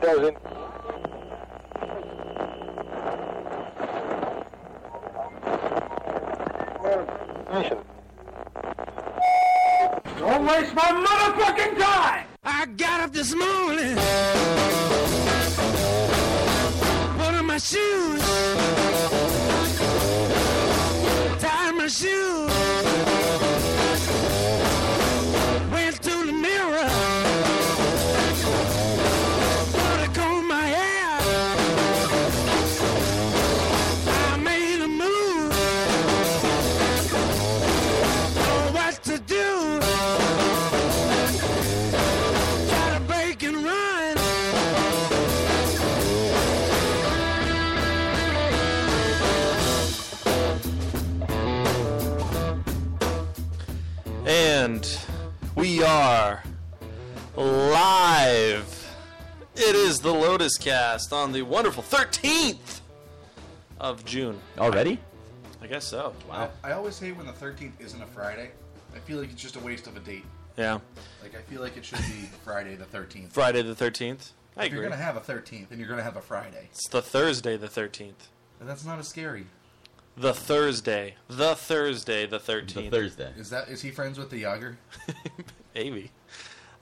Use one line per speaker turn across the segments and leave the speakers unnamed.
doesn't. Listen.
Don't waste my motherfucking time! I got up this morning. Put on my shoes. Tied my shoes. Went to the mirror. Put a comb in my hair. I made a move. Know what to do. Try to break and run.
And we are live. It is the Lotus Cast on the wonderful 13th of June.
Already?
I guess so. Wow.
I always hate when the 13th isn't a Friday. I feel like it's just a waste of a date.
Yeah.
Like I feel like it should be Friday the 13th.
Friday the 13th. I
if you're
agree.
gonna have a 13th, and you're gonna have a Friday,
It's the Thursday the 13th.
and that's not as scary.
The Thursday. The Thursday the
The
13th.
Thursday.
Is that is he friends with the Yager?
Maybe.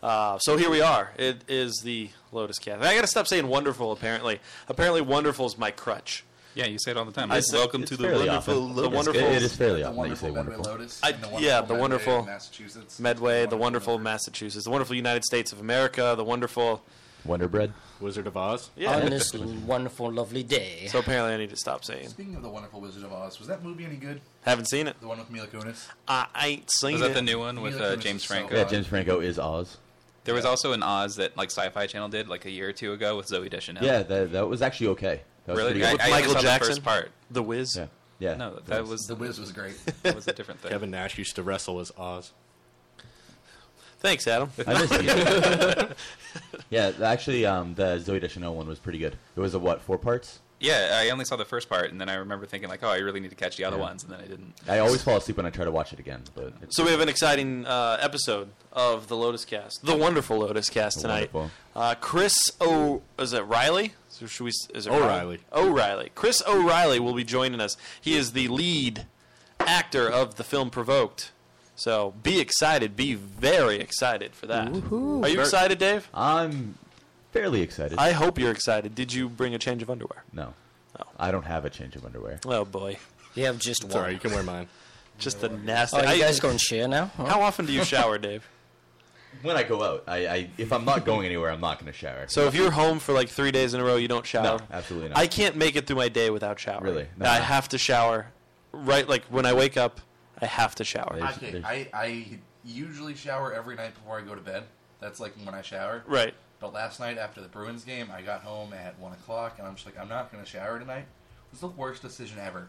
Uh, so here we are. It is the Lotus Cast. I got to stop saying wonderful, apparently. Apparently, wonderful is my crutch.
Yeah, you say it all the time.
I
It's
say-
welcome
It's
to the
fairly
wonderful.
often.
the
It's-
wonderful-
It is fairly
the
often that you say
wonderful Medway
wonderful.
Lotus.
I-
and the
yeah, the
Medway
wonderful
of Massachusetts.
Medway, the wonderful Massachusetts, the wonderful United States of America, the wonderful.
Wonder bread.
Wizard of Oz.
Yeah.
on this wonderful, lovely day.
So apparently, I need to stop saying.
Speaking of the wonderful Wizard of Oz, was that movie any good?
Haven't seen it.
The one with Mila Kunis.
I I ain't seen
Was
it.
that the new one with
Mila
uh,
Kunis
James
is
Franco?
so
Yeah,
God.
James Franco is Oz.
There was also an Oz that like Sci-Fi Channel did like a year or two ago with Zoe Deschanel.
Yeah, that, that was actually okay. That was
really.
pretty
I,
good.
I
Michael
only saw
Jackson?
The first part.
The Wiz.
Yeah. Yeah.
No, that was
The Wiz was great.
that was a different thing.
Kevin Nash used to wrestle as Oz.
Thanks, Adam.
I missed it. yeah, th- actually, um, the Zoe Deschanel one was pretty good. It was a what four parts?
Yeah, I only saw the first part, and then I remember thinking like, oh, I really need to catch the other ones, and then I didn't.
I always fall asleep when I try to watch it again, but it's
So we have an exciting uh, episode of the Lotus Cast, the wonderful Lotus Cast tonight.
Wonderful.
Uh, Chris O, is it Riley? So should we? s- Is it
O'Reilly.
Riley? O'Reilly. Chris O'Reilly will be joining us. He is the lead actor of the film Provoked. So be excited. Be very excited for that. Are you excited, Dave?
I'm fairly excited.
I hope you're excited. Did you bring a change of underwear?
no,
Oh.
I don't have a change of underwear.
Oh boy,
You have just one.
Sorry, you can wear mine.
just the nasty.
Oh, you
I-
guys going share now? Huh?
how often do you shower, Dave?
When I go out, I, I if I'm not going anywhere, I'm not going to shower.
So if you're home for like three days in a row, you don't shower.
No, absolutely not.
I can't make it through my day without showering.
Really? No,
I
no.
have to shower. Right, like when I wake up, I have to shower.
Yeah. There's-
okay,
there's-
I, I usually shower every night before I go to bed. That's like when I shower.
Right.
But last night after the Bruins game, I got home at one o'clock, and I'm just like, I'm not going to shower tonight. It was the worst decision ever.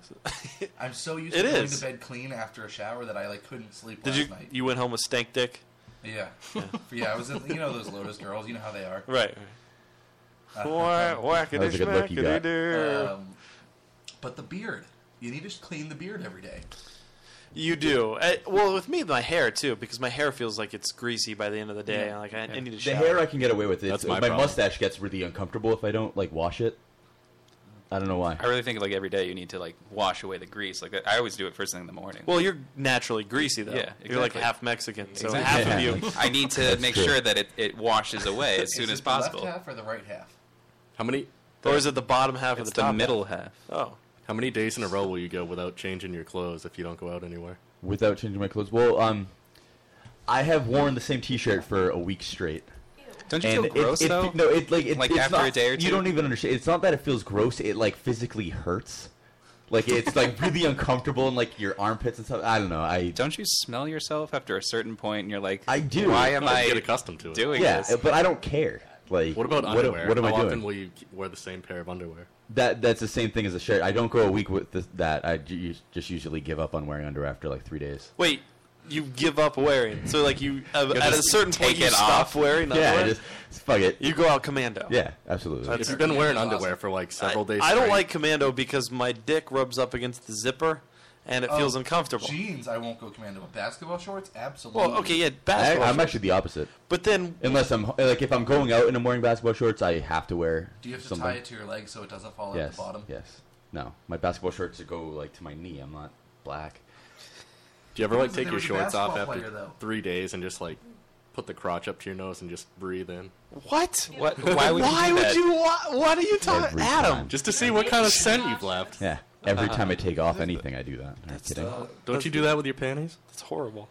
I'm so used
It
to going
is.
to bed clean after a shower that I like couldn't sleep
Did
last
you
night.
you went home with stank dick?
Yeah, yeah. I was, in, you know, those Lotus girls. You know how they are. Uh,
Right.
That was a good look you got.
Um, but the beard, you need to just clean the beard every day.
You do. I, well, with me, my hair too, because my hair feels like it's greasy by the end of the day.
Yeah.
Like I, I need to
The
shower.
hair I can get away with. It's,
That's
my
my problem.
mustache gets really uncomfortable if I don't like wash it. I don't know why.
I really think like every day you need to like wash away the grease. Like I always do it first thing in the morning.
well, you're naturally greasy though.
Yeah,
You're like
exactly.
half Mexican, so
Exactly.
half of
Yeah.
you.
I need to make
true.
sure that it, it washes away as
Is
soon
it
as
the
possible.
Left half or the right half?
How many
Or is it the bottom half
It's
of the
the
top?
middle half.
Oh,
how many days in a row will you go without changing your clothes if you don't go out anywhere?
Without changing my clothes. Well, um, I have worn the same T-shirt for a week straight.
Don't you feel
it-
gross
it,
though?
No, it like it,
Like,
it's
after
not-
a day or
You
two?
don't even understand. It's not that it feels gross. It like physically hurts. Like it's like really uncomfortable and like your armpits and stuff. I don't know. I
Don't you smell yourself after a certain point and you're like,
I do.
Why am
No, you get
I
accustomed to it.
doing
yeah,
this?
but I don't care. Like
What about
what,
underwear?
What am
how
I doing?
often will you k- wear the same pair of underwear?
That that's the same thing as a shirt. I don't go a week with this, that. I ju- us- just usually give up on wearing underwear after like three days.
wait. You give up wearing, so like you uh, at a
just
certain point
take
you
it
stop
off.
wearing.
yeah, I
underwear?
just fuck it.
You go out commando.
Yeah, absolutely.
That's-
If you've been wearing
Awesome.
underwear for like several days,
I don't
straight,
like commando because my dick rubs up against the zipper and it feels
Oh,
uncomfortable.
Jeans, I won't go commando, but basketball shorts, absolutely.
Well, okay, yeah,
I,
basketball.
I'm
shorts.
actually the opposite.
but then,
Unless I'm like if I'm going out and I'm wearing basketball shorts, I have to wear.
Do you have to
something.
tie it to your leg so it doesn't fall out
Yes.
the bottom?
Yes. No, my basketball shorts go like to my knee. I'm not black.
Do you ever like
Wasn't
take
there
your
was a
shorts off
basketball
after
player, though?
three days and just like put the crotch up to your nose and just breathe in,
what?
What? Why would
Why
you? do
would
that?
you? Why, what are you talking,
Every
Adam?
time.
just to see what kind of scent you've left?
Yeah. Every time I take off anything, I do that. Are you kidding?
Don't you do that with your panties?
That's horrible.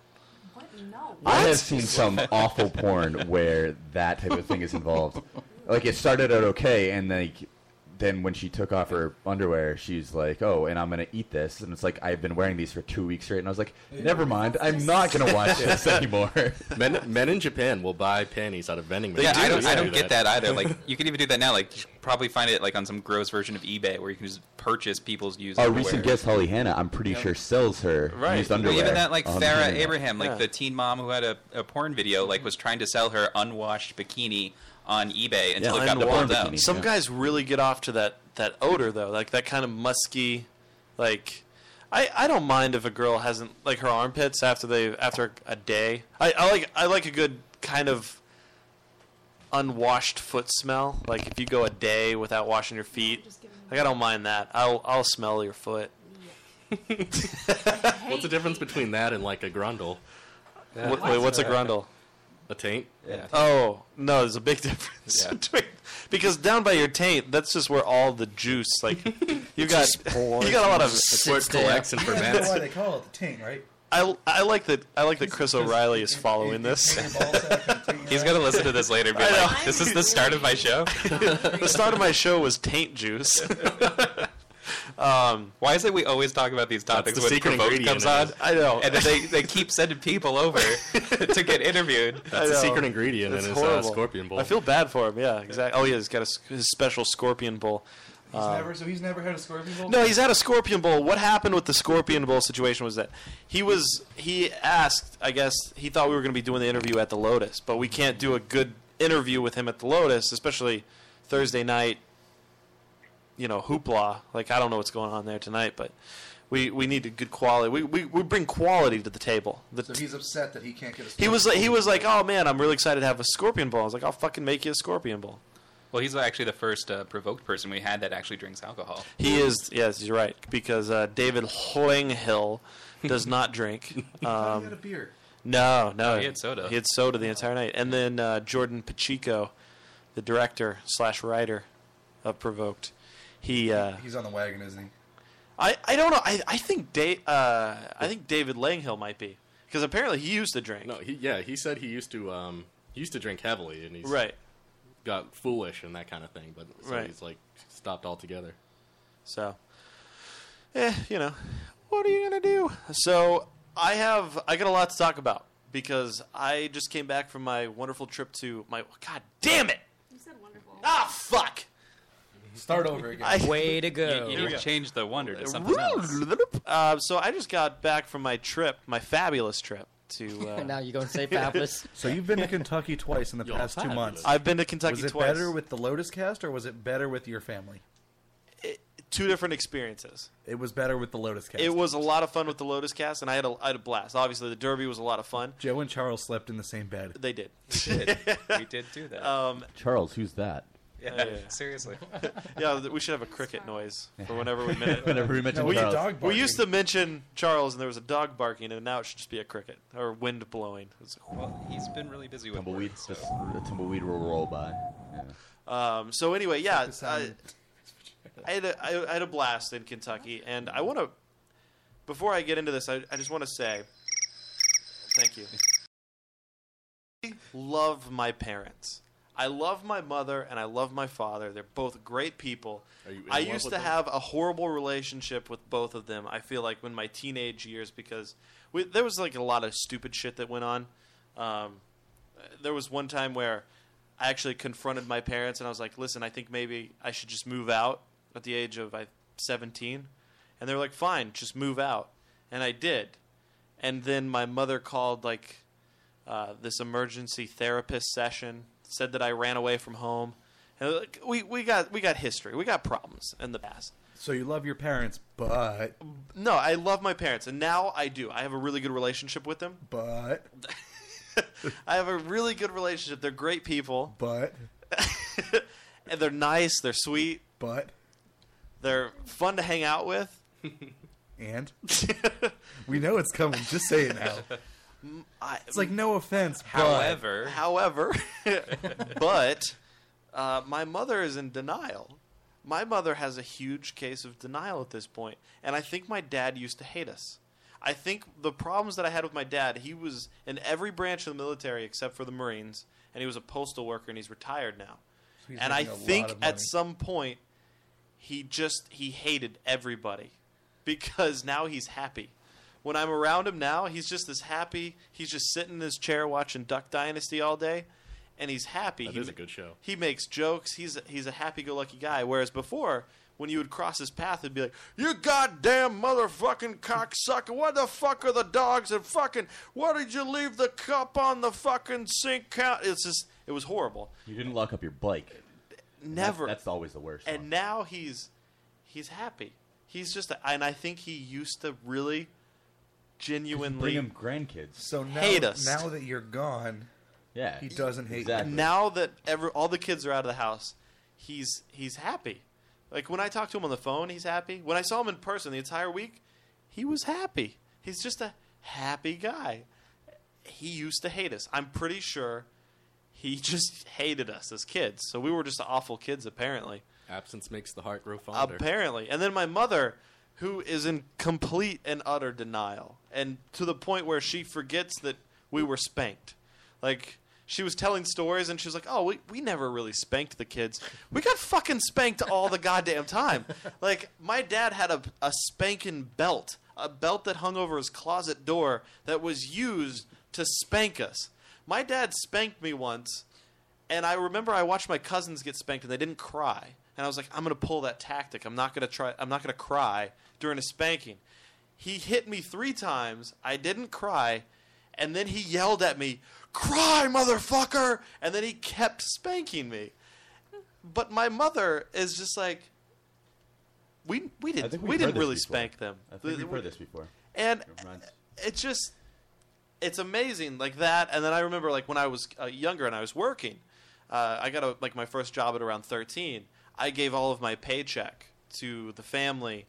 What? No.
I have seen some awful porn where that type of thing is involved. Like it started out okay, and like then when she took off her underwear, she's like, "Oh, and I'm gonna eat this," and it's like I've been wearing these for two weeks straight, and I was like, "Never mind, I'm not gonna watch this anymore."
Men, men in Japan will buy panties out of vending
Yeah,
machines.
I don't.
They
I
do
don't get that either. Like, you can even do that now. Like, you should probably find it like on some gross version of eBay where you can just purchase people's used.
Our
underwear.
recent guest Holly Hanna, I'm pretty sure sells her
Right.
used
Well,
Well,
underwear.
even that, like
on the
Farah
internet.
Abraham, like
Yeah.
the teen mom who had a, a porn video, like was trying to sell her unwashed bikini on eBay until
Yeah,
it got
the
porn
pulled out.
bikini.
Some
Yeah.
guys really get off to that that odor though, like that kind of musky, like. I, I don't mind if a girl hasn't like her armpits after they after a day. I, I like I like a good kind of unwashed foot smell. Like if you go a day without washing your feet, like I don't mind that. I'll I'll smell your foot.
What's the difference between that and like a grundle?
Wha- wait, what's a grundle?
A taint?
Oh no, there's a big difference between because down by your taint, that's just where all the juice like you got you got a lot of.
Sits there.
Collects and
I don't know
ferments.
why they call it the ting, right?
I, I like that I like that Chris O'Reilly is following this.
He's gonna listen to this later. And be
I know.
like, this is the start of my show.
the start of my show was taint juice.
Um, Why is it we always talk about these topics
the
when
secret
Provoke
ingredient
comes
in
on?
it.
I know.
And then they, they keep sending people over to get interviewed.
That's the
I know.
secret ingredient
That's
in his uh,
horrible.
scorpion bowl.
I feel bad for him. Yeah, exactly. Oh yeah, he's got a, s- his special scorpion bowl.
He's
Um,
never, so he's never had a scorpion bowl?
No, he's had a scorpion bowl. What happened with the scorpion bowl situation was that he was he asked. I guess he thought we were going to be doing the interview at the Lotus, but we can't do a good interview with him at the Lotus, especially Thursday night. You know, hoopla. Like I don't know what's going on there tonight, but we we need a good quality. We we, we bring quality to the table. The
So he's upset that he can't get a
he
scorpion
was like, he
bowl.
was like, oh man, I'm really excited to have a scorpion bowl. I was like, I'll fucking make you a scorpion bowl.
Well, he's actually the first uh, provoked person we had that actually drinks alcohol.
He is. Yes, you're right. Because uh, David Hoinghill does not drink. um,
I got a beer.
No, no.
Oh, he had soda.
He had soda the entire night. And then uh, Jordan Pacheco, the director slash writer of Provoked, he. Uh,
He's on the wagon, isn't he?
I, I don't know. I, I think da- uh, I think David Langhill might be because apparently he used to drink.
No, he, yeah, he said he used to um, he used to drink heavily, and he's
Right.
got foolish and that kind of thing. But so
Right.
he's like stopped altogether.
So, eh, you know, what are you gonna do? So I have I got a lot to talk about because I just came back from my wonderful trip to my. God damn it!
You said wonderful.
Ah, fuck!
Start over again.
I,
Way to go.
You need to change the wonder to something else.
Uh, so I just got back from my trip, my fabulous trip to.
And
Uh,
now you're going to say fabulous.
So you've been to Kentucky twice in the
You're
past two
fabulous.
months.
I've been to Kentucky
was it
twice.
better with the Lotus cast or was it better with your family?
two different experiences.
It was better with the Lotus cast.
It was a lot of fun with the Lotus Cast, and I had a, I had a blast. Obviously, the Derby was a lot of fun.
Joe and Charles slept in the same bed.
They did.
we did do that.
Um,
Charles, who's that?
yeah,
yeah.
Seriously.
Yeah, th- we should have a cricket noise for whenever we minute.
Whenever we mention
was a
Charles,
dog
We used to mention Charles, and there was a dog barking, and now it should just be a cricket or wind blowing. It's-
Well, he's been really busy with
tumbleweed,
work, so-
just a tumbleweed will roll by. Yeah.
Um, so anyway, yeah, I, I had a, I, I had a blast in Kentucky, and I want to. Before I get into this, I, I just want to say, thank you. I love my parents. I love my mother and I love my father. They're both great people.
Are you in
I
love
used to
with them?
have a horrible relationship with both of them. I feel like in my teenage years because we, there was like a lot of stupid shit that went on. Um, there was one time where I actually confronted my parents and I was like, "Listen, I think maybe I should just move out at the age of I 17." And they were like, "Fine, just move out." And I did. And then my mother called like uh, this emergency therapist session, said that I ran away from home, And like, we we got we got history. We got problems in the past.
So you love your parents, but
No, I love my parents, and now I do. I have a really good relationship with them.
but
I have a really good relationship. They're great people,
but
and they're nice. They're sweet.
but
They're fun to hang out with.
and we know it's coming. Just say it now.
I,
It's like no offense.
However,
However, but uh, my mother is in denial. My mother has a huge case of denial at this point, and I think my dad used to hate us. I think the problems that I had with my dad, he was in every branch of the military except for the Marines, and he was a postal worker, and he's retired now.
he's
and I
making a lot
think
of money.
at some point, he just he hated everybody because now he's happy. When I'm around him now, he's just this happy. He's just sitting in his chair watching Duck Dynasty all day, and he's happy.
That
he
is a
ma-
good show.
He makes jokes. He's he's a happy-go-lucky guy. Whereas before, when you would cross his path, it'd be like, "You goddamn motherfucking cocksucker! What the fuck are the dogs and fucking? Why did you leave the cup on the fucking sink count?" It's just it was horrible.
You didn't lock up your bike.
Never.
That's, always the worst.
and now he's he's happy. He's just, and I think he used to really
bring
genuinely.
him grandkids.
So now,
Hate us.
now that you're gone,
Yeah,
he doesn't hate
Exactly.
Now that ever all the kids are out of the house, he's he's happy. Like when I talk to him on the phone, he's happy. When I saw him in person the entire week, he was happy. He's just a happy guy. He used to hate us. I'm pretty sure he just hated us as kids. So we were just awful kids apparently.
Absence makes the heart grow fonder.
Apparently. And then my mother, who is in complete and utter denial, and to the point where she forgets that we were spanked. Like, she was telling stories and she was like, oh, we, we never really spanked the kids. We got fucking spanked all the goddamn time. Like, my dad had a, a spanking belt, a belt that hung over his closet door that was used to spank us. My dad spanked me once and I remember I watched my cousins get spanked and they didn't cry. And I was like, I'm gonna pull that tactic. I'm not gonna try. I'm not gonna cry during a spanking. He hit me three times. I didn't cry, and then he yelled at me, "Cry, motherfucker!" And then he kept spanking me. But my mother is just like, we we
I
didn't
think
we,
we've heard
didn't
this
really
before.
spank them.
I think
The-
we've heard this before.
and
It reminds-
it's just it's amazing like that and then i remember like when i was uh, younger and i was working uh, i got a, like my first job at around 13 i gave all of my paycheck to the family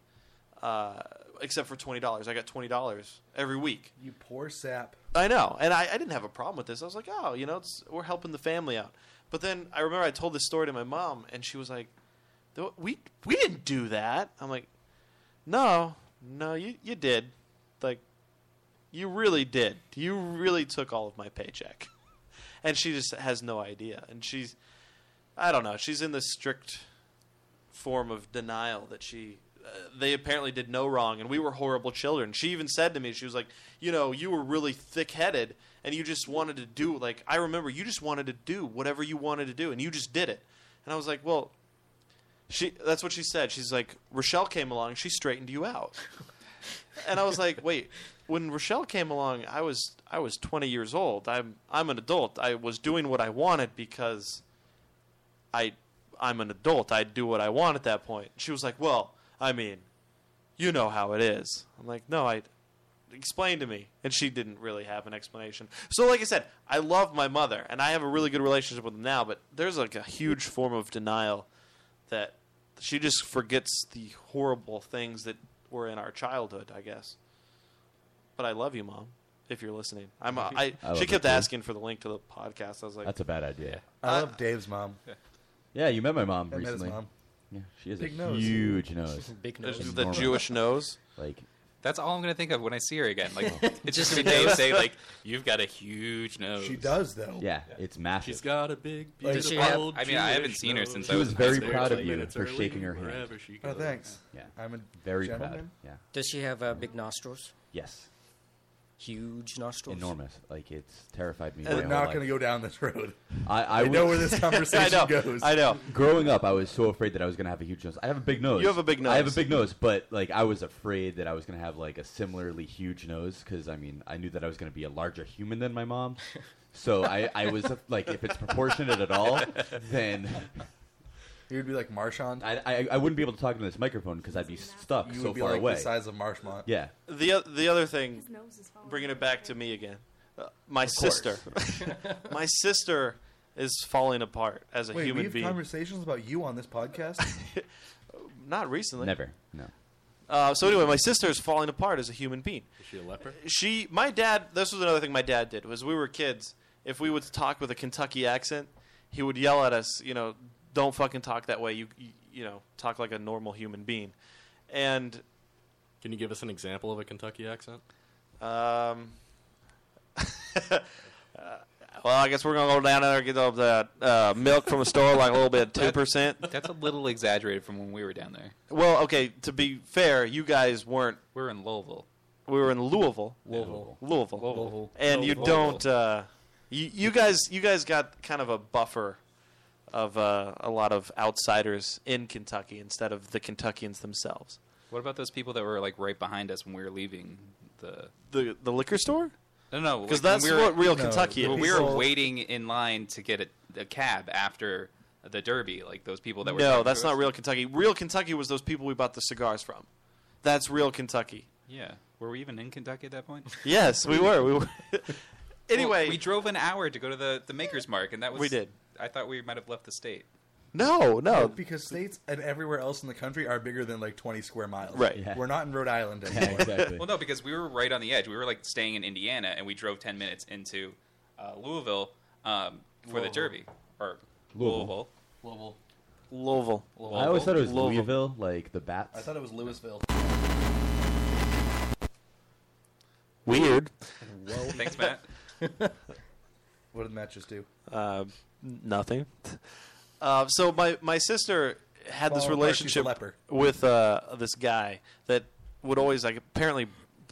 uh, except for $20 i got $20 every week
You poor sap.
I know, and I, I didn't have a problem with this. I was like, oh, you know, it's, we're helping the family out. But then I remember I told this story to my mom, and she was like, "Th- we we didn't do that. I'm like, no, no, you you did, like, you really did. You really took all of my paycheck, and she just has no idea, and she's, I don't know, she's in this strict form of denial that she uh, they apparently did no wrong and we were horrible children she even said to me she was like you know you were really thick-headed and you just wanted to do like i remember you just wanted to do whatever you wanted to do and you just did it and i was like well she that's what she said she's like rochelle came along she straightened you out and i was like wait when rochelle came along i was i was 20 years old i'm i'm an adult i was doing what i wanted because I I'm an adult. I do what I want at that point. She was like, "Well, I mean, you know how it is." I'm like, "No, I explain to me." And she didn't really have an explanation. So like I said, I love my mother and I have a really good relationship with them now, but there's like a huge form of denial that she just forgets the horrible things that were in our childhood, I guess. But I love you, mom. If you're listening, I'm. Uh, I,
I love
she
you
kept
too.
asking for the link to the podcast. I was like,
That's a bad idea.
I love Dave's mom.
Yeah, you met my mom
I met his
recently.
mom.
Yeah, she has
Big
a
nose.
huge nose.
Big
"There's
nose.
It's
the
normal.
Jewish nose.
Like
That's all I'm gonna think of when I see her again. Like it's just gonna be Dave say like, "You've got a huge nose."
She does though.
yeah, it's massive.
She's got a big,
Like,
beautiful.
she have-
I mean, I haven't
Jewish
seen her
nose.
since
She
I
was
in high
very
school.
proud of
Like,
you
minutes
for
early,
shaking her hand.
wherever she
Oh,
goes.
thanks.
yeah,
I'm a
very proud.
gentleman.
Yeah,
Does she have uh, big nostrils?
yes,
Huge nostrils?
enormous. Like it's terrified me. my
We're
whole
not
life.
going to go down this road.
I, I
I know
was-
where this
I
conversation
know.
goes.
I know.
Growing up, I was so afraid that I was going to have a huge nose. I have a big nose.
You have a big
I have a
nose.
big nose, but like I was afraid that I was going to have like a similarly huge nose because I mean I knew that I was going to be a larger human than my mom. So I, I was like, if it's proportionate at all, then
It would be like Marchand.
I, I, I wouldn't be able to talk into this microphone because I'd be stuck
You
so
would be
far
like
away.
the size of Marshmont.
yeah.
The o- the other thing,
His nose is falling.
bringing it back to me again, uh, my sister, my sister is falling apart as a
Wait, we
human
have
being.
conversations about you on this podcast.
Not recently,
Never. No.
Uh, so anyway, my sister is falling apart as a human being.
Is she a leper?
she my dad this was another thing my dad did was we were kids if we would talk with a kentucky accent he would yell at us you know don't fucking talk that way you you, you know talk like a normal human being and
Can you give us an example of a Kentucky accent?
um Well, I guess we're gonna go down there and get all that uh, milk from a store, like a little bit, two percent.
That's a little exaggerated from when we were down there.
Well, okay. To be fair, you guys weren't.
We're in Louisville.
We were in Louisville,
Louisville.
Louisville,
Louisville.
and you
Louisville.
don't. Uh, you, you guys, you guys got kind of a buffer of uh, a lot of outsiders in Kentucky instead of the Kentuckians themselves.
What about those people that were like right behind us when we were leaving the?
The the liquor store,
No, no,
because
like, when
that's
we were,
what real Kentucky
when
is.
we were
people-
waiting in line to get a, a cab after the Derby. Like those people that were.
No,
talking
that's
to
not
us.
real Kentucky. Real Kentucky was those people we bought the cigars from. That's real Kentucky.
Yeah, were we even in Kentucky at that point?
Yes, we were. We were.
Well,
anyway,
we drove an hour to go to the the Maker's Mark, and that was
We did.
I thought we might have left the state.
no, no.
because states and everywhere else in the country are bigger than like 20 square miles.
Right.
Yeah.
We're not in Rhode Island anymore.
exactly.
Well, no, because we were right on the edge. We were like staying in Indiana, and we drove ten minutes into uh, Louisville um, for the
Louisville.
Derby or
Louisville.
Louisville.
Louisville.
Louisville.
I always thought it was
Louisville.
Louisville, like the bats.
I thought it was Louisville.
Weird.
Thanks, Matt.
What did the matches do?
Uh, nothing. Uh, so my my sister had this
Fall apart, she's a
relationship
leper.
with uh, this guy that would always like apparently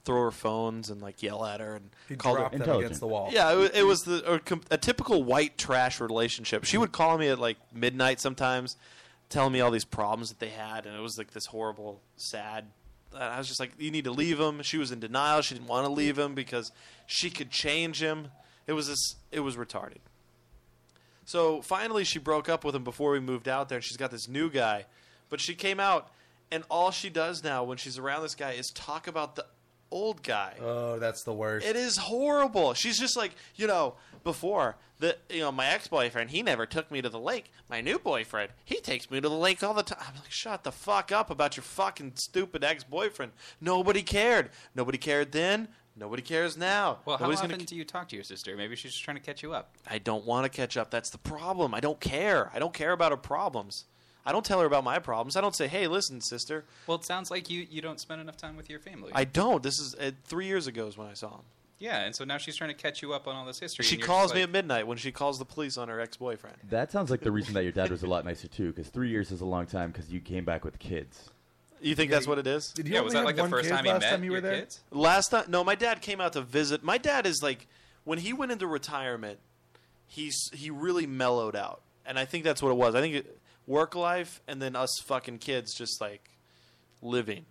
throw her phones and like yell at her and
He
call her.
dropped them
Intelligent.
against the wall.
Yeah, it, wa- it was the a, com- a typical white trash relationship. She would call me at like midnight sometimes, telling me all these problems that they had, and it was like this horrible, sad. and I was just like, "You need to leave him." She was in denial. She didn't want to leave him because she could change him. It was this. It was retarded. So finally, she broke up with him before we moved out there. She's got this new guy, but she came out, and all she does now when she's around this guy is talk about the old guy.
Oh, that's the worst.
It is horrible. She's just like, you know, before the you know, my ex boyfriend, he never took me to the lake. My new boyfriend, he takes me to the lake all the time. I'm like, shut the fuck up about your fucking stupid ex boyfriend. Nobody cared. Nobody cared then. Nobody cares now.
Well, how
Nobody's
often
gonna...
do you talk to your sister? Maybe she's just trying to catch you up.
I don't want to catch up. That's the problem. I don't care. I don't care about her problems. I don't tell her about my problems. I don't say, "Hey, listen, sister."
Well, it sounds like you you don't spend enough time with your family.
I don't. This is uh, three years ago is when I saw him.
yeah, and so now she's trying to catch you up on all this history.
She
and you're
calls
just
me
like-
at midnight when she calls the police on her ex-boyfriend.
that sounds like the reason that your dad was a lot nicer too, because three years is a long time because you came back with kids.
You think that's what it is?
Did you
Yeah,
only
was that
have
like the
one
first
kid
time you
last
met
time you were
your
there?
kids?
Last time, no, my dad came out to visit. My dad is like, when he went into retirement, he's he really mellowed out, and I think that's what it was. I think it, work life and then us fucking kids just like living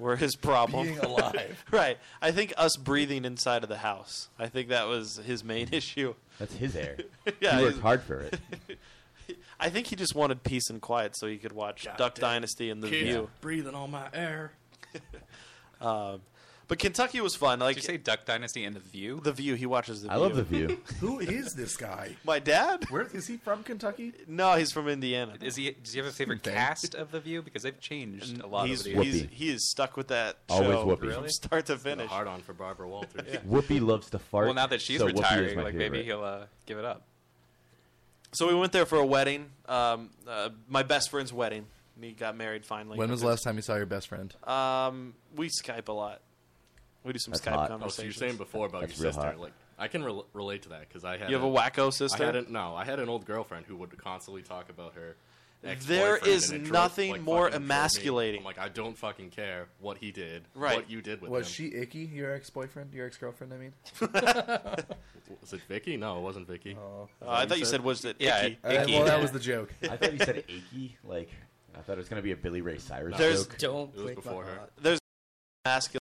were his problem.
Being alive.
right. I think us breathing inside of the house. I think that was his main issue.
That's his air.
Yeah,
he
he's-
worked hard for it.
I think he just wanted peace and quiet so he could watch Duck Dynasty and The View.
breathing on my air.
Um, But Kentucky was fun. Like
Did you say Duck Dynasty and The View?
The View, he watches The
I
View.
love the view.
Who is this guy?
My dad?
Where is he from? Kentucky?
No, he's from Indiana.
Is he? Does he have a favorite
Okay.
cast of The View? Because they've changed a lot
he's,
over the years.
he's,
Whoopi.
he is stuck with that
Always
show
Whoopi.
from
Really?
start to
A
finish.
hard on for Barbara Walters.
Whoopi loves to fart.
Well, now that she's
so Whoopi is
retiring,
my
like
favorite.
maybe he'll uh, give it up.
So we went there for a wedding, um, uh, my best friend's wedding. We got married finally.
When was the last time you saw your best friend?
Um, we Skype a lot. We do some
That's
Skype
hot.
Oh, so you're
conversations.
saying before about
That's
your
real
sister?
hot.
Like, I can rel relate to that because I had
you have a wacko sister.
I had an, no, I had an old girlfriend who would constantly talk about her.
There
ex-boyfriend,
is
and it drove,
nothing
like,
more
fucking drove me.
emasculating.
I'm like, I don't fucking care what he did,
Right.
what you did with
Was
him.
she icky, your ex boyfriend? Your ex girlfriend, I mean?
Was it Vicky? No, it wasn't Vicky.
Oh.
Uh, I thought you said was it
Yeah,
icky?
it- Icky.
Uh,
well, that was the joke.
I thought you said achy. Like I thought it was gonna be a Billy Ray Cyrus
There's-
joke.
Don't
It was
break my
before her.
heart.
masculine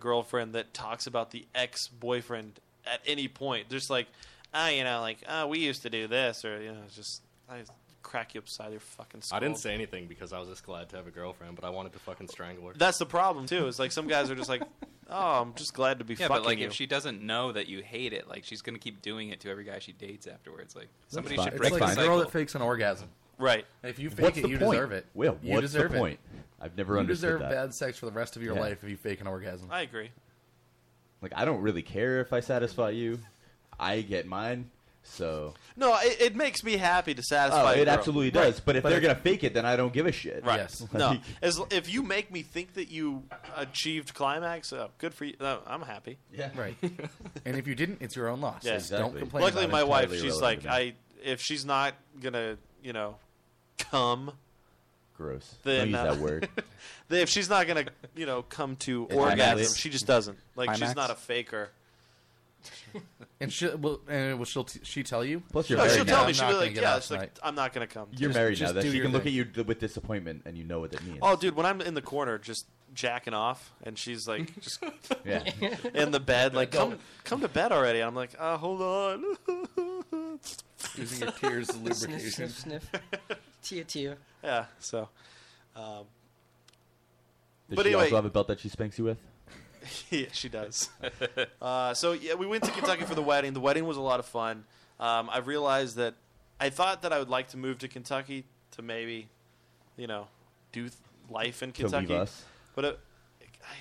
girlfriend that talks about the ex boyfriend at any point. Just like, ah, you know, like ah, we used to do this, or you know, it's just I, crack you upside your fucking skull.
I didn't say anything because I was just glad to have a girlfriend, but I wanted to fucking strangle her.
That's the problem too. Is like some guys are just like, oh, I'm just glad to be
Yeah,
fucking
but like
you.
if she doesn't know that you hate it, like she's gonna keep doing it to every guy she dates afterwards. Like somebody
fine.
should
It's
break
like
the
a
a
cycle.
girl that fakes an orgasm.
right.
If you fake
What's
it,
the
you
point?
deserve it.
Will,
you
what's
deserve
the
it.
point? I've never
You
understood
deserve
that.
bad sex for the rest of your
Yeah.
life if you fake an orgasm.
I agree.
Like I don't really care if I satisfy you. I get mine. So
No, it, it makes me happy to
oh,
satisfy. a
it
girl.
absolutely does. But if they're gonna fake it, then I don't give a shit.
Right.
Yes.
No.
Like-
As if you make me think that you achieved climax, uh, good for you. No, I'm happy.
Yeah.
Right. and if you didn't, it's your own loss.
Yeah.
Exactly.
Don't complain.
Luckily,
about
my
it.
wife,
entirely
she's
irrelevant
like,
to
I if she's not gonna, you know, come.
Gross.
Then,
don't
uh,
use that word.
that If she's not gonna, you know, come to
Climax.
orgasm, she just doesn't. Like she's
Climax?
not a faker.
and she will, and will she'll t- she tell you?
Plus, you're
No,
married
she'll
now.
tell
I'm
me. She'll
not
be
gonna
like,
get
yeah,
off
it's like,
tonight.
I'm not gonna come.
You're
Just-
married
just
now. That
do
she
your
can look
thing.
at you d- with disappointment, and you know what that means.
Oh, dude, when I'm in the corner just jacking off, and she's like, just
yeah.
in the bed, like, come, come to bed already. I'm like, uh, hold on.
Using your tears as
Sniff,
lubrication.
sniff, sniff. tear, tear.
yeah. So, um,
Does
But
she
anyway-
also have a belt that she spanks you with?
yeah, she does. uh, so yeah, we went to Kentucky for the wedding. The wedding was a lot of fun. Um, I realized that I thought that I would like to move to Kentucky to maybe, you know, do th- life in
To
Kentucky.
leave us.
But it,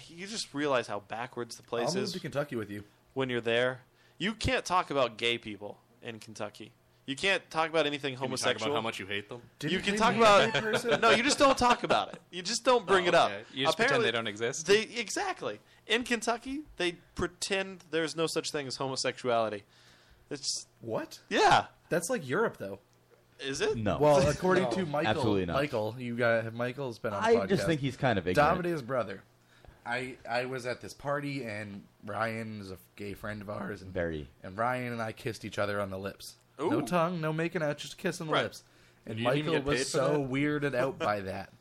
you just realize how backwards the place
I'll move
is
to Kentucky with you.
when you're there. You can't talk about gay people in Kentucky. You can't talk about anything
Can you talk
homosexual.
about how much you hate them?
you
Didn't
can
we
talk
meet
about
that person?
no. You just don't talk about it. You just don't bring
Oh,
it up.
okay.
You just pretend
Apparently-
they don't exist.
They exactly in Kentucky. They pretend there's no such thing as homosexuality. It's
What?
yeah.
That's like Europe, though.
Is it
No.
Well, according to Michael,
Absolutely not.
Michael, you got Michael's been on. the
I
podcast.
just think he's kind of ignorant.
Dominica's brother. I I was at this party and Ryan is a gay friend of ours and
Very.
and Ryan and I kissed each other on the lips. No
Ooh.
tongue, no making out, just a kiss on the
Right.
lips. And
You didn't even
Michael
get paid
was
for
so weirded out by that.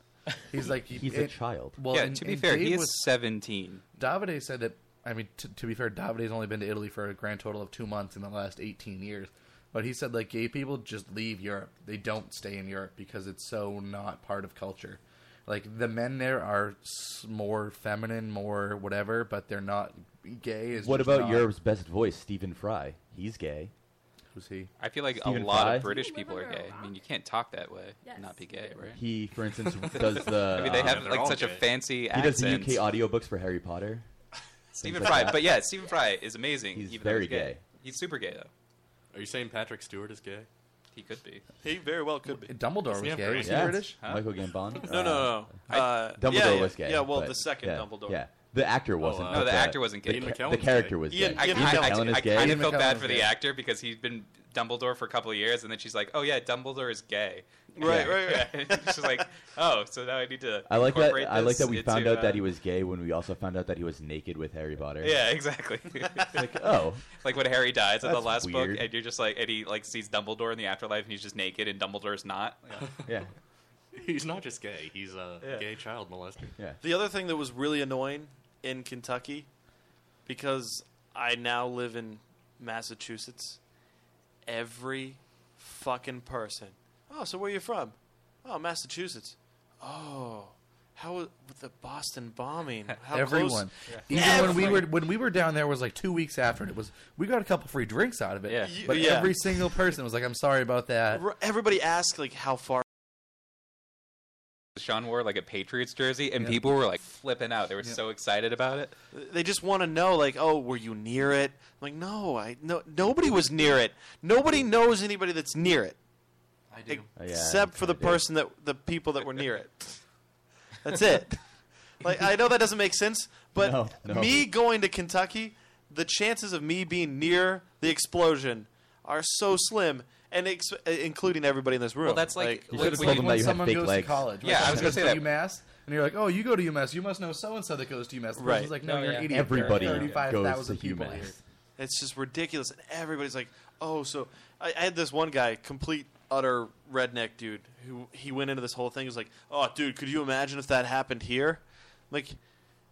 He's like
He's a
and-
child.
Well,
yeah,
and-
to be
and
fair,
Dave
he is
was-
seventeen.
Davide said that. I mean, t- to be fair, Davide's only been to Italy for a grand total of two months in the last eighteen years. But he said like gay people just leave Europe. They don't stay in Europe because it's so not part of culture. Like the men there are s- more feminine, more whatever, but they're not gay. Is
What
just
about
not-
Europe's best voice, Stephen Fry? He's gay.
Who's he?
I feel like
Stephen
a lot
Fry?
of British
People live
people
under
are
a
gay. I
rock.
mean, you can't talk that way and not be gay,
Yes.
right?
He, for instance, does the.
I mean, they
um,
have
they're
like
all
such a
gay.
fancy
he does the
accent.
UK audiobooks for Harry Potter.
Stephen
like
Fry,
that.
but yeah, Stephen Fry is amazing.
He's
even though
very gay.
He's super gay though.
Are you saying Patrick Stewart is gay?
He could be.
he very well could be.
Dumbledore was
he
gay.
British?
Was he
Yeah.
British?
Huh?
Michael Gambon.
No, no, no. Uh,
Dumbledore
yeah, yeah.
was gay.
Yeah, well,
but-
the second
yeah,
Dumbledore.
Yeah, the
Oh,
actor wasn't.
uh,
but
No, the actor wasn't gay.
Ian
The,
McKellen
ca- the
was
character
gay.
was
Ian-
gay.
I,
Ian
I- I-
McKellen is
I
gay.
kind
Ian
of felt bad
McKellen's
for the
gay.
actor because he'd been Dumbledore for a couple of years, and then she's like, "Oh yeah, Dumbledore is gay."
Right, right, right.
she's like, "Oh, so now I need to."
I like that.
incorporate
I like
this
that we
into,
found out
uh,
that he was gay when we also found out that he was naked with Harry Potter.
Yeah, exactly.
Like, oh,
like when Harry dies in the
That's
last
weird.
book, and you're just like, and he like sees Dumbledore in the afterlife, and he's just naked, and Dumbledore's not. Like,
yeah,
He's not just gay. He's a
Yeah.
gay child molester.
yeah.
The other thing that was really annoying in Kentucky, because I now live in Massachusetts, every fucking person. Oh, so where you from? Oh, Massachusetts. Oh, how wa- with the Boston bombing? How
Everyone, even when we were when we were down there was like two weeks after and it was. We got a couple free drinks out of it,
Yeah.
You-
but
yeah.
every single person was like, "I'm sorry about that."
Close? R- Everybody asked like how far.
Sean wore like a Patriots jersey, and people were like flipping out. They were so excited about it.
They just want to know like, oh, were you near it? I'm like, no, I no nobody was near it. Nobody knows anybody that's near it.
I do.
Oh, Yeah,
except
I
for the
kinda did.
person that the people that were near it. That's it. like I know that doesn't make sense, but
No, no.
me going to Kentucky, the chances of me being near the explosion are so slim, and ex- including everybody in this room.
Well, that's like,
You
like,
should've
when
told
you-
him
when
that you had
someone
fake
goes
legs.
to college.
Yeah, I was
going to
gonna say
UMass, and you're like, "Oh, you go to UMass. You must know so and so that goes to UMass." The
Right.
person's like, "No,
Oh,
you're
yeah.
an idiot.
Everybody
There are
goes to
35,000 people here."
UMass.
It's just ridiculous. And everybody's like, oh, so I, I had this one guy, complete utter redneck dude, who he went into this whole thing. He was like, oh, dude, could you imagine if that happened here? I'm like,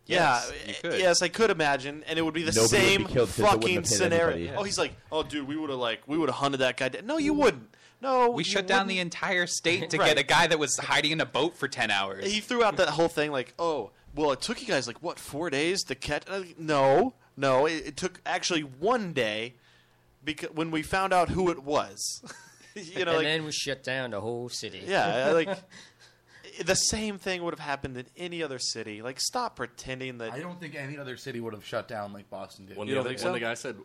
yeah,
Yes, you
eh,
could.
yes, I could imagine, and it would be the
Nobody would be
same
killed 'cause it wouldn't
fucking
have hit
scenario.
anybody.
Oh, he's like, oh, dude, we would have like we would have hunted that guy. down. No, you wouldn't. No,
We
you
shut down the
wouldn't-
entire state to
Right.
get a guy that was hiding in a boat for 10 hours.
He threw out that whole thing like, "Oh, well, it took you guys like what four days to catch?" And I was like, no, no, it, it took actually one day because when we found out who it was, you know,
and
like
then we shut down the whole city.
yeah, I- like the same thing would have happened in any other city. Like, stop pretending that
I don't think any other city would have shut down like Boston did.
When,
You
the,
don't
other-
think
when
so?
the guy said,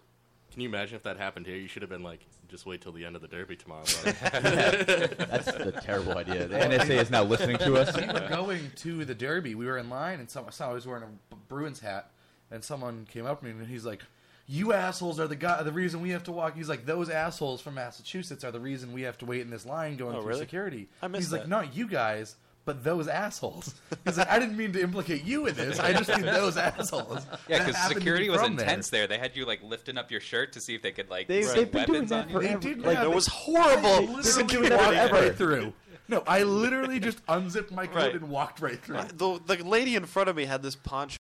"Can you imagine if that happened here?" You should have been like, "Just wait till the end of the derby tomorrow." buddy."
That's a terrible idea. The NSA is now listening to us.
we were going to the Derby. We were in line, and some, so I was wearing a B- Bruins hat, and someone came up to me, and he's like, "You assholes are the guy, the reason we have to walk." He's like, "Those assholes from Massachusetts are the reason we have to wait in this line going
Oh,
through
really?
security."
I missed
he's like,
that.
"Not you guys." But those assholes. He's like, I didn't mean to implicate you in this. I just mean those assholes.
yeah,
That
because
happened to
security
be
was
from there.
intense there. They had you like lifting up your shirt to see if they could like
They,
see
They've been doing
weapons
that
on you.
They
forever.
did
Like,
that.
it was
I
horrible.
literally
security
walked
ever.
right through. No, I literally just unzipped my coat
Right.
and walked right through.
the the lady in front of me had this poncho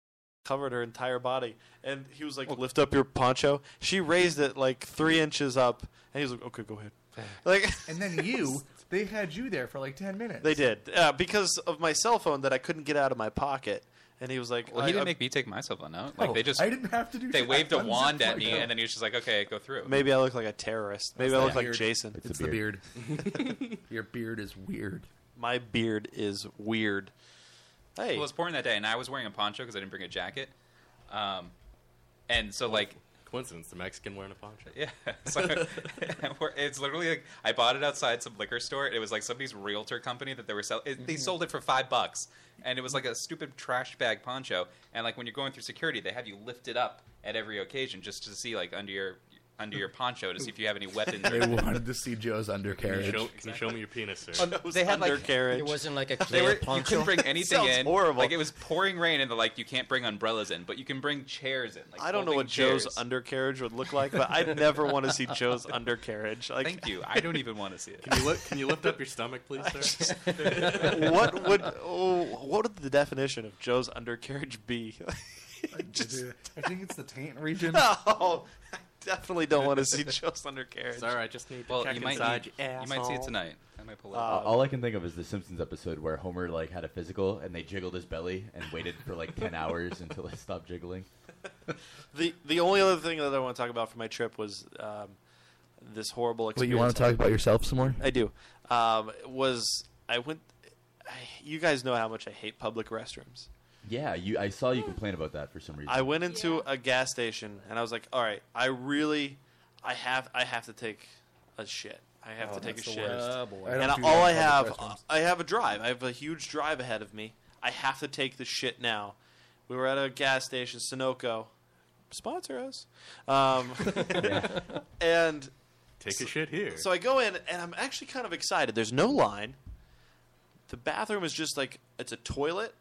covered her entire body, and he was like, "Lift up your poncho." She raised it like three inches up, and he was like, "Okay, go ahead." Like
And then you, they had you there for like ten minutes.
they did uh, because of my cell phone that I couldn't get out of my pocket, and he was like,
Well,
I-
he didn't
I-
make me take my cell phone out. Like
Oh,
they just
I didn't have to do.
they
shit.
waved
I
a
unzipped
wand
my
at me,
coat.
and then he was just like, "Okay, go through."
Maybe I look like a terrorist. Maybe I
that
look like
weird?
Jason.
it's the beard. Your beard is weird.
My beard is weird. Hey,
Well, it was pouring that day, and I was wearing a poncho because I didn't bring a jacket. Um, and so like
Coincidence: the Mexican wearing a poncho.
Yeah, so it's literally like I bought it outside some liquor store. It was like somebody's realtor company that they were selling.
Mm-hmm.
They sold it for five bucks, and it was like a stupid trash bag poncho. And like when you're going through security, they have you lift it up at every occasion just to see like under your under your poncho to see if you have any weapons.
They
Or,
wanted to see Joe's
Can you,
undercarriage.
show, can you show me your penis, sir?
they had like
undercarriage.
It wasn't like a
they
clear
were you
poncho.
couldn't bring anything
Sounds
in.
horrible.
Like it was pouring rain, and they're like you can't bring umbrellas in, but you can bring chairs in. Like,
I don't know
folding
what Joe's
chairs.
undercarriage would look like, but I never want to see Joe's undercarriage. Like,
Thank you. I don't even want to see it.
Can you, lift, can you lift up your stomach, please, sir?
what would oh, what would the definition of Joe's undercarriage be? Just-
I think it's the taint region.
no, I definitely don't want to see Joe's undercarriage.
Sorry, I just need to
Well,
check
you might
inside
need, you
your
might see it
asshole.
tonight. I might pull it.
Uh,
up.
all I can think of is the Simpsons episode where Homer like had a physical and they jiggled his belly and waited for like ten hours until it stopped jiggling.
Uh, The the only other thing that I want to talk about for my trip was um, this horrible
Wait,
experience.
you want to talk about yourself some more?
I do. Um, was I went? I, you guys know how much I hate public restrooms.
Yeah, you. I saw you complain about that for some reason.
I went into
Yeah.
a gas station and I was like, "All right, I really, I have, I have to take a shit. I have to take a shit."
Ah,
Oh boy.
I don't
and
do
all
that
I
in
have,
public restrooms.
I have a drive. I have a huge drive ahead of me. I have to take the shit now. We were at a gas station, Sunoco. Sponsor us. Um, and
Take a shit here.
so I go in, and I'm actually kind of excited. There's no line. The bathroom is just like it's a toilet,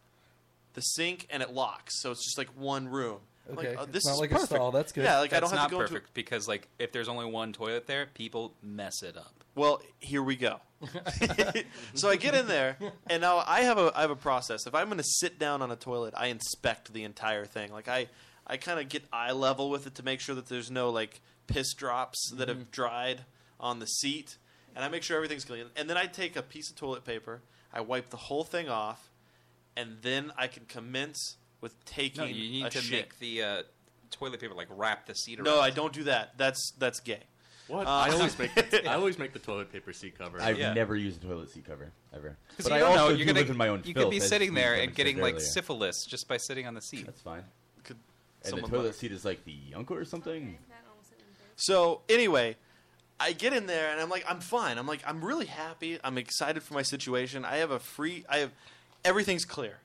the sink, and it locks. So it's just like one room. I'm
Okay.
Like, oh,
It's
this
not
is
like a
perfect.
stall. That's good.
Yeah, like I don't
That's
have
not
to go into.
perfect because like if there's only one toilet there, people mess it up.
Well, here we go. so I get in there, and now I have a I have a process. If I'm going to sit down on a toilet, I inspect the entire thing. Like I I kind of get eye level with it to make sure that there's no like piss drops that
Mm-hmm.
have dried on the seat, and I make sure everything's clean. And then I take a piece of toilet paper, I wipe the whole thing off, and then I can commence with taking
No, you need
a
to
shit.
make the uh, toilet paper like wrap the seat around.
no, I don't do that. That's that's gay.
what?
Uh,
I always make the, I always make the toilet paper seat cover.
I've
yeah.
never used a toilet seat cover ever.
Because
But
you
I
don't
also
know,
do
you're gonna,
live in my own
You
filth,
could be
as
sitting
we
there and
demonstrated
getting like
earlier.
syphilis just by sitting on the seat.
That's fine.
Could
And the
someone
toilet
let-
seat is like the Yunker or something.
So anyway, I get in there and I'm like, I'm fine. I'm like, I'm really happy. I'm excited for my situation. I have a free. I have everything's clear.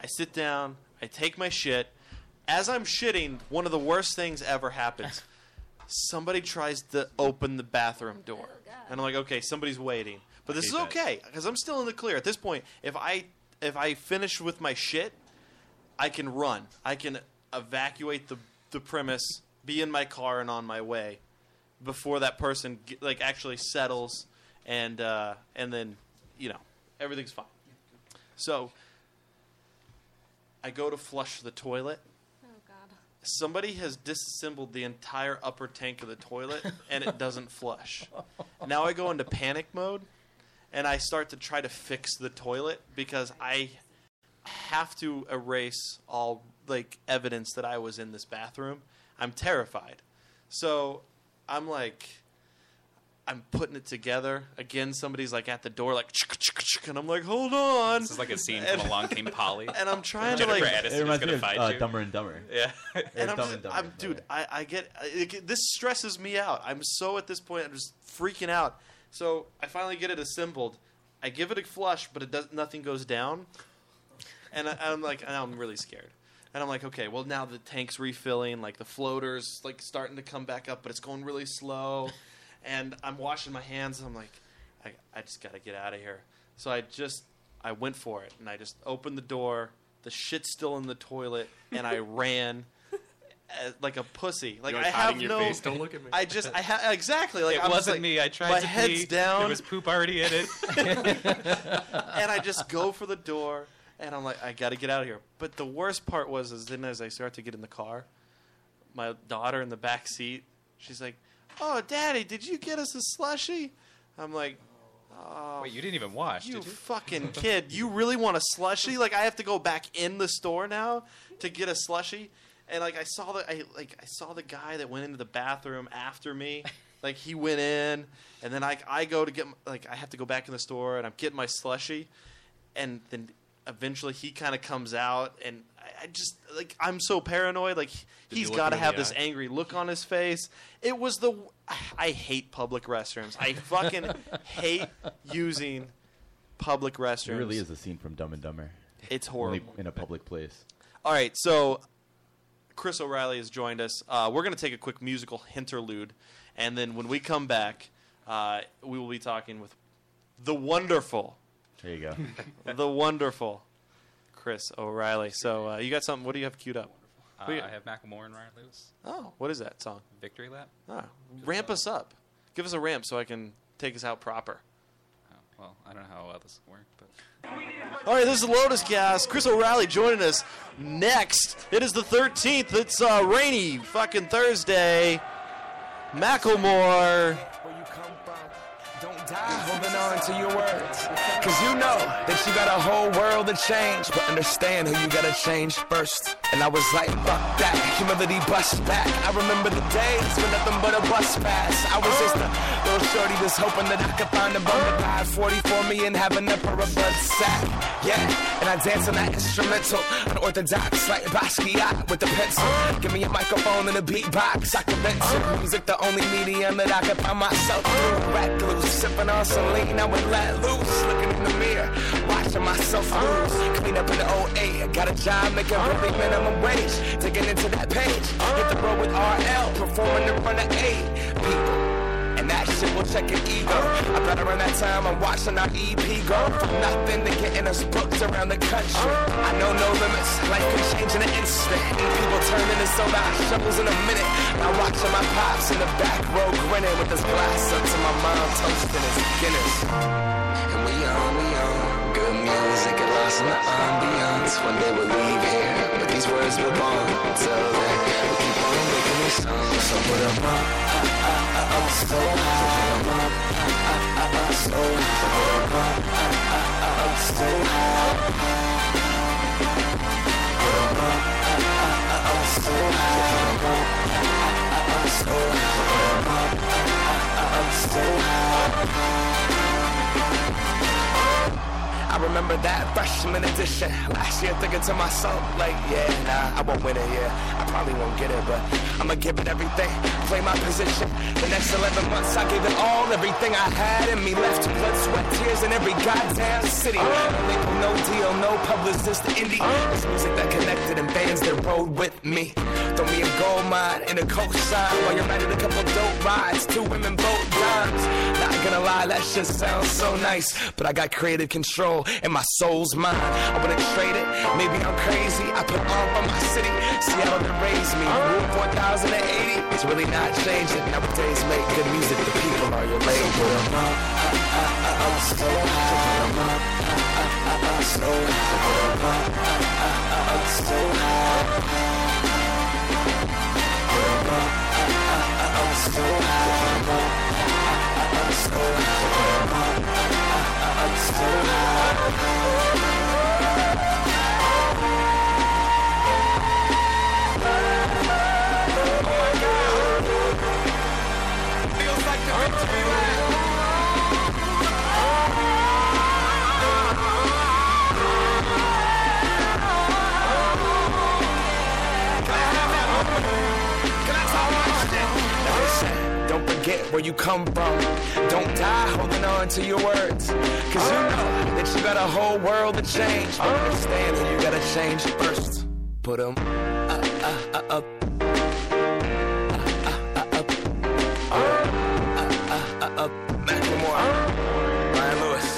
I sit down. I take my shit. As I'm shitting, one of the worst things ever happens. Somebody tries to open the bathroom door,
Oh, God.
and I'm like, okay, somebody's waiting. But this is
hate that.
okay because I'm still in the clear at this point. If I if I finish with my shit, I can run. I can evacuate the the premise, be in my car and on my way before that person ge- like actually settles and uh, and then you know everything's fine. So I go to flush the toilet.
Oh god.
somebody has disassembled the entire upper tank of the toilet and it doesn't flush. Now I go into panic mode and I start to try to fix the toilet because I have to erase all like evidence that I was in this bathroom. I'm terrified. So I'm like I'm putting it together. Again, somebody's like at the door like and I'm like, "Hold on."
This is like a scene
And-
from Along Came Polly.
and I'm trying to
Jennifer
like
Aniston is gonna find
uh,
you.
Dumber and Dumber.
Yeah.
and
Dumb
I'm, just-
and Dumber,
I'm-
by the
dude,
way.
I, I get I- it, get- this stresses me out. I'm so at this point, I'm just freaking out. So I finally get it assembled. I give it a flush, but it does nothing goes down, and I, I'm like, and I'm really scared. And I'm like, okay, well now the tank's refilling, like the floaters like starting to come back up, but it's going really slow. And I'm washing my hands. And I'm like, I, I just gotta get out of here. So I just I went for it, and I just opened the door. The shit's still in the toilet, and I ran. uh, Like a pussy. Like
You're
I
like
have
hiding your
no.
face. Don't look at me.
I just I ha- exactly like
it
I'm just
wasn't
like-
me. I tried
my
to
head's
pee.
down
There was poop already in it.
and I just go for the door, and I'm like, I gotta get out of here. But the worst part was, is then as I start to get in the car, my daughter in the back seat, she's like, "Oh, Daddy, did you get us a slushie?" I'm like,
Wait, you didn't even wash,
"You
did you?
fucking kid, you really want a slushie? Like I have to go back in the store now to get a slushie." And like I saw the I like I saw the guy that went into the bathroom after me. Like he went in, and then I I go to get m- like I have to go back in the store, and I'm getting my slushie and then eventually he kind of comes out and I, I just like i'm so paranoid like
you
he's
look
got to
him in
have
the
this
eye?
angry look on his face it was the i hate public restrooms i fucking hate using public restrooms
It really is a scene from Dumb and Dumber.
it's
Only
horrible
in a public place.
all right so chris o'reilly has joined us uh, we're going to take a quick musical interlude and then when we come back uh, we will be talking with the wonderful
There you go.
the wonderful Chris O'Reilly. So uh, you got something? What do you have queued up?
Uh,
We-
I have Macklemore and Ryan Lewis.
Oh, what is that song?
Victory lap.
Oh, ramp us up. Give us a ramp so I can take us out proper.
Oh, well, I don't know how well this will work, but
All right, this is the Lotus Cast. Chris O'Reilly joining us next. It is the 13th. It's uh, rainy fucking Thursday. Macklemore.
Where you come from. Don't die holding on to your words. Cause you know that you got a whole world to change. But understand who you gotta change first. And I was like, fuck that. Humility bust back. I remember the days when nothing but a bus pass. I was just a little shorty was hoping that I could find a bum to buy 40 for me and have enough for a bud sack. Yeah, and I dance on that instrumental. Unorthodox like Basquiat with the pencil. Give me a microphone and a beatbox. I can vent to music, the only medium that I can find myself through. Recluse, sipping on some lean, I would let loose. Looking in the mirror, watching myself lose. Clean up in the 08, got a job making really minimum wage. Digging into that page, hit the road with RL, performing in front of eight people. And that shit will check your ego. I bet around that time I'm watching our EP go from nothing to getting us booked around the country. I know no limits, life can change in an instant. And people turn into sold out shovels in a minute. I'm watching my pops in the back row grinning with his glass up to my mom toasting his Guinness. And we on, we on. Good music and lost in the ambiance. One day we'll leave here, but these words will bond. Till then, we'll keep on making these songs. So put 'em on. I remember that freshman edition last year, thinking to myself, like, yeah, nah, I won't win it, yeah. I probably won't get it, but I'ma give it everything, play my position. The next 11 months, I gave it all, everything I had in me, left blood, sweat, tears in every goddamn city. No label, no deal, no publicist, indie. It's music that connected and bands that rode with me. Throw me a gold mine and a coke sign while you're riding a couple dope rides. Two women, both dimes. Not gonna lie, that shit sounds so nice. But I got creative control and my soul's mine. I wouldn't trade it. Maybe I'm crazy. I put on for my city. Seattle that raised me. Room 4080. It's really not changing. Nowadays, make good music. The people are your label. Don't forget where you come from. Don't die holding on to your words. Cause you know that you got a whole world to change. But understand that you gotta change first. Put 'em up, up, up, up, up, up, up, up, up, Macklemore, Ryan Lewis.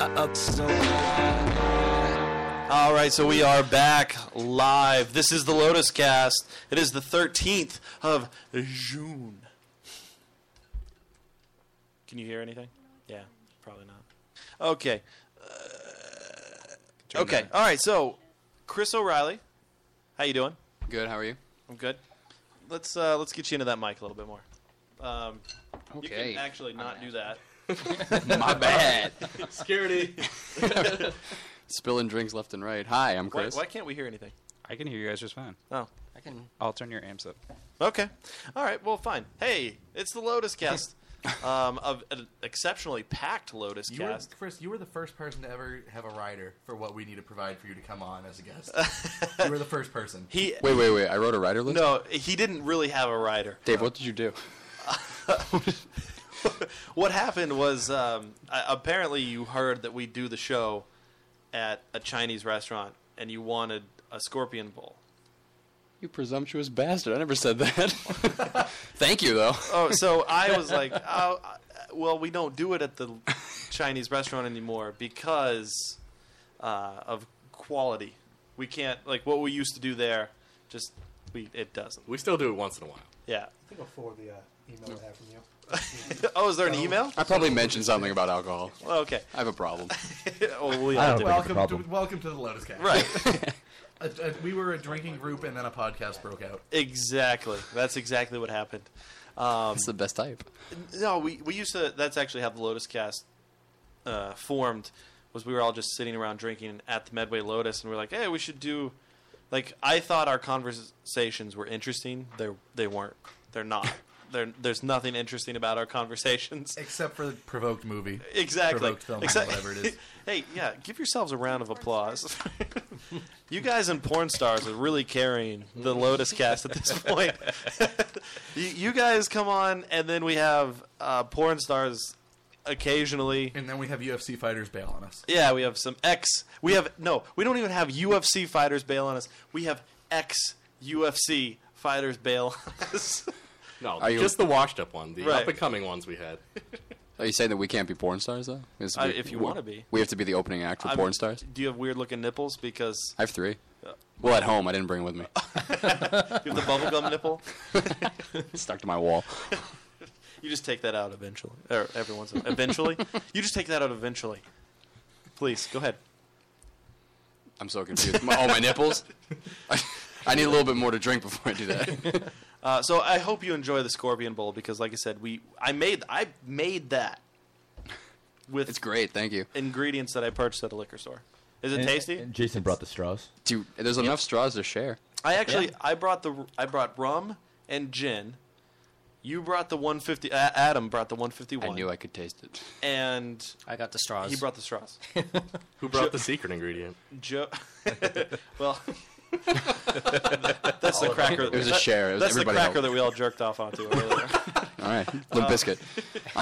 Up, so.
All right, so we are back live. This is the Lotus Cast. It is the 13th of June. Can you hear anything? Yeah, probably not. Okay. Uh, okay. All right, so Chris O'Reilly, how you doing?
Good. How are you?
I'm good. Let's uh, let's get you into that mic a little bit more. Um, You
Okay.
can actually not do that.
My bad.
Security.
Spilling drinks left and right. Hi, I'm
Why,
Chris.
why can't we hear anything?
I can hear you guys just fine.
Oh.
I can.
I'll turn your amps up.
Okay. All right. Well, fine. Hey, it's the Lotus Cast. um, of an exceptionally packed Lotus
You were,
Cast.
Chris, you were the first person to ever have a rider for what we need to provide for you to come on as a guest. you were the first person.
He
Wait, wait, wait. I wrote a writer list.
no, he didn't really have a rider.
Dave, what did you do?
What happened was um, uh, apparently you heard that we do the show at a Chinese restaurant, and you wanted a scorpion bowl.
You presumptuous bastard. I never said that. Thank you, though.
Oh, so I was like, oh, uh, well, we don't do it at the Chinese restaurant anymore because uh, of quality. We can't like what we used to do there. Just we it doesn't.
We still do it once in a while.
Yeah.
I think I'll forward the uh, email I have from you.
Oh, is there an email?
I probably mentioned something about alcohol.
Well, okay.
I have a problem.
oh, we
I don't
all do.
think-
Welcome to,
problem.
welcome to the Lotus Cast.
Right.
Uh, uh, we were a drinking group, and then a podcast broke out.
Exactly. That's exactly what happened. Um,
That's the best type.
no, we, we used to. That's actually how the Lotus Cast uh, formed. Was we were all just sitting around drinking at the Medway Lotus, and we are like, hey, we should do. Like I thought our conversations were interesting. They they weren't. They're not. They're, there's nothing interesting about our conversations.
Except for the provoked movie.
Exactly.
Provoked film,
Exact-
whatever it is.
hey, yeah, give yourselves a round of applause. you guys and porn stars are really carrying the Lotus cast at this point. you, you guys come on, and then we have uh, porn stars occasionally.
And then we have UFC fighters bail on us.
Yeah, we have some ex. We have no. We don't even have UFC fighters bail on us. We have ex UFC fighters bail on us.
No,
Are you-
just the washed up one. The
Right.
up and coming ones we had.
Are you saying that we can't be porn stars, though? Is
Uh,
we-
if you
we-
wanna be.
We have to be the opening act for
I'm-
porn stars?
Do you have weird looking nipples? Because
I
Uh,
have three. Well, at home, I didn't bring it with me.
you have the bubblegum nipple.
Stuck to my wall.
You just take that out eventually, or every once in eventually. you just take that out eventually. Please go ahead.
I'm so confused. My, oh, my nipples? I, I need a little bit more to drink before I do that.
Uh, so I hope you enjoy the Scorpion Bowl because, like I said, we I made I made that with
It's great. Thank you.
ingredients that I purchased at a liquor store. Is it
And-
tasty?
and Jason brought the straws.
Dude, there's enough straws to share.
I actually I brought the I brought rum and gin. You brought the 150. Uh, Adam brought the 151.
I knew I could taste it.
And
I got the straws.
he brought the straws.
Who brought the secret ingredient?
Joe. well, that's the cracker.
It was a share. It was
that's the
everybody
cracker
helped.
that we all jerked off onto earlier.
All right.
Um,
Limp Biscuit.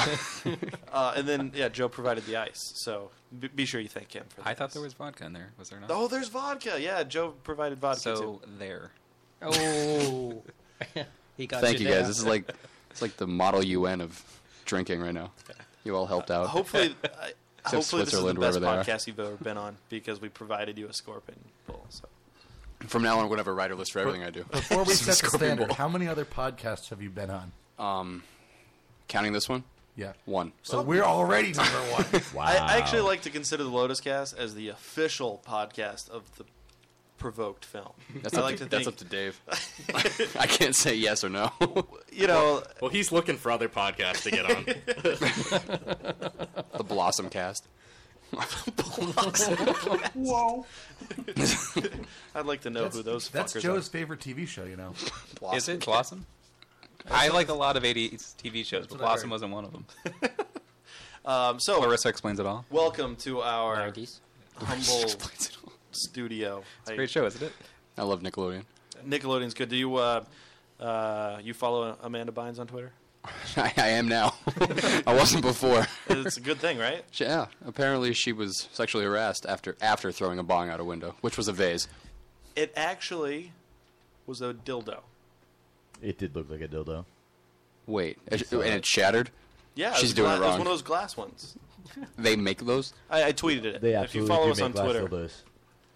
uh, and then yeah, Joe provided the ice, so b- be sure you thank him for that.
I thought there was vodka in there. Was there not?
Oh, there's vodka. Yeah, Joe provided vodka too.
so there.
oh. he got
Thank you,
down.
guys. This is like it's like the model UN of drinking right now. You all helped out.
Hopefully, I, hopefully this is the
uh, Switzerland, wherever
best
they are.
podcast you've ever been on because we provided you a scorpion bowl. So.
From now on, I'm gonna have a writer list for everything I do.
Before we set the
Scorpion
standard,
Bowl.
how many other podcasts have you been on?
Um, counting this one,
Yeah.
One.
So we're already number one.
I, I actually like to consider the Lotus Cast as the official podcast of the provoked film.
That's
I
up
like
to-
to
that's
think,
up to Dave. I can't say yes or no.
You know,
Well, well, he's looking for other podcasts to get on.
the Blossom Cast.
Whoa.
I'd like to know
That's-
who those
that's
fuckers
Joe's favorite TV show, you know.
Is it Blossom? I like a lot of 80s TV shows, but
what I
Blossom
heard.
wasn't one of them.
are. Um, so
Larissa explains it all.
Welcome to our humble
Larissa
studio.
It's a great show, isn't it?
I love Nickelodeon.
Nickelodeon's good. Do you uh, uh, you follow Amanda Bynes on Twitter?
I, I am now. I wasn't before.
It's a good thing, right?
She- yeah. Apparently, she was sexually harassed after after throwing a bong out a window, which was a vase.
It actually was a dildo.
It did look like a dildo.
Wait, it-
saw
and
that.
it shattered.
uh, Yeah,
she's
was
doing
gla-
it
was
wrong.
one of those glass ones.
They make those.
I, I tweeted it.
They
if you
absolutely
follow
do
us
make
on
glass
Twitter,
dildos.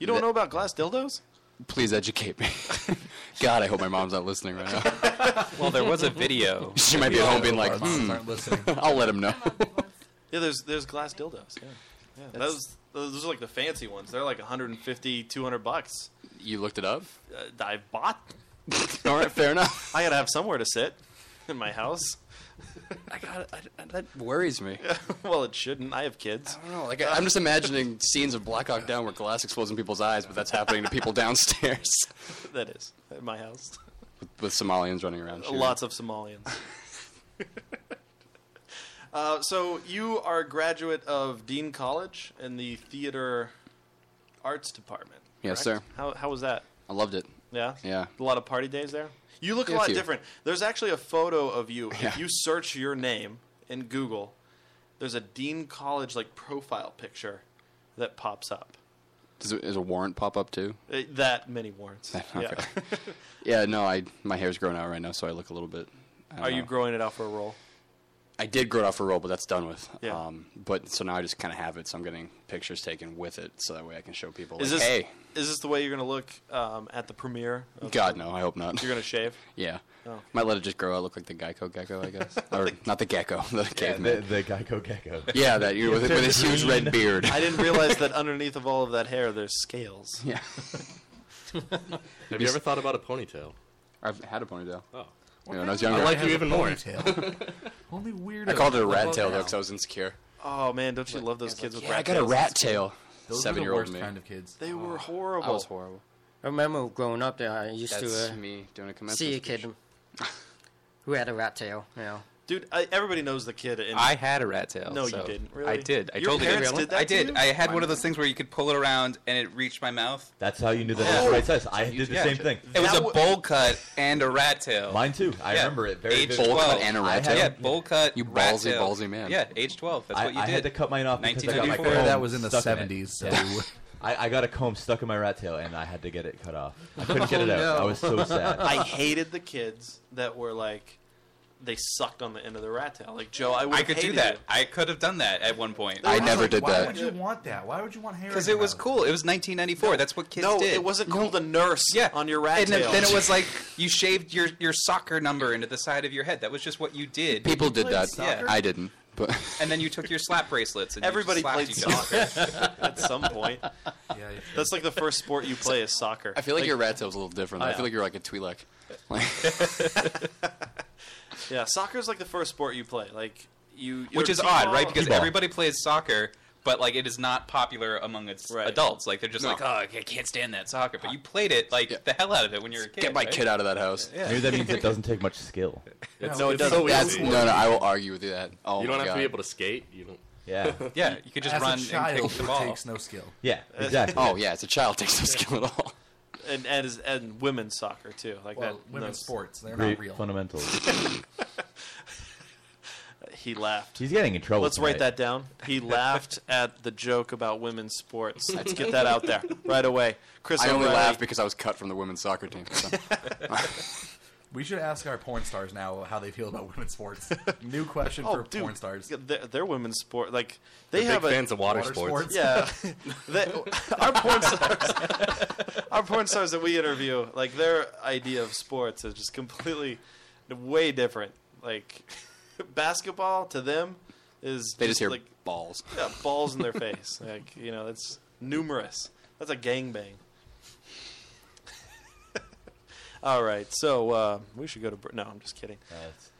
you don't
That-
know about glass dildos.
Please educate me. God, I hope my mom's not listening right now.
Well, there was a video.
She might be at home being like,
Moms
hmm,
aren't listening.
I'll let him know.
Yeah, there's there's glass dildos. Yeah, yeah.
That's-
Those those those are like the fancy ones. They're like 150, 200 bucks.
You looked it up?
Uh, I bought.
All right, fair enough.
I gotta have somewhere to sit in my house.
I got that worries me.
well, it shouldn't. I have kids.
I don't know. Like I- I'm just imagining scenes of Black Hawk Down where glass explodes in people's eyes, but that's happening to people downstairs
That is at my house.
with Somalians running around. shooting.
Lots of Somalians. uh, so you are a graduate of Dean College in the theater arts department.
Yes,
correct?
sir.
How how was that?
I loved it.
Yeah.
Yeah.
A lot of party days there. You look a
Yeah, a
lot
few.
different. There's actually a photo of you.
Yeah.
If you search your name in Google, there's a Dean College like profile picture that pops up.
Does, it- does a warrant pop up too?
Uh, That many warrants. Yeah.
Yeah. No, I my hair's grown out right now, so I look a little bit. I don't
Are you
know.
growing it out for a roll?
I did grow it off a roll, but that's done with.
Yeah.
Um, but so now I just kind of have it, so I'm getting pictures taken with it, so that way I can show people. Like,
Is this
hey,
is this the way you're gonna look um, at the premiere? of-
God, no, I hope not.
You're gonna shave.
yeah.
Oh.
Might let it just grow out, look like the Geico gecko, I guess, or not the gecko, the
Yeah,
caveman.
the, the Geico Gecko.
Yeah, that you with, with his huge red beard.
I didn't realize that underneath of all of that hair, there's scales.
Yeah,
Have you ever thought about a ponytail?
I've had a ponytail.
Oh.
You know, when I was
I
younger, I,
like you even more.
Ponytail. Only weird.
called it a rat tail though because I was insecure.
Oh man, don't you love those kids with
Yeah,
rat
I got a
tails?
rat tail.
Those are the
Seven-year-old
worst
me.
kind of kids.
Oh.
They were horrible.
I was horrible.
Oh. I remember growing up there, I used
That's
to uh,
me doing a commencement.
see a
speech.
kid who had a rat tail. You know,
Dude, I, everybody knows the kid. In,
I had a rat tail.
No, you
so-
didn't, really.
I did. I
Your
totally
parents
did.
did that
I
to
did.
you?
I had one of those things where you could pull it around and it reached my mouth.
That's how you knew that it was the right size. I did the
Yeah.
same thing.
It was
That
a
wa-
bowl cut and a rat tail.
Mine too. I
Yeah.
remember it very
Age
vividly.
Bowl cut
12.
and a rat
Yeah,
tail.
bowl cut.
You
rat
ballsy,
tail.
ballsy man.
Yeah, age 12. That's
I,
what you
I
did.
had to cut mine off because I got my
1994.
comb
That was in the
stuck it.
70s, so-
Yeah. I, I got a comb stuck in my rat tail and I had to get it cut off. I couldn't
Oh,
get it out. I was so sad.
I hated the kids that were like, they sucked on the end of the rat tail. Like Joe, I would
I could do that. I could have done that at one point.
I never
like,
did
Why
that.
would you want that? Why would you want hair?
Because
in
it
your
was
mouth?
cool. It was 1994. That's what kids
No,
did.
it wasn't called the nurse.
Yeah,
on your rat
and then,
tail.
then it was like you shaved your, your soccer number into the side of your head. That was just what you did.
People did
played
that.
soccer?
I didn't. But
and then you took your slap bracelets. And you
Everybody
slapped
played
each other.
soccer at some point.
Yeah, you-
That's like the first sport you play is soccer. Oh,
I feel like, your rat tail's a little different.
I
I,
know.
feel like you're like a Twi'lek. Like,
yeah, soccer is like the first sport you play. Like you,
which
your
is odd,
t-ball-
right? Because
T-ball.
everybody plays soccer, but like it is not popular among its
Right.
adults. Like they're just
No.
like, oh, I can't stand that soccer. But you played it like
Yeah.
the hell out of it when you were a kid.
get my
right?
kid out of that house.
Maybe that means it doesn't take much skill.
no, it
it's
doesn't.
so
That's,
easy.
no, no, I will argue with you that. Oh
you
my
don't have
God.
to be able to skate. You don't.
Yeah.
Yeah, you could just
As
run
a child,
and kick the
it
ball.
takes no skill.
Yeah, exactly.
Oh yeah, it's a child takes no skill at all.
and and, is, and women's soccer too. Like
Well,
that.
women's
those-
sports, they're
Great
not real.
fundamentals.
He laughed.
He's getting in trouble.
Let's write
tonight.
that down. He laughed at the joke about women's sports. Let's get that out there right away. Chris,
I only
O'Reilly,
laugh because I was cut from the women's soccer team. so.
We should ask our porn stars now how they feel about women's sports. New question
oh,
for
dude,
porn stars.
Their, their women's sport, like they
Big
have a
fans of water,
Water sports.
sports.
yeah. They, our porn stars, our porn stars that we interview, like their idea of sports is just completely way different. Like basketball to them is
They just hear
like
balls.
Yeah, balls in their face. Like you know, it's numerous. That's a gangbang. All right, so uh, we should go to. Br- no, I'm just kidding.
Uh, it's-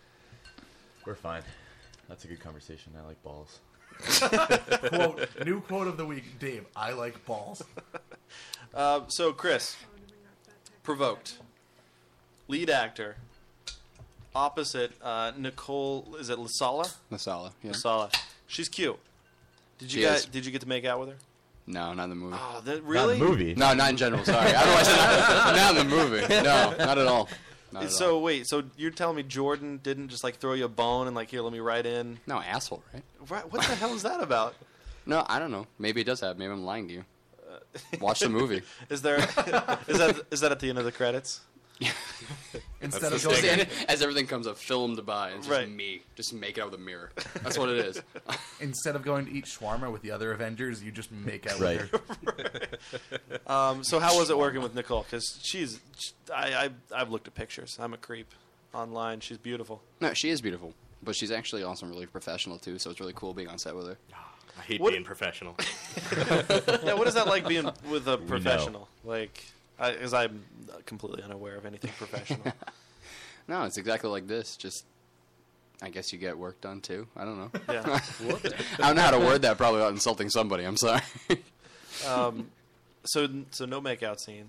we're fine. That's a good conversation. I like balls.
Quote,
new quote of the week, Dave. I like balls.
Uh, so Chris, provoked, lead actor, opposite uh, Nicole. Is it Lasala?
Masala. Yeah.
Lasala. She's cute. Did you
She
guys,
is.
Did you get to make out with her?
No, not in the movie.
Oh, that, really?
No, not in general. Sorry. Otherwise, not, not in the movie. No, not at all. Not at
so wait, so you're telling me Jordan didn't just like throw you a bone and like here, let me write in?
No, asshole, right?
Right. What the hell is that about?
No, I don't know. Maybe it does happen. Maybe I'm lying to you. Watch the movie.
Uh, Is there? is that is that at the end of the credits?
Instead of going as everything comes up, filmed by it's just
Right.
me, just make it out with a mirror. That's what it is.
Instead of going to eat shawarma with the other Avengers, you just make out
Right.
with her.
Um, so how was it working with Nicole? Because she's, I, I, I've looked at pictures. I'm a creep online. She's beautiful.
No, she is beautiful, but she's actually also really professional too. So it's really cool being on set with her.
I hate
What-
being professional.
yeah, what is that like being with a
We know.
professional? Like, because I'm completely unaware of anything professional.
No, it's exactly like this. Just, I guess you get work done too. I don't know.
Yeah.
I don't know how to word that. Probably without insulting somebody. I'm sorry.
um, so so no makeout scene.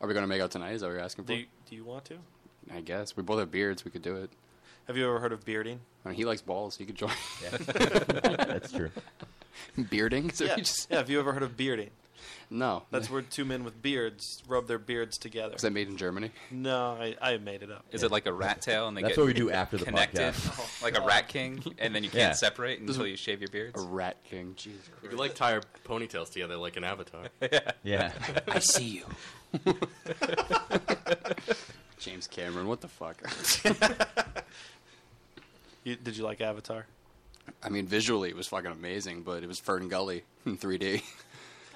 Are we gonna make out tonight? Is that what you're asking for?
Do you, do you want to?
I guess we both have beards. We could do it.
Have you ever heard of bearding?
I mean, Uh, he likes balls. He could join.
Yeah.
That's true.
Bearding? So
yeah.
you just-
yeah. Have you ever heard of bearding?
No.
That's where two men with beards rub their beards together.
Is that made in Germany?
No, I, I made it up.
Is it like a rat tail and they
That's
get
what we do after the
connected,
podcast.
like a rat king, and then you can't
Yeah.
separate until you shave your beards?
A rat king, Jesus
You could, like tie our ponytails together like an avatar.
Yeah.
I see you. James Cameron, what the fuck?
you, did you like Avatar?
I mean, visually it was fucking amazing, but it was Fern Gully in 3D. It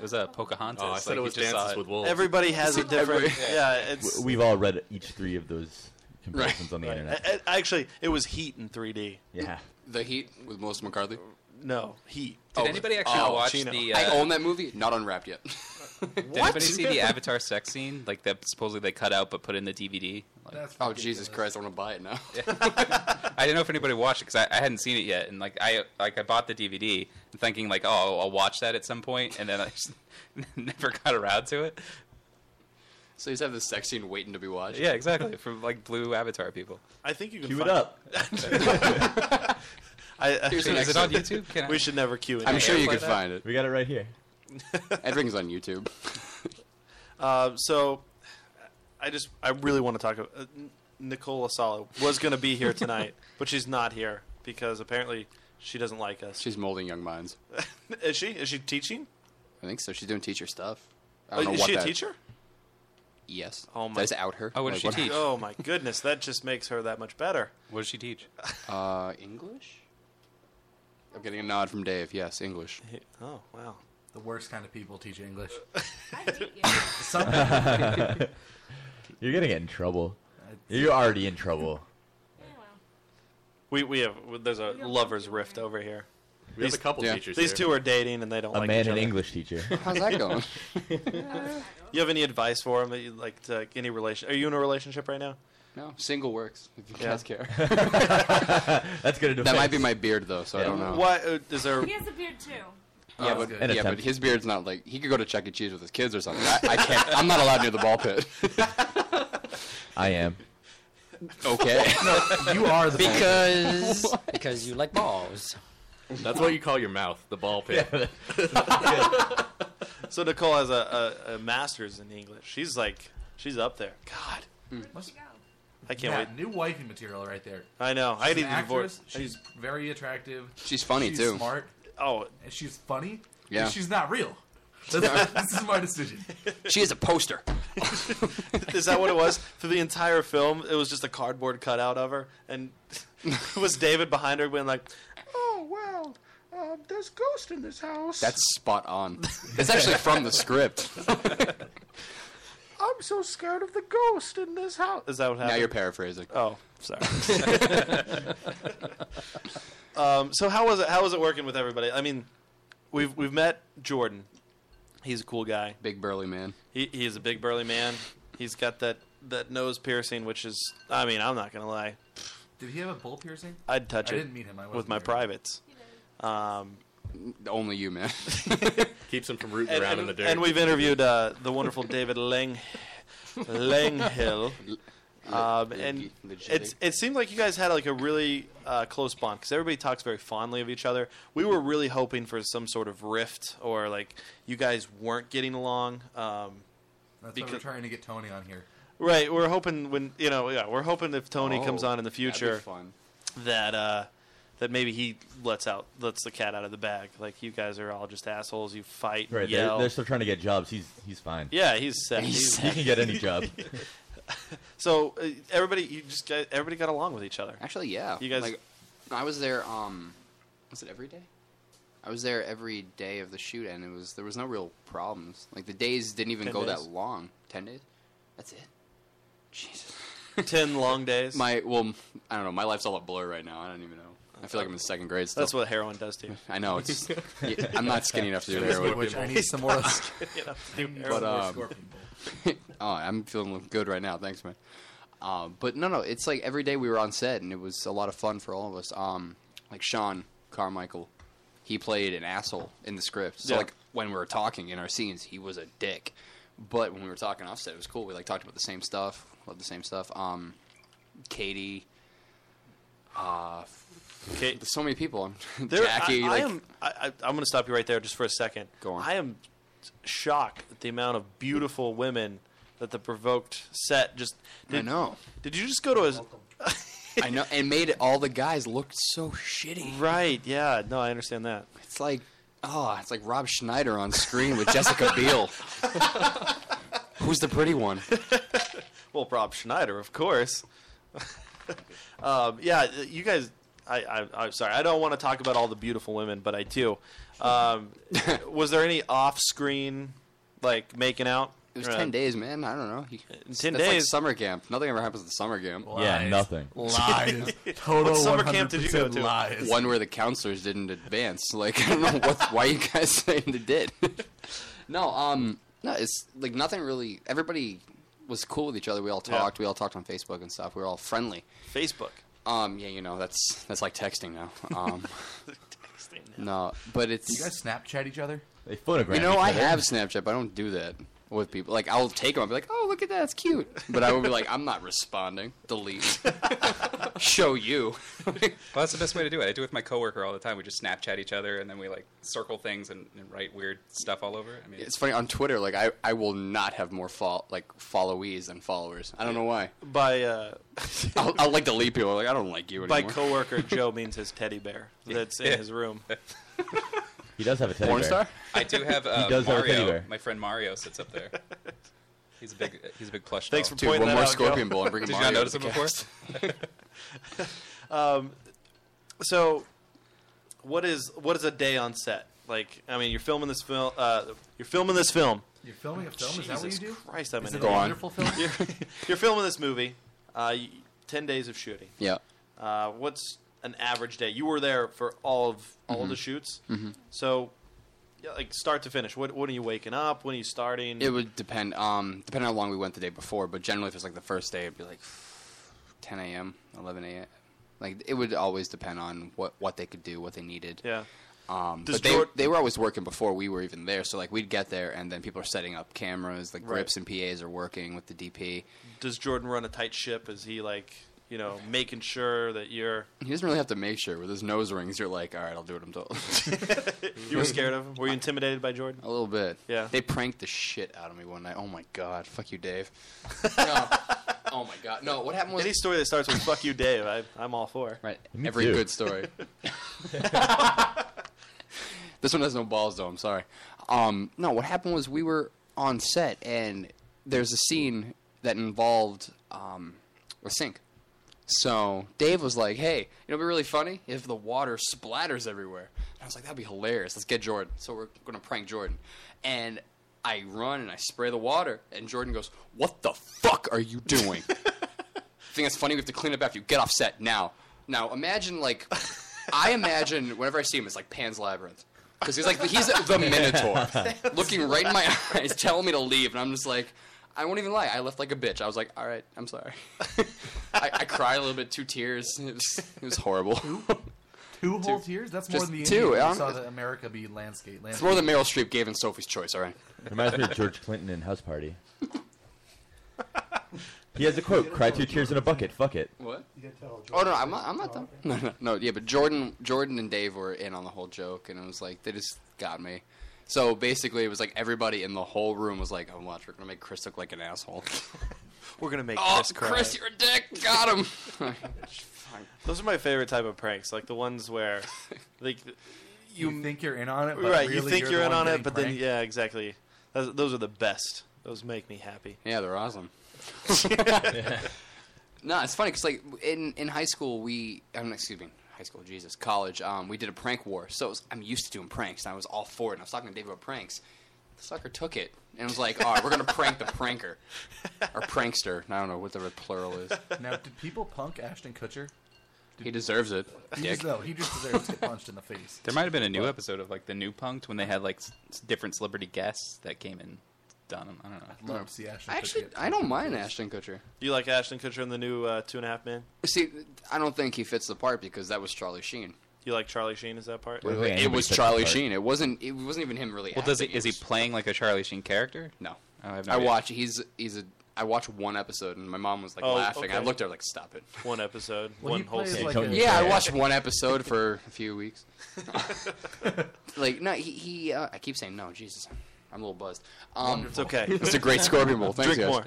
was a Pocahontas.
Oh, I said it was Dances with Wolves.
Everybody has a different. yeah, it's
W- We've all read each three of those comparisons on the
Right.
internet.
A- a- actually, it was Heat in 3D.
Yeah.
The Heat with Melissa McCarthy.
No, Oh, Heat.
Did anybody actually
Al
watch
Pacino.
the? Uh,
I own that movie, not unwrapped yet.
Did anybody see the Avatar sex scene? Like that supposedly they cut out but put in the DVD. Like,
That's
oh Jesus Christ! I want to buy it now.
I didn't know if anybody watched it because I, I hadn't seen it yet, and like I like I bought the DVD thinking like oh I'll watch that at some point, and then I just never got around to it.
so you just have this sex scene waiting to be watched.
Yeah, exactly. From like blue Avatar people.
I think you can
Cue it
find
up.
I, I,
Here's an
Is it on
excerpt.
YouTube? Can I-
we should never cue it.
I'm sure you can find it.
We got it right here.
Everything's on YouTube.
Uh, so, I just I really want to talk about uh, N- Nicola Sala was going to be here tonight, but she's not here because apparently she doesn't like us.
She's molding young minds.
Is she? Is she teaching?
I think so. She's doing teacher stuff. I
Uh,
don't know
is
what
she a
that-
teacher?
Yes.
Oh my!
Did I just out her?
Oh, what does
Like,
she teach?
Oh my goodness! That just makes her that much better.
What does she teach?
Uh, English. I'm getting a nod from Dave. Yes, English.
Oh wow!
The worst kind of people teach English.
You're gonna get in trouble. You're already in trouble.
We we have there's a lovers rift over here.
We have a couple Yeah. teachers
These
here.
two are dating and they don't
A
like
man
each
and
other.
English teacher.
How's that going?
You have any advice for him that you'd like to like, any relation? Are you in a relationship right now?
No, single works. If you
Yeah.
guys care.
That's good
That
advice.
might be my beard though, so I
Yeah.
don't know.
Why uh, is there?
He has a beard too.
Yeah,
Oh,
but,
good. An
yeah but
attempt.
his beard's not like he could go to Chuck E. Cheese with his kids or something. I, I can't. I'm not allowed near the ball pit.
I am.
Okay.
No, you are the ball pit.
because because you like balls.
That's what you call your mouth, the ball pit.
So Nicole has a, a, a master's in English. She's like she's up there. God,
Hmm.
I can't
Yeah,
wait.
New wifey material right there.
I know. I
She's
need
an
to divorce.
actress, She's very attractive.
She's funny,
she's
too.
Smart.
Oh,
and she's funny.
Yeah.
and she's not real. That's- this is my decision.
she is a poster.
Is that what it was? For the entire film, it was just a cardboard cutout of her, and was David behind her being like,
Oh well, um, there's ghost in this house.
That's spot on. It's actually from the script.
I'm so scared of the ghost in this house.
Is that what happened?
Now you're paraphrasing.
Oh, sorry. um, so how was it? How was it working with everybody? I mean, we've we've met Jordan. He's a cool guy.
Big burly man.
He he is a big burly man. He's got that that nose piercing, which is. I mean, I'm not gonna lie.
Did he have a bull piercing?
I'd touch
I
it.
didn't meet him. I wasn't
with my
there.
privates. Um,
Only you, man.
Keeps him from rooting around in the dirt.
And we've interviewed uh, the wonderful David Lang Langhill. Um, and it's, it seemed like you guys had like a really uh, close bond because everybody talks very fondly of each other. We were really hoping for some sort of rift or like you guys weren't getting along. Um,
That's why we're
because-
trying to get Tony on here.
Right, we're hoping when you know, yeah, we're hoping if Tony
Oh,
comes on in the
that'd be
future,
fun.
that uh, that maybe he lets out lets the cat out of the bag. Like you guys are all just assholes. You fight,
Right, they're,
yell.
they're still trying to get jobs. He's he's fine.
Yeah, he's set. He's
he can get any job.
so uh, everybody, you just got, everybody got along with each other.
Actually, yeah.
You guys,
Like, I was there. Um, was it every day? I was there every day of the shoot, and it was there was no real problems. Like the days didn't even
Ten
go
days?
that long. Ten days. That's it. Jesus.
Ten long days.
My well, I don't know. My life's all a blur right now. I don't even know. I feel like I'm in second grade still.
That's what heroin does to you.
I know. It's. yeah, I'm not skinny enough to do
Speaking of
heroin.
which, I need some more- He's not skinny enough to do heroin.
But um,
Scorpion
oh, I'm feeling good right now. Thanks, man. Um, but no, no, it's like every day we were on set, and it was a lot of fun for all of us. Um, like Sean Carmichael, he played an asshole in the script. So
Yeah.
like when we were talking in our scenes, he was a dick. But when we were talking offset, it was cool. We like talked about the same stuff, loved the same stuff. Um, Katie, uh,
Kate,
so many people.
There,
Jackie,
I, I
like
am. I, I, I'm going to stop you right there just for a second. Go on. I am shocked at the amount of beautiful women that the provoked set just. Did,
I know.
Did you just go to his?
I know, and made all the guys look so shitty.
Right? Yeah. No, I understand that.
It's like, oh, it's like Rob Schneider on screen with Jessica Biel. Who's the pretty one?
Well, Rob Schneider, of course. um, yeah, you guys. I, I, I'm sorry. I don't want to talk about all the beautiful women, but I do. Um, was there any off-screen, like making out?
It was
Uh,
ten days, man. I don't know. You-
In 10
that's like
Uh, days?
summer camp. Nothing ever happens at the summer camp.
Yeah, nothing.
Lies.
Total What summer camp did you go 100% to? lies.
One where the counselors didn't advance. Like I don't know what's why you guys saying they did. no, um, no, it's like nothing really. Everybody was cool with each other. We all
Yeah.
talked. We all talked on Facebook and stuff. We were all friendly.
Facebook.
Um, yeah, you know that's that's like texting now. Um,
texting
No, but it's
Do you guys Snapchat each other?
They
You know, I have Snapchat, but I don't do that with people. Like, I'll take them. I'll be like, oh, look at that. It's cute. But I will be like, I'm not responding. Delete. Show you.
Well, that's the best way to do it. I do it with my coworker all the time. We just Snapchat each other, and then we like circle things and, and write weird stuff all over. it. I mean,
It's funny on Twitter. Like, I, I will not have more fol- like followees than followers. I don't know why.
By uh,
I'll, I'll like delete people. Like, I don't like you
by
anymore.
coworker Joe means his teddy bear that's in his room.
He does have a teddy
Porn
bear.
star?
I do have uh,
he does have a
Mario.
teddy bear.
My friend Mario sits up there. He's a big he's a big plush.
Thanks
doll.
for pointing that out, Joe.
Did you not notice him before?
um, so, what is what is a day on set like? I mean, you're filming this film. Uh, you're filming this film.
You're filming a film? Is that what
Jesus
you do?
Christ, I'm
Is
an
it a
idiot.
wonderful film?
you're, you're filming this movie. Uh, y ten days of shooting.
Yeah.
Uh, what's an average day? You were there for all of all
Mhm.
the shoots.
Mhm.
So, yeah, like start to finish. What when are you waking up? When are you starting?
It would depend. Um, depend how long we went the day before. But generally, if it's like the first day, it'd be like 10 a.m., 11 a.m. Like it would always depend on what what they could do, what they needed.
Yeah.
Um,
Does
but they
Jor-
they were always working before we were even there. So like we'd get there, and then people are setting up cameras. The grips and PAs are working with the DP.
Does Jordan run a tight ship? Is he like you know making sure that you're
He doesn't really have to make sure with his nose rings. You're like, all right, I'll do what I'm told.
you were scared of him? Were you intimidated by Jordan?
A little bit.
Yeah.
They pranked the shit out of me one night. Oh my god, fuck you, Dave. No. Oh my god. No, what happened was
any story that starts with "fuck you, Dave." I, I'm all for.
Right. Every good story. this one has no balls though. I'm sorry. Um, no, what happened was we were on set and there's a scene that involved um, a sink. So Dave was like, "Hey, you know, it'd be really funny if the water splatters everywhere." And I was like, "That'd be hilarious. Let's get Jordan." So we're gonna prank Jordan, and I run and I spray the water, and Jordan goes, "What the fuck are you doing?" think it's funny. We have to clean up after you. Get off set now. Now imagine like, I imagine whenever I see him, it's like Pan's Labyrinth. Because he's like he's the Minotaur, looking right in my eyes, telling me to leave, and I'm just like, I won't even lie, I left like a bitch. I was like, all right, I'm sorry. I, I cried a little bit, two tears. It was, it was horrible.
Two whole tiers? That's more
Just
than the
two,
Indian we
um,
saw the America be landscape.
It's
landscape.
more than Meryl Streep gave in Sophie's Choice. All right.
Reminds me of George Clinton in House Party. He has a quote: "Cry two tears in a bucket. Fuck it."
What?
You didn't tell
Oh
Jordan.
no, I'm not. I'm not done. No, no, no. Yeah, but Jordan, Jordan and Dave were in on the whole joke, and it was like they just got me. So basically, it was like everybody in the whole room was like, "Oh, watch, we're gonna make Chris look like an asshole."
We're gonna make
oh,
Chris cry.
you're a dick. Got him.
Those are my favorite type of pranks, like the ones where, like,
You, think you're in on it, but
right, you
really
think
you're
you're,
the
in
one
on it,
getting
but
pranked.
then yeah, exactly. Those, those are the best. Those make me happy.
Yeah, they're awesome. no, it's funny because like in in high school we, I mean, excuse me, high school, Jesus, college, um, we did a prank war. So it was, I'm used to doing pranks, and I was all for it. And I was talking to Dave about pranks. The sucker took it and was like, "All right, we're gonna prank the pranker, or prankster. and I don't know what the plural is.
Now, did people punk Ashton Kutcher?
He deserves it.
He
Dick.
just, no, he just deserves to get punched in the face.
There might have been a new episode of like the new punked when they had like s- s- different celebrity guests that came and done them. I don't know.
I'd love to see Ashton.
I actually, I don't mind Ashton Kutcher.
Do you like Ashton Kutcher in the new uh, Two and a Half Man?
See, I don't think he fits the part because that was Charlie Sheen.
You like Charlie Sheen? Is that part?
It was Charlie Sheen. It wasn't. It wasn't even him really.
Well, does he,
acting.
is he playing like a Charlie Sheen character?
No,
I have no
I
idea.
watch. He's he's a. I watched one episode and my mom was like
Oh,
laughing. I
okay.
looked at her like, "Stop it."
One episode,
Well,
one
he
whole
plays
season.
like a- Yeah, I watched one episode for a few weeks. like no, he. he uh, I keep saying no. Jesus, I'm a little buzzed. Um,
It's okay.
It's a great Scorpion Bowl. Thanks,
Drink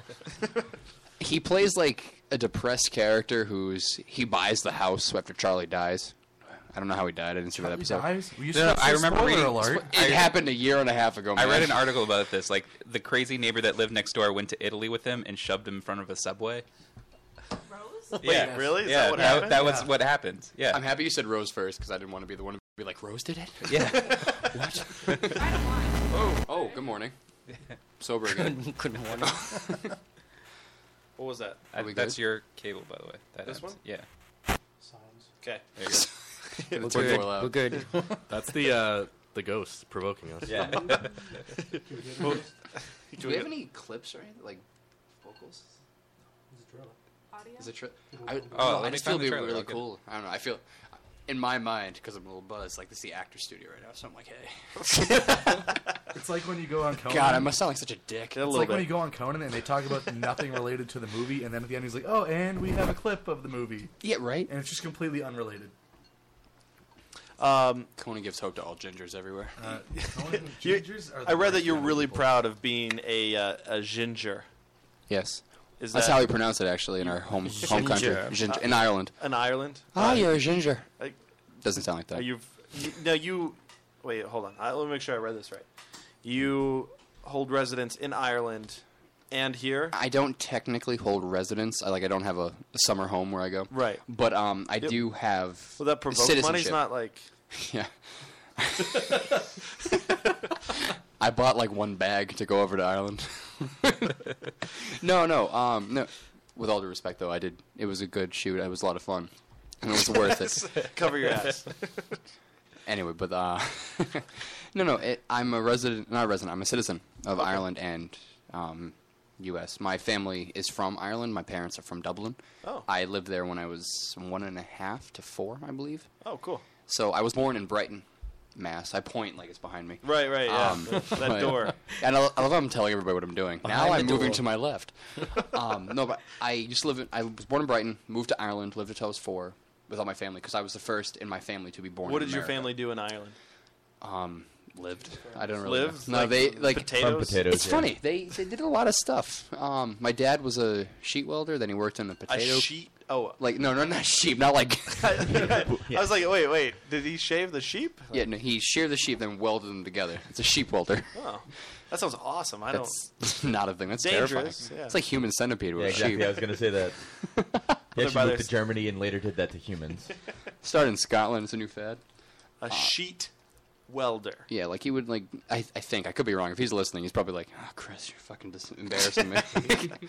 guys. he plays like a depressed character who's he buys the house after Charlie dies. I don't know how he died. I didn't see that
Charlie
episode.
dies? Were you
No, no, supposed to I say remember spoiler reading- alert?
It happened a year and a half ago.
I read an
man.
article about this. Like the crazy neighbor that lived next door went to Italy with him and shoved him in front of a subway. Rose? Yeah,
Wait, really? Is
yeah,
that what happened?
that was
Yeah.
what happened. Yeah.
I'm happy you said Rose first because I didn't want to be the one to be like Rose did it.
Yeah.
what? oh, oh, good morning. Sober again.
Good morning.
What was that?
I-
Are we
that's
good?
your cable, by the way. That
This
ends.
one?
Yeah.
Okay.
There you go.
We're
It's way
good.
more loud.
We're good. That's the uh, the ghost provoking us.
Yeah. Can
Do we have any clips or anything like vocals? Is it true? I,
Oh, let
no, I
me
just feel it'd
find the
be
trailer,
really
I'll get it.
cool. I don't know. I feel in my mind because I'm a little buzzed. Like this is the actor studio right now, so I'm like, hey.
It's like when you go on Conan.
God, I must sound like such a dick.
It's like when you go on Conan and they talk about nothing related to the movie, and then at the end he's like, "Oh, and we have a clip of the movie."
Yeah, right.
And it's just completely unrelated.
Um,
Conan gives hope to all gingers everywhere.
You-
Uh, Gingers are the
I read that
worst
you're
kind of
really
people.
proud of being a uh, a ginger.
yes.
Is
That's
that-
how we pronounce it actually in our home home country,
Ginger.
Ginger- in Ireland.
In Ireland.
Ah,
Uh,
you're a ginger.
Like,
Doesn't sound like that.
Are you, you now you wait, hold on. I, let me make sure I read this right. You hold residence in Ireland and here.
I don't technically hold residence. I like I don't have a summer home where I go.
Right.
But um, I
Yep.
do have.
Well, that provoke
citizenship.
money's not like
Yeah. I bought like one bag to go over to Ireland. no, no, um, no. With all due respect, though, I did. It was a good shoot. It was a lot of fun, and it was worth it.
cover your ass.
Anyway, but uh, no, no. It, I'm a resident, not a resident. I'm a citizen of Ireland and um, U.S. My family is from Ireland. My parents are from Dublin.
Oh.
I lived there when I was one and a half to four, I believe.
Oh, cool.
So I was born in Brighton, Mass. I point like it's behind me. Um,
Right, right, yeah. That- that
but-
door.
And I, lo- I love how I'm telling everybody what I'm doing.
Behind
now
the
I'm moving
door.
to my left. Um, no, but I used to live in. I was born in Brighton, moved to Ireland, lived until I was four with all my family because I was the first in my family to be born.
What
in
did your
America.
family do in Ireland?
Um, lived. I don't really
Lived?
know. No,
Like
they like
potatoes? From potatoes,
It's
yeah.
funny. They they did a lot of stuff. Um, my dad was a sheet welder. Then he worked in a potato.
sheet? Oh,
like no, no, not sheep. Not like
I was like, wait, wait. Did he shave the sheep?
yeah. No, he sheared the sheep, then welded them together. It's a sheep welder.
Oh, that sounds awesome. I
That's not a thing. That's
Dangerous,
terrifying.
yeah.
It's like human centipede with
Yeah,
a
exactly.
sheep.
I was gonna say that. He
by
actually moved
their-
to Germany and later did that to humans.
Started in Scotland. It's a new fad.
don't. A sheet welder.
Yeah, like he would like. I, I think I could be wrong. If he's listening, he's probably like, oh, "Chris, you're fucking dis- embarrassing me."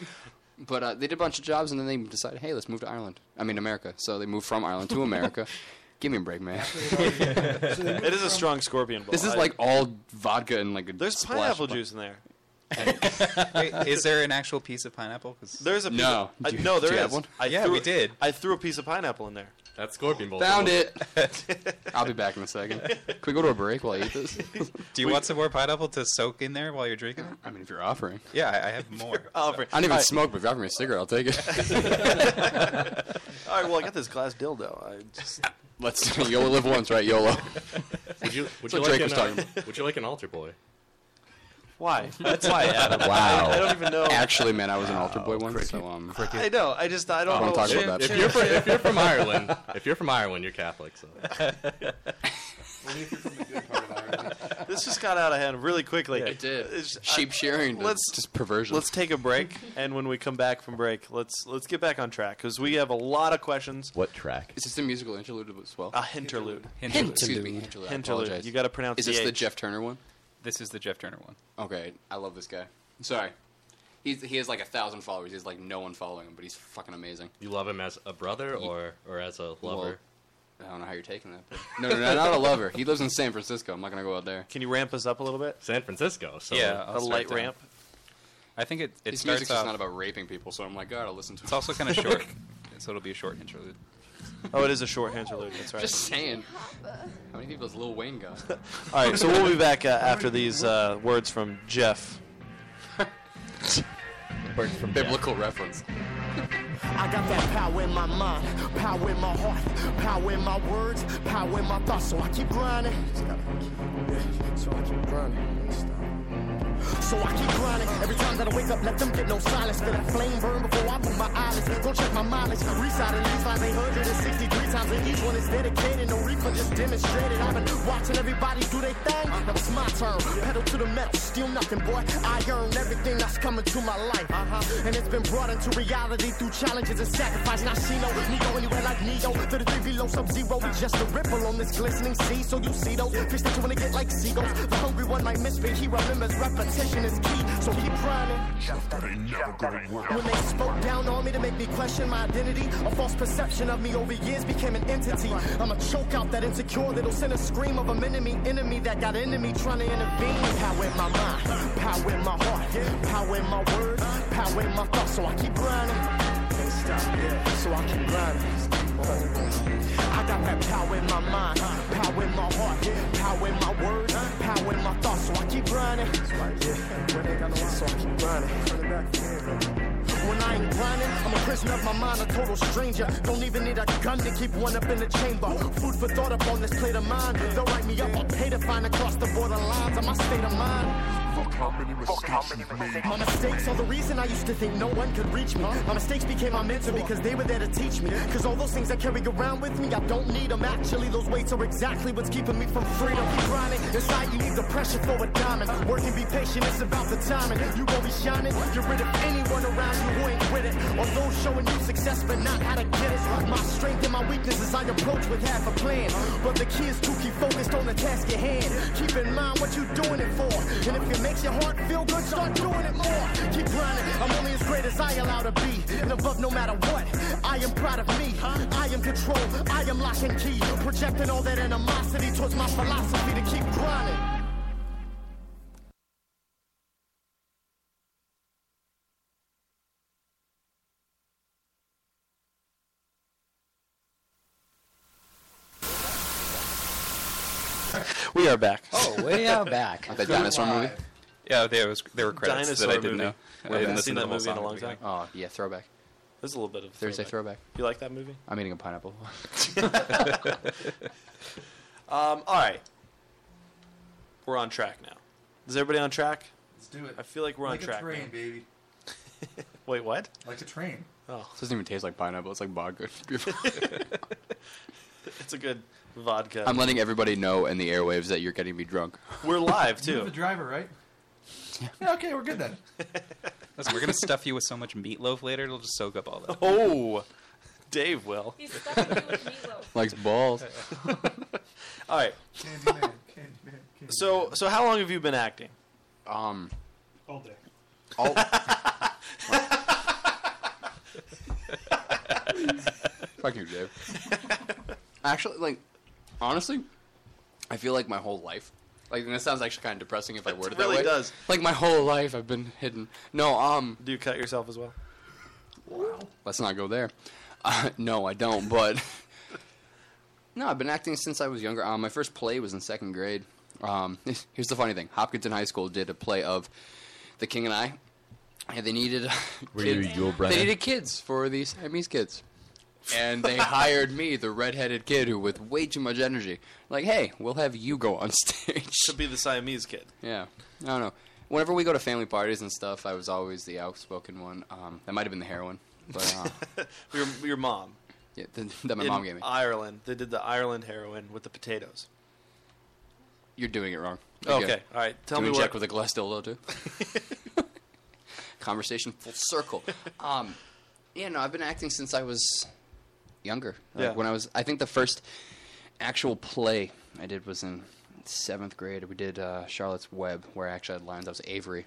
but uh, they did a bunch of jobs, and then they decided, "Hey, let's move to Ireland." I mean, America. So they moved from Ireland to America. Give me a break, man.
it is a strong scorpion. Ball.
This is
I-
like all vodka and like a
There's
splash
pineapple
bu-
juice in there.
Wait, is there an actual piece of pineapple? 'Cause-
There's a piece
No.
Of, I,
Do you-
no,
do
there
you
is.
have one?
I
Yeah,
threw,
we did.
I threw a piece of pineapple in there.
That's scorpion bowl.
Found it. I'll be back in a second. Can we go to a break while I eat this?
Do you want some more pineapple to soak in there while you're drinking?
I mean, if you're offering.
Yeah, I, I have more.
offering.
I don't even smoke, but if you offer me a cigarette, I'll take it.
All right, well, I got this glass dildo. I just
Let's you only live once, right? YOLO.
Would you, would
That's
you
what
like
Drake
an,
was
uh,
talking about.
Would you like an altar boy?
why? That's why. Adam.
Wow.
I, I don't even know.
Actually, man, I was an altar
Oh,
boy once. So, um,
I know. I just I
I
don't
don't
know.
talk Oh, about
If you're from, if you're from Ireland, if you're from Ireland, you're Catholic. So
This just got out of hand really quickly.
It did.
It's- I-
Sheep shearing.
let's-
Let's just perversion.
Let's take a break, and when we come back from break, let's let's get back on track because we have a lot of questions.
What track?
Is this a musical interlude as well?
A hinterlude.
Hinterlude. Excuse me, hinterlude. I
Hinterlude.
apologize.
You got to pronounce.
Is this
the
the
H.
Jeff Turner one?
This is the Jeff Turner one.
Okay, I love this guy. I'm sorry. He's, he has like a thousand followers. He's like no one following him, but he's fucking amazing.
you love him as a brother or or as a lover?
I don't know how you're taking that. But... No, no, no, not a lover. He lives in San Francisco. I'm not gonna go out there.
Can you ramp us up a little bit?
San Francisco. So
yeah,
a light ramp.
I think it, it
His
starts
music's just
off.
not about raping people, so I'm like, God, I'll listen to.
it's also kind of short, so it'll be a short interlude.
Oh, it is a short interlude. That's right.
Just saying. How many people has Lil Wayne got?
All right, so we'll be back uh, after these uh, words from Jeff.
Birds from
Biblical reference.
I got that power in my mind, power in my heart, power in my words, power in my thoughts. So I keep grinding. Just gotta keep- So I keep grinding. Don't stop. So I keep grinding every time that I wake up. Let them get no silence. Feel that flame burn before I move my eyelids. Don't check my mileage. Reside in these lines 863 times, and each one is dedicated. No reefer just demonstrated. I've been watching everybody do their thing. Now it's my turn. Pedal to the metal, steal nothing, boy. I earn everything that's coming to my life, uh-huh. and it's been brought into reality through challenges and sacrifice. Now she know me go anywhere like Neo. To the three below sub zero, we just a ripple on this glistening sea. So you see those fish that you wanna get like seagulls. The hungry one might miss, but he remembers repetition is key. So keep grinding. When they spoke down on me to make me question my identity, a false perception of me over years became an entity. I'ma choke out that insecure that'll send a scream of an enemy, enemy that got into me trying to intervene. Power in my mind, power in my heart, power in my words, power in my thoughts, so I keep grinding. Can't stop, yeah. So I keep grinding. I got that power in my mind, power in my heart, power in my words, power in my thoughts, so I keep grinding. So I keep grinding. When I ain't grinding, I'm a prisoner of my mind, a total stranger. Don't even need a gun to keep one up in the chamber. Food for thought up on this plate of mine. They'll write me up, I'll pay to find across the border lines of my state of mind. My mistakes are the reason I used to think no one could reach me. My mistakes became my mentor because they were there to teach me. Cause all those things I carry around with me, I don't need them. Actually, those weights are exactly what's keeping me from freedom. Keep grinding. Inside, you need the pressure for a diamond. Work and be patient, it's about the timing. You gon' be shining. Get rid of anyone around you who ain't with it. Or those showing you success but not how to get it. My strength and my weaknesses I approach with half a plan. But the key is to keep focused on the task at hand. Keep in mind what you're doing it for. And if it makes your heart feel good, start doing it more. Keep grinding. I'm only as great as I allow to be. And above no matter what, I am proud of me. I am control. I am lock and key. Projecting all that animosity towards my philosophy to keep grinding.
We are back.
Oh, we are back.
Like that dinosaur movie.
Yeah, there was there were credits
Dinosaur
that I didn't
movie.
know.
I
I
haven't
didn't listen to
seen that
the whole
movie in a
song
long
at the
time.
Oh yeah, throwback.
There's a little bit of a
Thursday throwback.
You like that movie?
I'm eating a pineapple.
Um, all right, we're on track now. Is everybody on track?
Let's do it.
I feel like we're on
Like a
track.
train,
now.
baby.
Wait, what?
Like a train.
Oh,
This doesn't even taste like pineapple. It's like vodka.
it's a good vodka.
I'm letting everybody know in the airwaves that you're getting me drunk.
We're live
You have a
too.
driver, right? Yeah, okay, we're good then.
beginning. Listen, we're gonna stuff you with so much meatloaf later; it'll just soak up all that.
Oh, Dave will.
He's stuffing you with meatloaf.
Likes balls.
All right,
Candyman, Candyman.
So, so how long have you been acting?
Um,
All day.
all, Fuck you, Dave. Actually, like, honestly, I feel like my whole life. Like, and this sounds actually kind of depressing if I word it, that
really
way.
does.
Like my whole life, I've been hidden. No, um.
Do you cut yourself as well?
Let's not go there. Uh, no, I don't. But no, I've been acting since I was younger. Um, my first play was in second grade. Um, here's the funny thing: Hopkinton High School did a play of The King and I, and they needed
Were you
kids-
Yul Brynner?
They needed kids for these Siamese kids, and they hired me, the redheaded kid who with way too much energy. Like, hey, we'll have you go on stage to
be the Siamese kid.
Yeah, I don't know. Whenever we go to family parties and stuff, I was always the outspoken one. Um, that might have been the heroin, but. Uh,
Your your mom.
Yeah, th- that my
In uh,
mom gave me.
Ireland. They did the Ireland heroin with the potatoes.
You're doing it wrong.
Okay, all right, tell
Can
me
we
what-
check with a glass dildo too. Conversation full circle. Um, yeah, no, I've been acting since I was younger. Like
Yeah.
When I was, I think the first actual play I did was in seventh grade. We did uh, Charlotte's Web, where I actually had lines. I was Avery.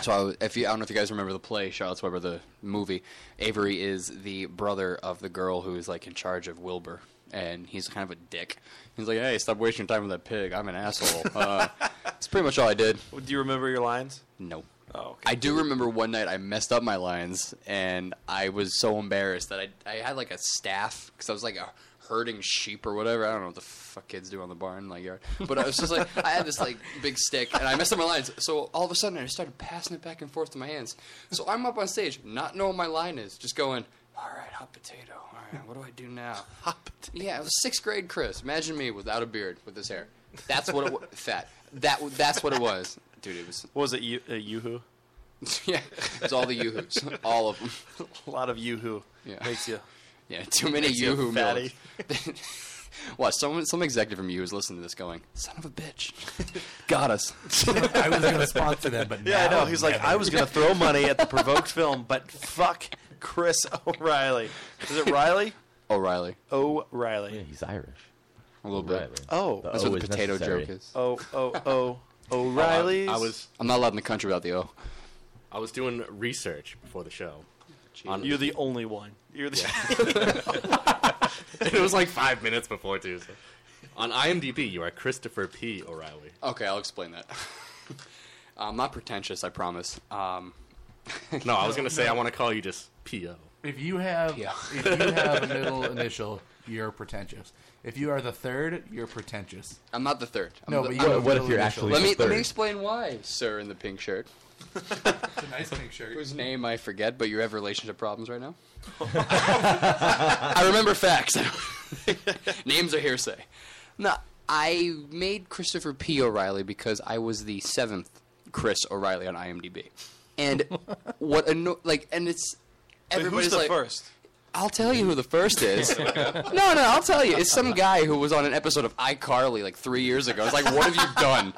So I, was- if you, I don't know if you guys remember the play Charlotte's Web or the movie, Avery is the brother of the girl who is like in charge of Wilbur, and he's kind of a dick. He's like, "Hey, stop wasting your time with that pig. I'm an asshole." Uh, that's pretty much all I did.
Do you remember your lines?
No.
Oh, okay.
I do remember one night I messed up my lines, and I was so embarrassed that I, I had like a staff because I was like a herding sheep or whatever. I don't know what the fuck kids do on the barn like yard, but I was just like I had this like big stick, and I messed up my lines. So all of a sudden, I just started passing it back and forth to my hands. So I'm up on stage, not knowing my line is, just going. All right, hot potato. All right, what do I do now? Hot potato. Yeah, it was sixth grade Chris. Imagine me without a beard, with this hair. That's what it was. Fat. That w- that's what it was, dude. It was.
What was it? You, uh, Yoo-hoo?
yeah, it's all the yoo-hoos, all of them.
A lot of yoo-hoo.
Yeah.
Makes you.
Yeah, too many
makes you
yoo-hoo
fatty.
milks. Watch, someone, some executive from you is listening to this going, son of a bitch, got us.
I was gonna
sponsor them, but
yeah, I
now
know. He's like,
never.
I was gonna throw money at the provoked film, but fuck Chris O'Reilly. Is it Riley?
O'Reilly.
O'Reilly.
He's Irish.
A little bit.
Oh,
The
that's
O
what the
is
potato
necessary.
joke is.
Oh, oh, oh, O'Reilly's.
Um, Oh, I was-
I'm not allowed in the country without the O.
I was doing research before the show.
You're the only one. You're the.
it was like five minutes before too. so. On IMDb, you are Christopher P. O'Reilly.
Okay, I'll explain that. I'm Um, not pretentious, I promise. Um,
No, I was gonna say I want to call you just P.O.
If you have
Yeah.
if you have a middle initial, you're pretentious. If you are the third, you're pretentious.
I'm not the third. I'm
no,
the-
but you
I'm
have a
the-
middle initial.
Let me let me explain why, sir, in the pink shirt.
It's a nice pink shirt.
Whose name I forget, but you have relationship problems right now. I remember facts. Names are hearsay. No, I made Christopher P. O'Reilly because I was the seventh Chris O'Reilly on IMDb, and what anno- like, and it's
Wait,
everybody's
who's the
like,
first?
I'll tell you who the first is. no, no, I'll tell you. It's some guy who was on an episode of iCarly like three years ago. It's like, what have you done?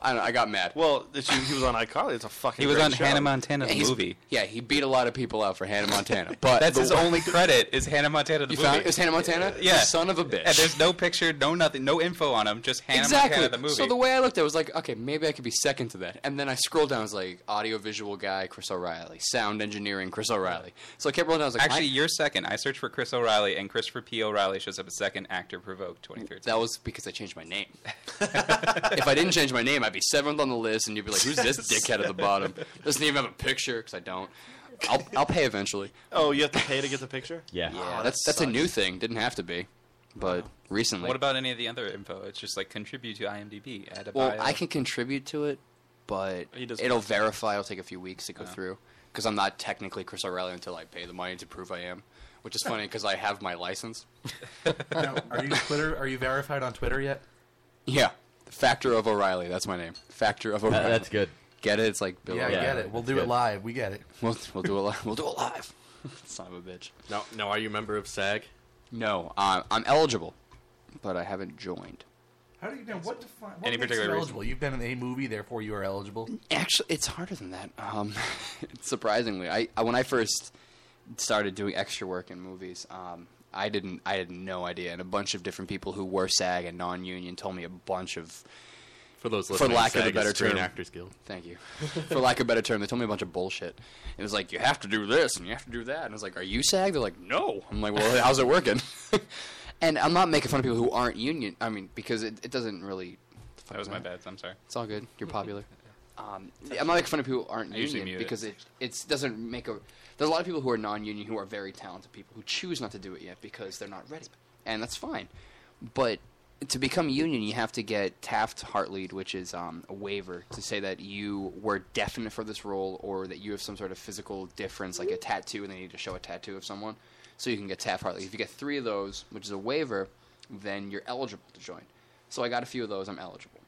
I don't know, I got mad.
Well, that you, he was on iCarly. It's a fucking.
He
was
great
on
show.
Hannah Montana, the
he's-
movie.
Yeah, he beat a lot of people out for Hannah Montana. But
that's
the
his
one-
only credit is Hannah Montana the
You
movie.
found it's Hannah Montana.
Yeah.
You son of a bitch.
And there's no picture, no nothing, no info on him. Just Hannah
exactly.
Montana the movie.
So the way I looked at it was like, okay, maybe I could be second to that. And then I scrolled down, it was like audio visual guy Chris O'Reilly, sound engineering Chris O'Reilly. So I kept rolling down. I was like,
Actually,
I-
you're second. I searched for Chris O'Reilly, and Christopher P. O'Reilly shows up as second actor provoked 2013.
That was because I changed my name. if I didn't change my name, I'd be seventh on the list, and you'd be like, who's this dickhead at the bottom? Doesn't even have a picture because I don't. I'll, I'll pay eventually.
Oh, you have to pay to get the picture.
Yeah,
Oh, that
that's that's a
sucks.
new thing. Didn't have to be, but recently.
What about any of the other info? It's just like contribute to IMDb. Add a
Well,
bio.
I can contribute to it, but
He doesn't
it'll
have to.
verify. It'll take a few weeks to go
Oh.
through because I'm not technically Chris O'Reilly until I pay the money to prove I am, which is funny because I have my license.
Now, are you Twitter? Are you verified on Twitter yet?
Yeah, Factor of O'Reilly. That's my name. Factor of O'Reilly.
that's good.
Get it? It's like Bill.
yeah, I
O'Reilly.
get it. We'll do it live. We get it.
We'll, we'll do it live. We'll do it live. Son of a bitch.
Now, now are you a member of SAG?
No, uh, I'm eligible, but I haven't joined.
How do you know what define? What
Any
makes
particular
you
reason?
eligible? You've been in a movie, therefore you are eligible.
Actually, it's harder than that. Um, surprisingly, I, I when I first started doing extra work in movies, um, I didn't I had no idea, and a bunch of different people who were SAG and non-union told me a bunch of
For those
for
listening,
lack of a
SAG is
better
Screen
term,
Actors Guild.
Thank you. For lack of a better term, they told me a bunch of bullshit. It was like you have to do this and you have to do that, and I was like, "Are you SAG?" They're like, "No." I'm like, "Well, how's it working?" and I'm not making fun of people who aren't union. I mean, because it, it doesn't really.
That was my bad. I'm sorry.
It's all good. You're popular. Um, I'm not making fun of people who aren't
I usually
union
mute it.
because it it doesn't make a. There's a lot of people who are non-union who are very talented people who choose not to do it yet because they're not ready, and that's fine. But to become union, you have to get Taft Hartlead, which is um, a waiver to say that you were definite for this role or that you have some sort of physical difference, like a tattoo, and they need to show a tattoo of someone, so you can get Taft Hartley. If you get three of those, which is a waiver, then you're eligible to join. So I got a few of those. I'm eligible.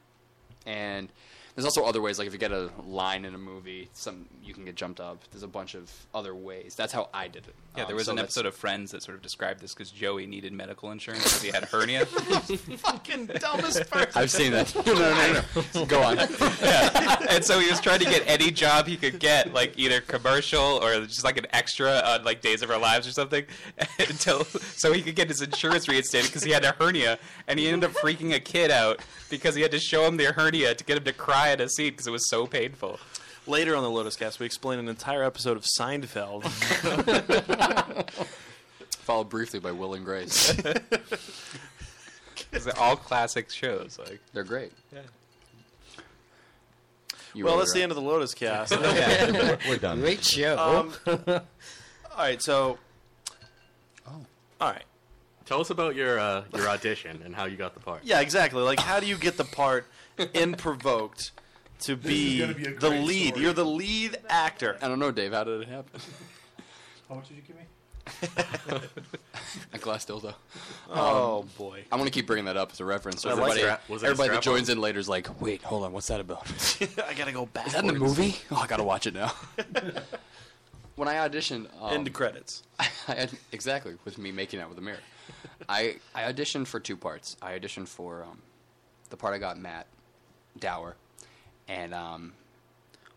And there's also other ways, like if you get a line in a movie, some you can get jumped up. There's a bunch of other ways. That's how I did it.
Yeah, there
Um,
was
so
an
that's-
episode of Friends that sort of described this because Joey needed medical insurance because he had a hernia.
fucking
dumbest person.
I've seen that. No, no, no, no. Go on.
Yeah. And so he was trying to get any job he could get, like either commercial or just like an extra on like Days of Our Lives or something, until so he could get his insurance reinstated because he had a hernia, and he ended up freaking a kid out because he had to show him the hernia to get him to cry at a scene because it was so painful.
Later on the Lotus Cast, we explain an entire episode of Seinfeld.
Followed briefly by Will and Grace.
Because they're all classic shows. Like
they're great.
Yeah.
well, that's the end of the Lotus Cast.
Yeah. We're- we're done.
Great show.
Um, all right, so. Oh. All right.
Tell us about your uh, your audition and how you got the part.
Yeah, exactly. Like, how do you get the part in Provoked to be,
gonna be a
the
great
lead?
story.
You're the lead actor.
I don't know, Dave. How did it happen?
How much did you give me?
a glass dildo.
Oh, boy.
I'm gonna keep bringing that up as a reference. So
I like
everybody,
strap- was it a
everybody that
strap-on?
joins in later is like, "Wait, hold on, what's that about? is
I gotta go back.
that in the movie? Oh, I gotta watch it now." when I auditioned, um,
End credits.
I, had- exactly with me making out with a mirror. I I auditioned for two parts. I auditioned for um, the part I got Matt Dower, and um,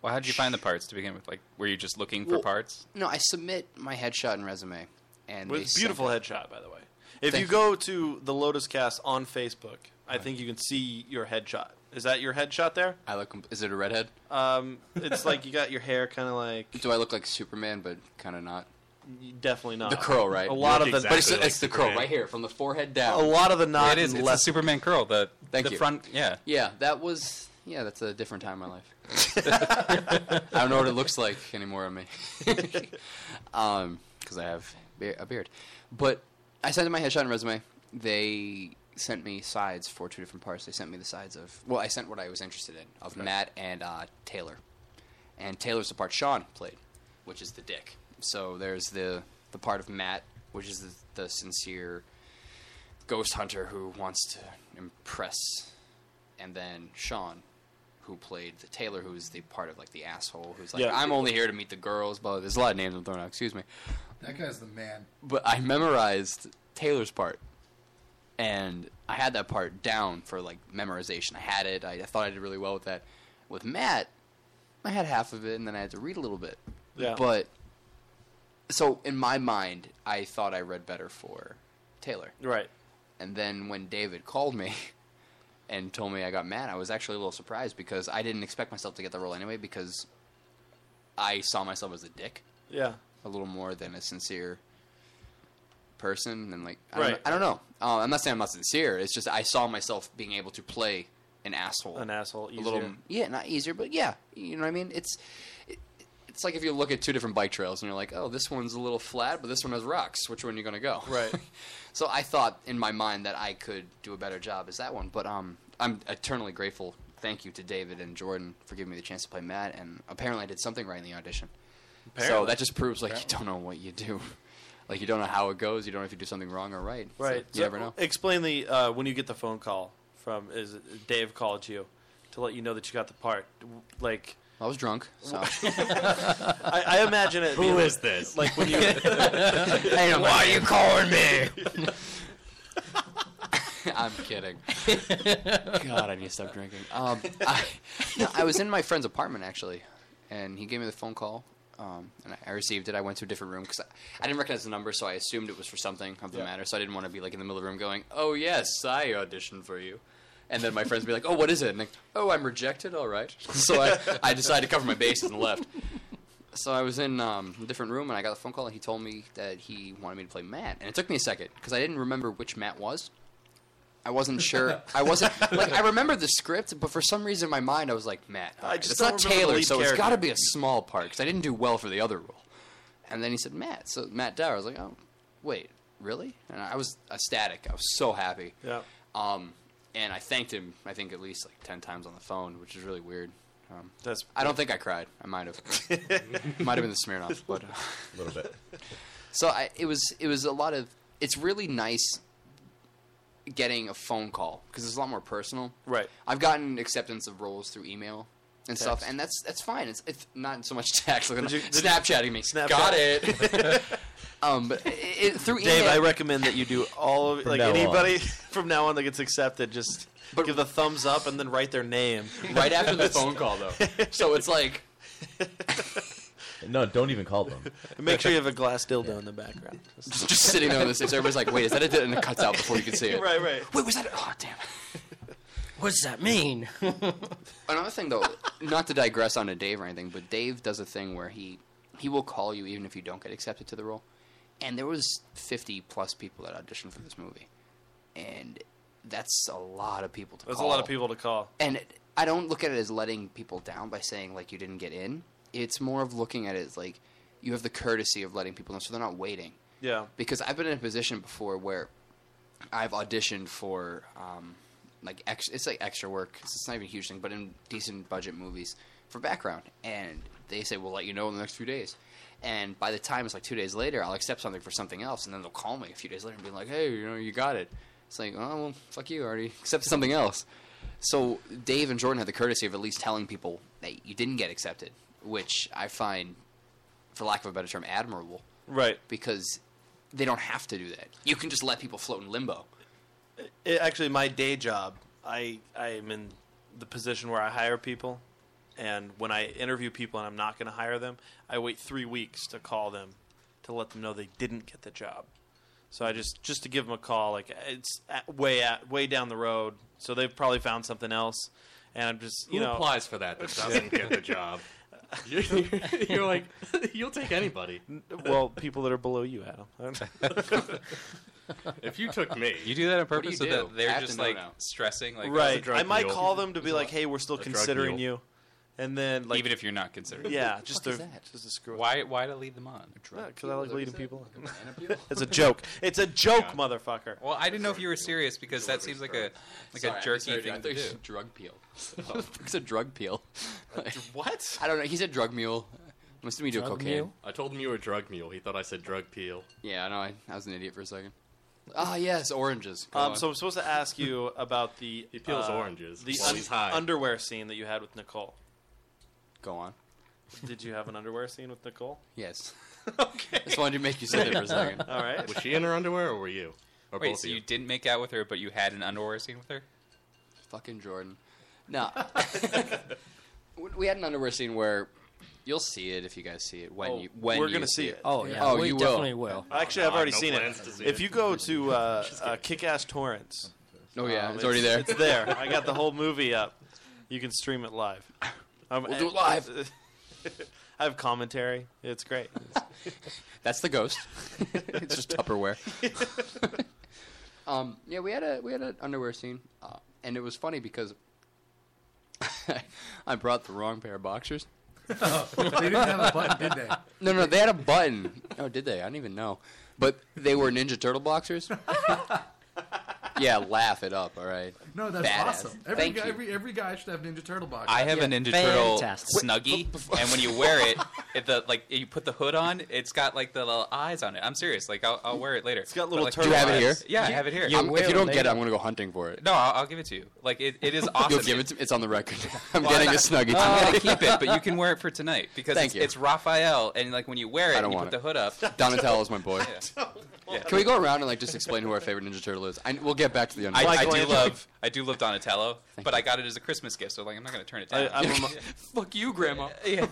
Well, how did you find the parts to begin with? Like, were you just looking for
Well,
parts?
No, I submit my headshot and resume, and
With
they send
beautiful
it.
headshot, by the way. If
Thank
you go to the Lotus Cast on Facebook, I think you can see your headshot. Is that your headshot there?
I look. Is it a redhead?
Um, it's like you got your hair kind of like
Do I look like Superman, but kind of not?
definitely not
The curl, right?
A lot of
You
the
look exactly But it's- like it's the curl Superman. right here, from the forehead down.
A lot of the
Yeah,
not
it is.
and
It's a
left.
Superman curl. The
Thank
the
you.
front. Yeah.
Yeah, that was. Yeah, that's a different time in my life. I don't know what it looks like anymore on me, um, because I have be- a beard. But I sent in my headshot and resume. They sent me sides for two different parts. They sent me the sides of. Well, I sent what I was interested in of Matt and uh, Taylor, and Taylor's the part Sean played, which is the dick. So there's the the part of Matt, which is the, the sincere ghost hunter who wants to impress, and then Sean, who played the Taylor, who's the part of like the asshole, who's like,
Yeah.
I'm only here to meet the girls. But there's a lot of names I'm throwing out. Excuse me,
That guy's the man.
but I memorized Taylor's part, and I had that part down for like memorization. I had it. I, I thought I did really well with that. With Matt, I had half of it, and then I had to read a little bit.
Yeah.
But so in my mind, I thought I read better for Taylor.
Right.
And then when David called me and told me I got Matt, I was actually a little surprised because I didn't expect myself to get the role anyway because I saw myself as a dick
Yeah.
a little more than a sincere person and like I don't,
Right.
I don't know uh, i'm not saying i'm not sincere it's just i saw myself being able to play an asshole
An asshole
a little
easier.
yeah not easier but yeah you know what i mean it's it, it's like if you look at two different bike trails and you're like oh this one's a little flat but this one has rocks which one are you going to go
right
so i thought in my mind that i could do a better job as that one but um i'm eternally grateful thank you to david and jordan for giving me the chance to play matt and apparently i did something right in the audition so
Apparently.
that just proves like
Apparently.
you don't know what you do. Like you don't know how it goes. You don't know if you do something wrong or right. So
Right.
you
So,
never know.
Explain the uh, when you get the phone call from is it Dave called you to let you know that you got the part. Like
I was drunk. So.
I, I imagine it.
Who
being
is
like-
this?
Like when you.
Hey, why are you calling me? I'm kidding. God, I need to stop drinking. Um, I, no, I was in my friend's apartment actually, and he gave me the phone call, um, and I, I received it. I went to a different room because I, I didn't recognize the number, so I assumed it was for something of the matter. So I didn't want to be like in the middle of the room going, "Oh yes, I auditioned for you." And then my friends would be like, "Oh, what is it?" And like, "Oh, I'm rejected. All right." So I, I decided to cover my bases and left. So I was in um, a different room and I got a phone call and he told me that he wanted me to play Matt. And it took me a second because I didn't remember which Matt was. I wasn't sure. I wasn't like I remember the script, but for some reason in my mind I was like Matt. all
I
right,
just
it's
don't
not
remember the
Taylor,
lead
so it's
character.
got to be a small part because I didn't do well for the other role. And then he said Matt, so Matt Dower. I was like, oh, wait, really? And I was ecstatic. I was so happy.
Yeah.
Um, and I thanked him. I think at least like ten times on the phone, which is really weird. Um,
That's.
I don't think I cried. I might have. might have been the Smirnoff, but uh,
a little bit.
So I, it was. It was a lot of. It's really nice getting a phone call because it's a lot more personal.
Right.
I've gotten acceptance of roles through email and stuff,
Text.
and that's that's fine. It's it's not so much text. Look at
Did you-
that.
did you-
Snapchatting me.
Snapchat.
Got it. um, but it, it, through email.
Dave, I recommend that you do all of
From
like
now on.
anybody from now on that gets accepted. Just give the thumbs up and then write their name
right after the phone call though. So it's like
No, don't even call them.
Make sure you have a glass dildo in the background.
just sitting there on this. So everybody's like, "Wait, is that it?" And it cuts out before you can see it.
Right, right.
Wait, was that? Oh, damn. What does that mean? Another thing, though, not to digress onto Dave or anything, but Dave does a thing where he he will call you even if you don't get accepted to the role. And there was fifty plus people that auditioned for this movie, and that's a lot of people to
That's
call.
a lot of people to call.
And it- I don't look at it as letting people down by saying like you didn't get in. It's more of looking at it as like you have the courtesy of letting people know, so they're not waiting
Yeah.
because I've been in a position before where I've auditioned for um, like ex- it's like extra work. It's, it's not even a huge thing, but in decent budget movies for background, and they say we'll let you know in the next few days. And by the time it's like two days later, I'll accept something for something else, and then they'll call me a few days later and be like, "Hey, you know, you got it." It's like, "Oh, well, fuck you, I already accepted something else." So Dave and Jordan had the courtesy of at least telling people that you didn't get accepted, which I find, for lack of a better term, admirable.
Right.
Because they don't have to do that. You can just let people float in limbo.
It, actually, my day job, I I am in the position where I hire people, and when I interview people and I'm not going to hire them, I wait three weeks to call them to let them know they didn't get the job. So I just just to give them a call, like it's at, way at, way down the road, so they've probably found something else, and I'm just you
Who
know
applies for that that doesn't get the job? You're, you're like, you'll take anybody.
well, people that are below you, Adam.
if you took me,
You do that on
What do
purpose
you
so
do?
that they're
I have
just
to know
like
now.
stressing. Like "Oh,
right. I might call them to be like, "Hey, we're still considering you," and then like
even if you're not considered.
Yeah, just to just to screw.
Why? Why to lead them on?
Because I like leading people. it's a joke. It's a joke, motherfucker.
Well, I didn't know if you were serious because that seems like a like
Sorry, I
a jerky
misheard you. I
thing
thought
to
you
do.
said drug peel. it's a drug peel.
what?
I don't know. He said drug mule. I'm assuming you do cocaine.
I told him you were a drug mule. He thought I said drug peel.
Yeah, I know. I, I was an idiot for a second. Ah, yes, oranges. Go
Um,
on.
so I'm supposed to ask you about the he
peels oranges
the
while he's high.
underwear scene that you had with Nicole.
Go on.
Did you have an underwear scene with Nicole?
Yes.
okay.
Just wanted to make you sit there for a second.
All right.
Was she in her underwear or were you? Or
Wait,
both
so
of
you
you?
didn't make out with her, but you had an underwear scene with her?
Fucking Jordan. No. We- we had an underwear scene where you'll see it if you guys see it when
Oh,
you when
we're
you
gonna see
see
it. Oh, yeah.
Oh,
We
you
definitely
will.
will.
Actually,
Oh,
I've
no,
already
no
seen
plans
it.
to see
if
it.
you go to uh, uh, Kick-Ass Torrents,
Oh, yeah, it's
it's
already there.
It's there. I got the whole movie up. You can stream it live. Um, uh,
We'll do it live.
I have commentary. It's great.
That's the ghost. it's just Tupperware. um, yeah, we had a we had an underwear scene, uh, and it was funny because I brought the wrong pair of boxers. they
Oh, didn't have a button, did they?
No, no, they had a button. Oh, did they? I don't even know. But they were Ninja Turtle boxers. yeah, laugh it up. All right.
No, that's
Badass.
awesome. Every
Thank
guy,
you.
every every guy should have Ninja Turtle box.
I have a Ninja Turtle snuggie, and when you wear it, it the like you put the hood on, it's got like the little eyes on it. I'm serious. Like I'll, I'll wear it later. It's got
Do
like,
you have it here?
Yeah, I have it here.
I'm- if you don't get it, I'm gonna go hunting for it.
No, I'll, I'll give it to you. Like it, it is awesome.
You'll give it to me. It's on the record. I'm
Well,
getting a
not-
snuggie.
I'm gonna
tonight.
keep it, but you can wear it for tonight because
Thank
it's,
you.
it's Raphael, and like when you wear it,
I
and
don't
you
want
put the hood up.
Donatello's my boy.
Yeah. Yeah.
Can we go around and like just explain who our favorite Ninja Turtle is? I, we'll get back to the
I,
underwear.
I do love I do love Donatello, but I got it as a Christmas gift, so like I'm not gonna turn it down.
I- I'm a-
Fuck you, Grandma.
Yeah.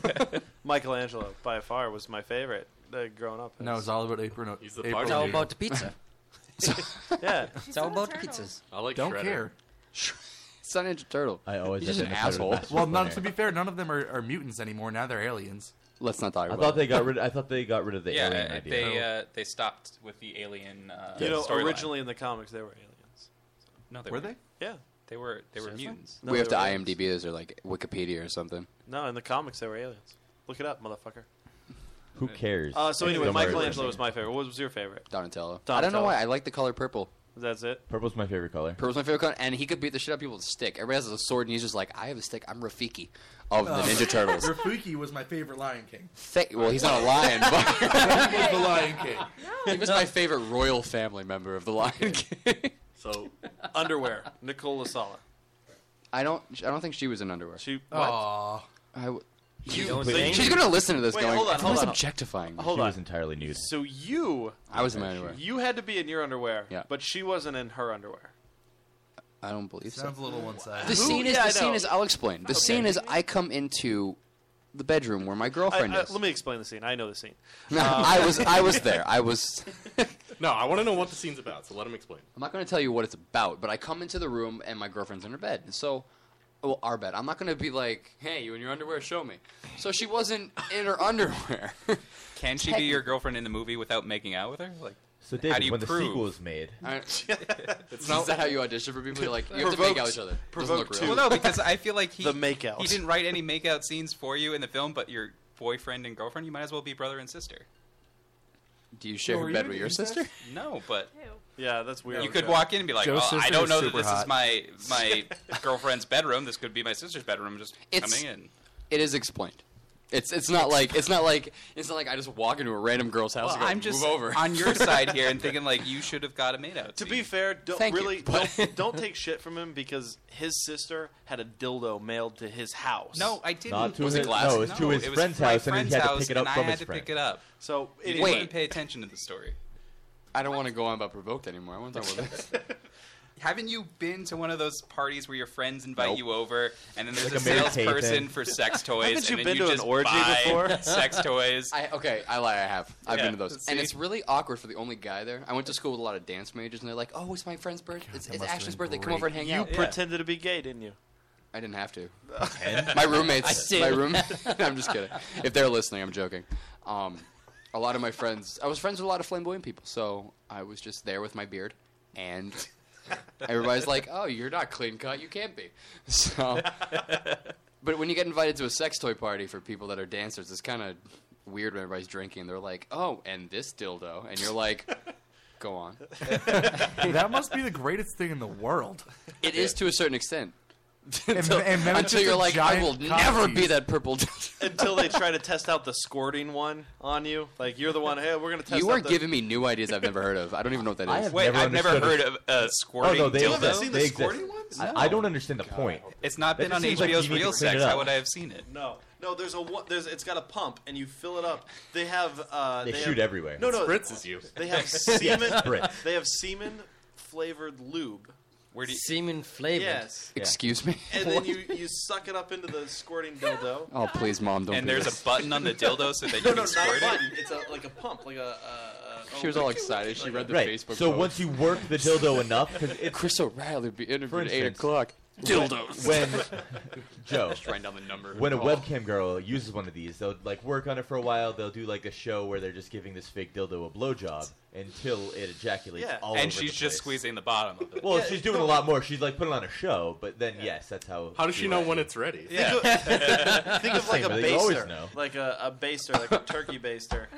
Michelangelo, by far, was my favorite uh, growing up.
No, it's all about April.
He's
April.
yeah.
It's all about pizzas.
I like
Don't
Shredder.
care.
It's not Ninja Turtle.
I always
He's just
have
an
Ninja
asshole.
Turtle master
Well, none, to be fair, none of them are, are mutants anymore. Now they're aliens.
Let's not talk
I thought they got rid. I thought they got rid of the
yeah,
alien
uh,
idea.
they uh, they stopped with the alien. Uh,
you know,
storyline.
originally in the comics they were aliens.
no, they
Were
weren't.
Yeah,
they were. They were mutants.
we have
they
to
were
IMDb this or like Wikipedia or something.
No, in the comics they were aliens. Look it up, motherfucker.
Who cares?
Uh, so
It's
anyway,
still very
Michelangelo
interesting.
was my favorite. What was your favorite?
Donatello. I don't know why. I like the color purple.
That's it.
Purple's my favorite color.
Purple's my favorite color, and he could beat the shit out of people with a stick. Everybody has a sword, and he's just like, "I have a stick. I'm Rafiki of the
Oh.
Uh,
Um,
Ninja Turtles."
Rafuki was my favorite Lion King.
Thank- well, he's not a lion, but
He was the Lion King.
He was my favorite royal family member of the Lion King.
So underwear, Nicola Sala.
I don't. I don't think she was in underwear.
She.
what? Aw.
I w-
You
Don't
think-
think- she's gonna listen to this.
Wait,
going,
hold on,
"Everyone's
hold on.
objectifying. me."
Hold
She
on.
was entirely nude.
So you.
I was in my underwear.
You had to be in your underwear.
Yeah.
But she wasn't in her underwear.
I don't believe so.
Sounds a little one-sided.
The
Who-
scene is.
yeah, I
the scene
know.
is. I'll explain. The
Okay.
scene is. I come into the bedroom where my girlfriend
I- I-
is.
let me explain the scene. I know the scene.
No,
Um,
I was. I was there. I was.
No, I want to know what the scene's about, so let him explain.
I'm not going to tell you what it's about, but I come into the room and my girlfriend's in her bed. And so, well, our bed. I'm not going to be like, hey, you in your underwear? Show me. So she wasn't in her underwear.
Can she be your girlfriend in the movie without making out with her? Like,
So
how
David,
do you
when
prove?
the sequel is made,
I- It's not that how you audition for people. You're like, you have to make
Provoked-
out with each other. Doesn't
Well,
look real.
no, because I feel like he
The makeout.
He didn't write any makeout scenes for you in the film, but your boyfriend and girlfriend, you might as well be brother and sister.
Do you share
Were
her
you
bed
in
with your sister?
No, but
yeah, that's weird.
you could walk in and be like,
Joe's
"Oh, I
sister
don't
is
know that
super
this
hot."
is my my girlfriend's bedroom. This could be my sister's bedroom." Just
It's-
coming in.
It is explained. It's it's not like it's not like it's not like I just walk into a random girl's house
Well,
and go,
I'm just
move over
on your side here and thinking like you should have got a made out.
To be fair, don't
Thank you,
really
but-
don't, don't take shit from him because his sister had a dildo mailed to his house.
No, I didn't.
Not to Was it his- glass? no, it was to his friend's
my
house, and he
friend's
had to
house,
pick it up
and
from
I had
his
to
friend.
pick it up.
So
you
anyway-
didn't even pay attention to the story.
I don't want to go on about provoked anymore. I want to talk about this.
Haven't you been to one of those parties where your friends invite
Nope.
you over, and then there's
Like
a
a Mary Kay
salesperson
thing.
for sex toys?
Haven't you
and
been
then you
to an
just
orgy
buy
before?
Sex toys.
I, okay, I lie. I have. I've
Yeah,
been to those, and
see?
it's really awkward for the only guy there. I went to school with a lot of dance majors, and they're like, "Oh, it's my friend's birthday. It's,
that
it's
must have
Ashley's
been
birthday. Come over and hang
you
out."
pretended to be gay, didn't you?
I didn't have to. my roommates.
I did.
My room. I'm just kidding. If they're listening, I'm joking. Um, a lot of my friends. I was friends with a lot of flamboyant people, so I was just there with my beard, and everybody's like, "Oh, you're not clean cut. You can't be." So, but when you get invited to a sex toy party for people that are dancers, it's kind of weird when everybody's drinking. They're like, "Oh, and this dildo," and you're like, "Go on."
that must be the greatest thing in the world.
It is to a certain extent. until
and then it's
until
just
you're
a
like, I
giant
will
cock
never be
tease."
that purple. dildo."
Until they try to test out the squirting one on you, like you're the one. Hey, we're gonna test.
you
out
are
the-
giving me new ideas I've never heard of. I don't even know what that
I
is.
have never understood it.
uh,
oh, no, they
dildo.
exist.
You haven't seen
They
the
exist.
squirting ones?
I,
No.
I don't understand the point.
It's not
That
been
just
on
seems like
HBO's
you need to
Real
clean it
Sex. How
up.
would I have seen it?
No, no. There's a wa- there's. It's got a pump, and you fill it up. They have. Uh,
They
have-
shoot everywhere.
No, no.
Spritzes you.
They have
Yeah,
semen.
spritz.
They have semen flavored lube.
Where do you,
semen flavored?
Yes.
Excuse me.
And then
What?
you you suck it up into the squirting dildo.
Oh please, mom, don't.
and
do
there's
this.
a button on the dildo so that you
No, no,
can
not
squirt
a
it.
button. It's a, like a pump, like a. Uh, uh,
She was all excited. She read the
right.
Facebook.
so
post.
once you work the dildo enough, 'cause it-
Chris O'Reilly be
for
interviewed at
instance,
eight o'clock. Dildos.
When Joe,
Just writing down the number.
When a
Oh.
webcam girl uses one of these, they'll like work on it for a while. They'll do like a show where they're just giving this fake dildo a blowjob until it ejaculates
Yeah.
all
and
over
she's
the
just
place.
squeezing the bottom of it.
Well, she's doing a lot more. She's like putting on a show, but then yes, that's how.
How does she know
likes
when
it.
it's ready?
Think of, think of like a
Same, they always
baster,
know.
like a, a baster, like a turkey baster.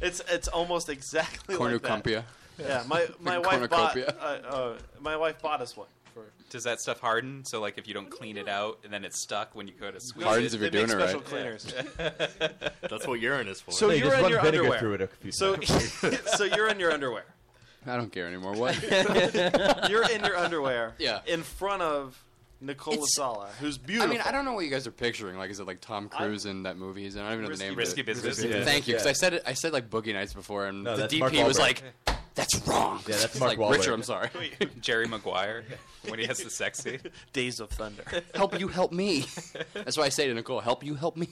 it's it's almost exactly
Cornucopia.
Like that. Yeah, my my wife bought
Cornucopia.
uh, uh, my wife bought us one. For,
Does that stuff harden? So like if you don't clean it out and then it's stuck when you go to squeeze
Hardens if
it.
you're doing it
special
right.
cleaners.
That's what urine is for.
So
They
you're
just
in
run
your
vinegar
underwear.
through it a few
so so you're in your underwear.
I don't care anymore. What?
You're in your underwear.
Yeah.
In front of Nicola
It's-
Sala, who's
I
beautiful.
mean, I don't know what you guys are picturing. Like, is it like Tom Cruise in that movie? He's in? I don't even know the
Risky
name.
Risky
of it.
Business. Risky
Thank you. Because
Business, yeah.
I said it. I said like Boogie Nights before, and
No,
the
that's
DP
Mark
was
Wahlberg.
like, "That's wrong."
Yeah, that's
It's
Mark
like, Richard,
Wahlberg.
I'm sorry.
Jerry Maguire when he has the sex scene.
Days of Thunder.
help you, help me. That's why I say to Nicole, "Help you, help me."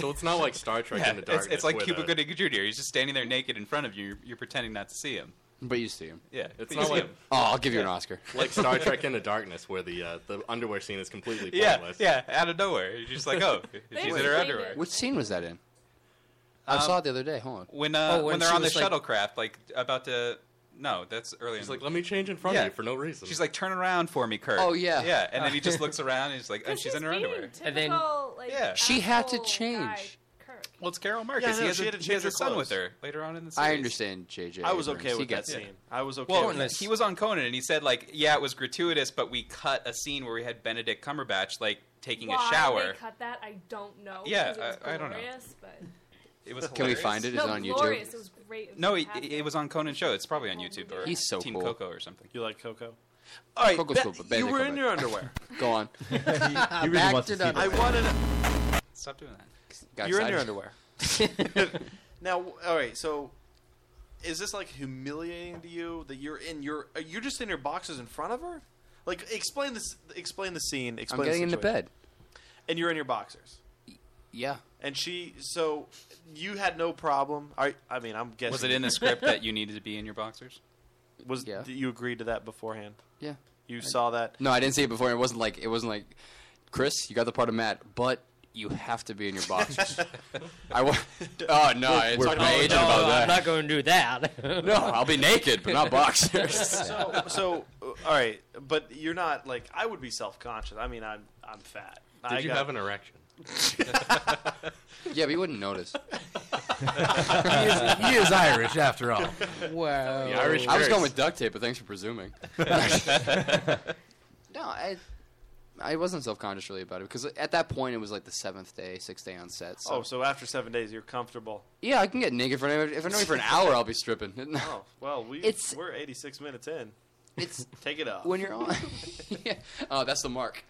So it's not like Star Trek
Yeah,
in the dark.
it's, it's like
where
Cuba
the-
Gooding Jr. He's just standing there naked in front of you. You're, you're pretending not to see him.
But you see him.
Yeah,
But
it's not
you see
like
him. Oh, I'll give you an
Yeah.
Oscar.
Like Star Trek Into Darkness, where the uh, the underwear scene is completely
Yeah,
pointless.
yeah, out of nowhere. You're just like, oh, she's in her underwear.
Which scene was that in? I
Um,
saw it the other day. Hold on.
When uh,
Oh,
when, they're
she
on the
was, like-
shuttlecraft, like about to. No, that's early.
She's
in-
like, let me change in front
Yeah.
of you for no reason.
She's like, turn around for me, Kurt.
Oh, yeah.
yeah. And then he just looks around and he's like, oh,
Because
she's, in her
she's
underwear.
And then- typical,
like, yeah,
she had to
Oh,
change.
Well, it's Carol Marcus.
Yeah, no,
he has
she
a,
had to
he
change
has a
her
son with
clothes.
her later on in the series.
I understand, JJ.
I was
Abrams.
okay
He
with that
gets it.
scene. I was okay.
Well,
with that.
he was on Conan and he said like, yeah, it was gratuitous, but we cut a scene where we had Benedict Cumberbatch like taking
Why
a shower.
They cut that? I don't know.
Yeah,
because it was
I- I don't know.
glorious, But...
It was.
Can we
hilarious.
find it? Is
no,
it on
glorious.
YouTube?
It was great. It was
No, it,
fantastic.
it was on Conan show. It's probably on YouTube or
He's so
Team
cool.
Coco or something.
You like Coco? All right,
Coco's
Be-
cool, but
you
Benedict
were in
Cumberbatch.
your underwear.
Go on. he,
really wants to see that. I wanted
Stop doing that.
Got
You're in
excited.
your underwear. now, w- all right. So, is this like humiliating to you that you're in your? Are you just in your boxes in front of her? Like, explain this. Explain the scene.
I'm
Explain
getting
the
into
situation.
bed.
and you're in your boxers.
Yeah.
And she, so you had no problem. I, I mean, I'm guessing.
Was it in the script that you needed to be in your boxers?
was?
Yeah.
Did you agree to that beforehand?
Yeah.
You saw that.
No, I didn't see it before. It wasn't like it wasn't like Chris. You got the part of Matt, but you have to be in your boxers. I wa- Oh no,
We're-
I
we're
talked to my
both-
agent
no,
about
I'm
that.
not gonna do that.
no, I'll be naked, but not boxers.
so, so, uh, all right, but you're not like I would be self conscious. I mean, I'm, I'm fat.
Did
I
you
got-
have an erection?
yeah, but you wouldn't notice.
he is Irish, after all.
Wow.
The Irish
I was going
curse.
with duct tape, but thanks for presuming. no, I, I wasn't self conscious really about it because at that point it was like the seventh day, sixth day on set. So.
Oh, so after seven days, you're comfortable.
yeah, I can get naked for if I know you for an hour, I'll be stripping.
Oh, well, we
It's-
we're 86 minutes in.
It's
take it off
when you're on. yeah, oh, that's the mark.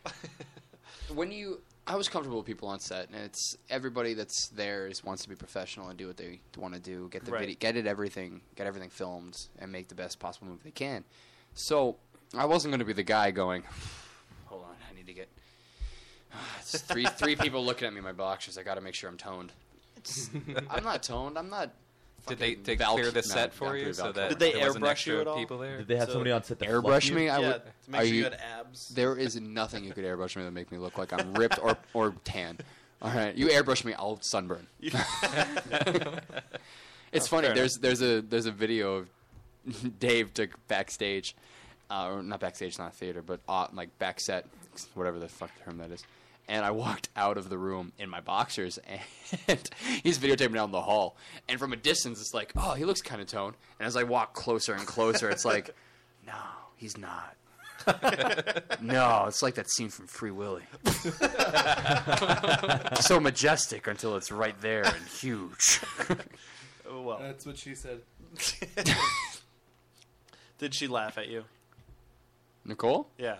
When you, I was comfortable with people on set, and it's everybody that's there is wants to be professional and do what they want to do, get the
Right.
video, get it everything, get everything filmed, and make the best possible movie they can. So I wasn't going to be the guy going, hold on, I need to get. It's three three people looking at me in my boxers. I got to make sure I'm toned. It's- I'm not toned. I'm not.
Did they,
fucking
they
Val-
clear the
Val-
set for
Valkyrie
you so
Valkyrie.
that there wasn't extra People there?
Did they have somebody on set to
airbrush
fluff you?
me? I
Yeah,
would.
to make
are
sure you had abs.
There is nothing you could airbrush me that make me look like I'm ripped or or tan. All right, you airbrush me, I'll sunburn. it's
Oh,
funny.
fair
There's there's a there's a video of Dave took backstage, uh, or not backstage, not theater, but uh, like back set, whatever the fuck term that is. And I walked out of the room in my boxers, and he's videotaping down the hall. And from a distance, it's like, oh, he looks kind of toned. And as I walk closer and closer, it's like, no, he's not. no, it's like that scene from Free Willy. so majestic until it's right there and huge.
Oh, well,
that's what she said.
Did she laugh at you?
Nicole?
Yeah.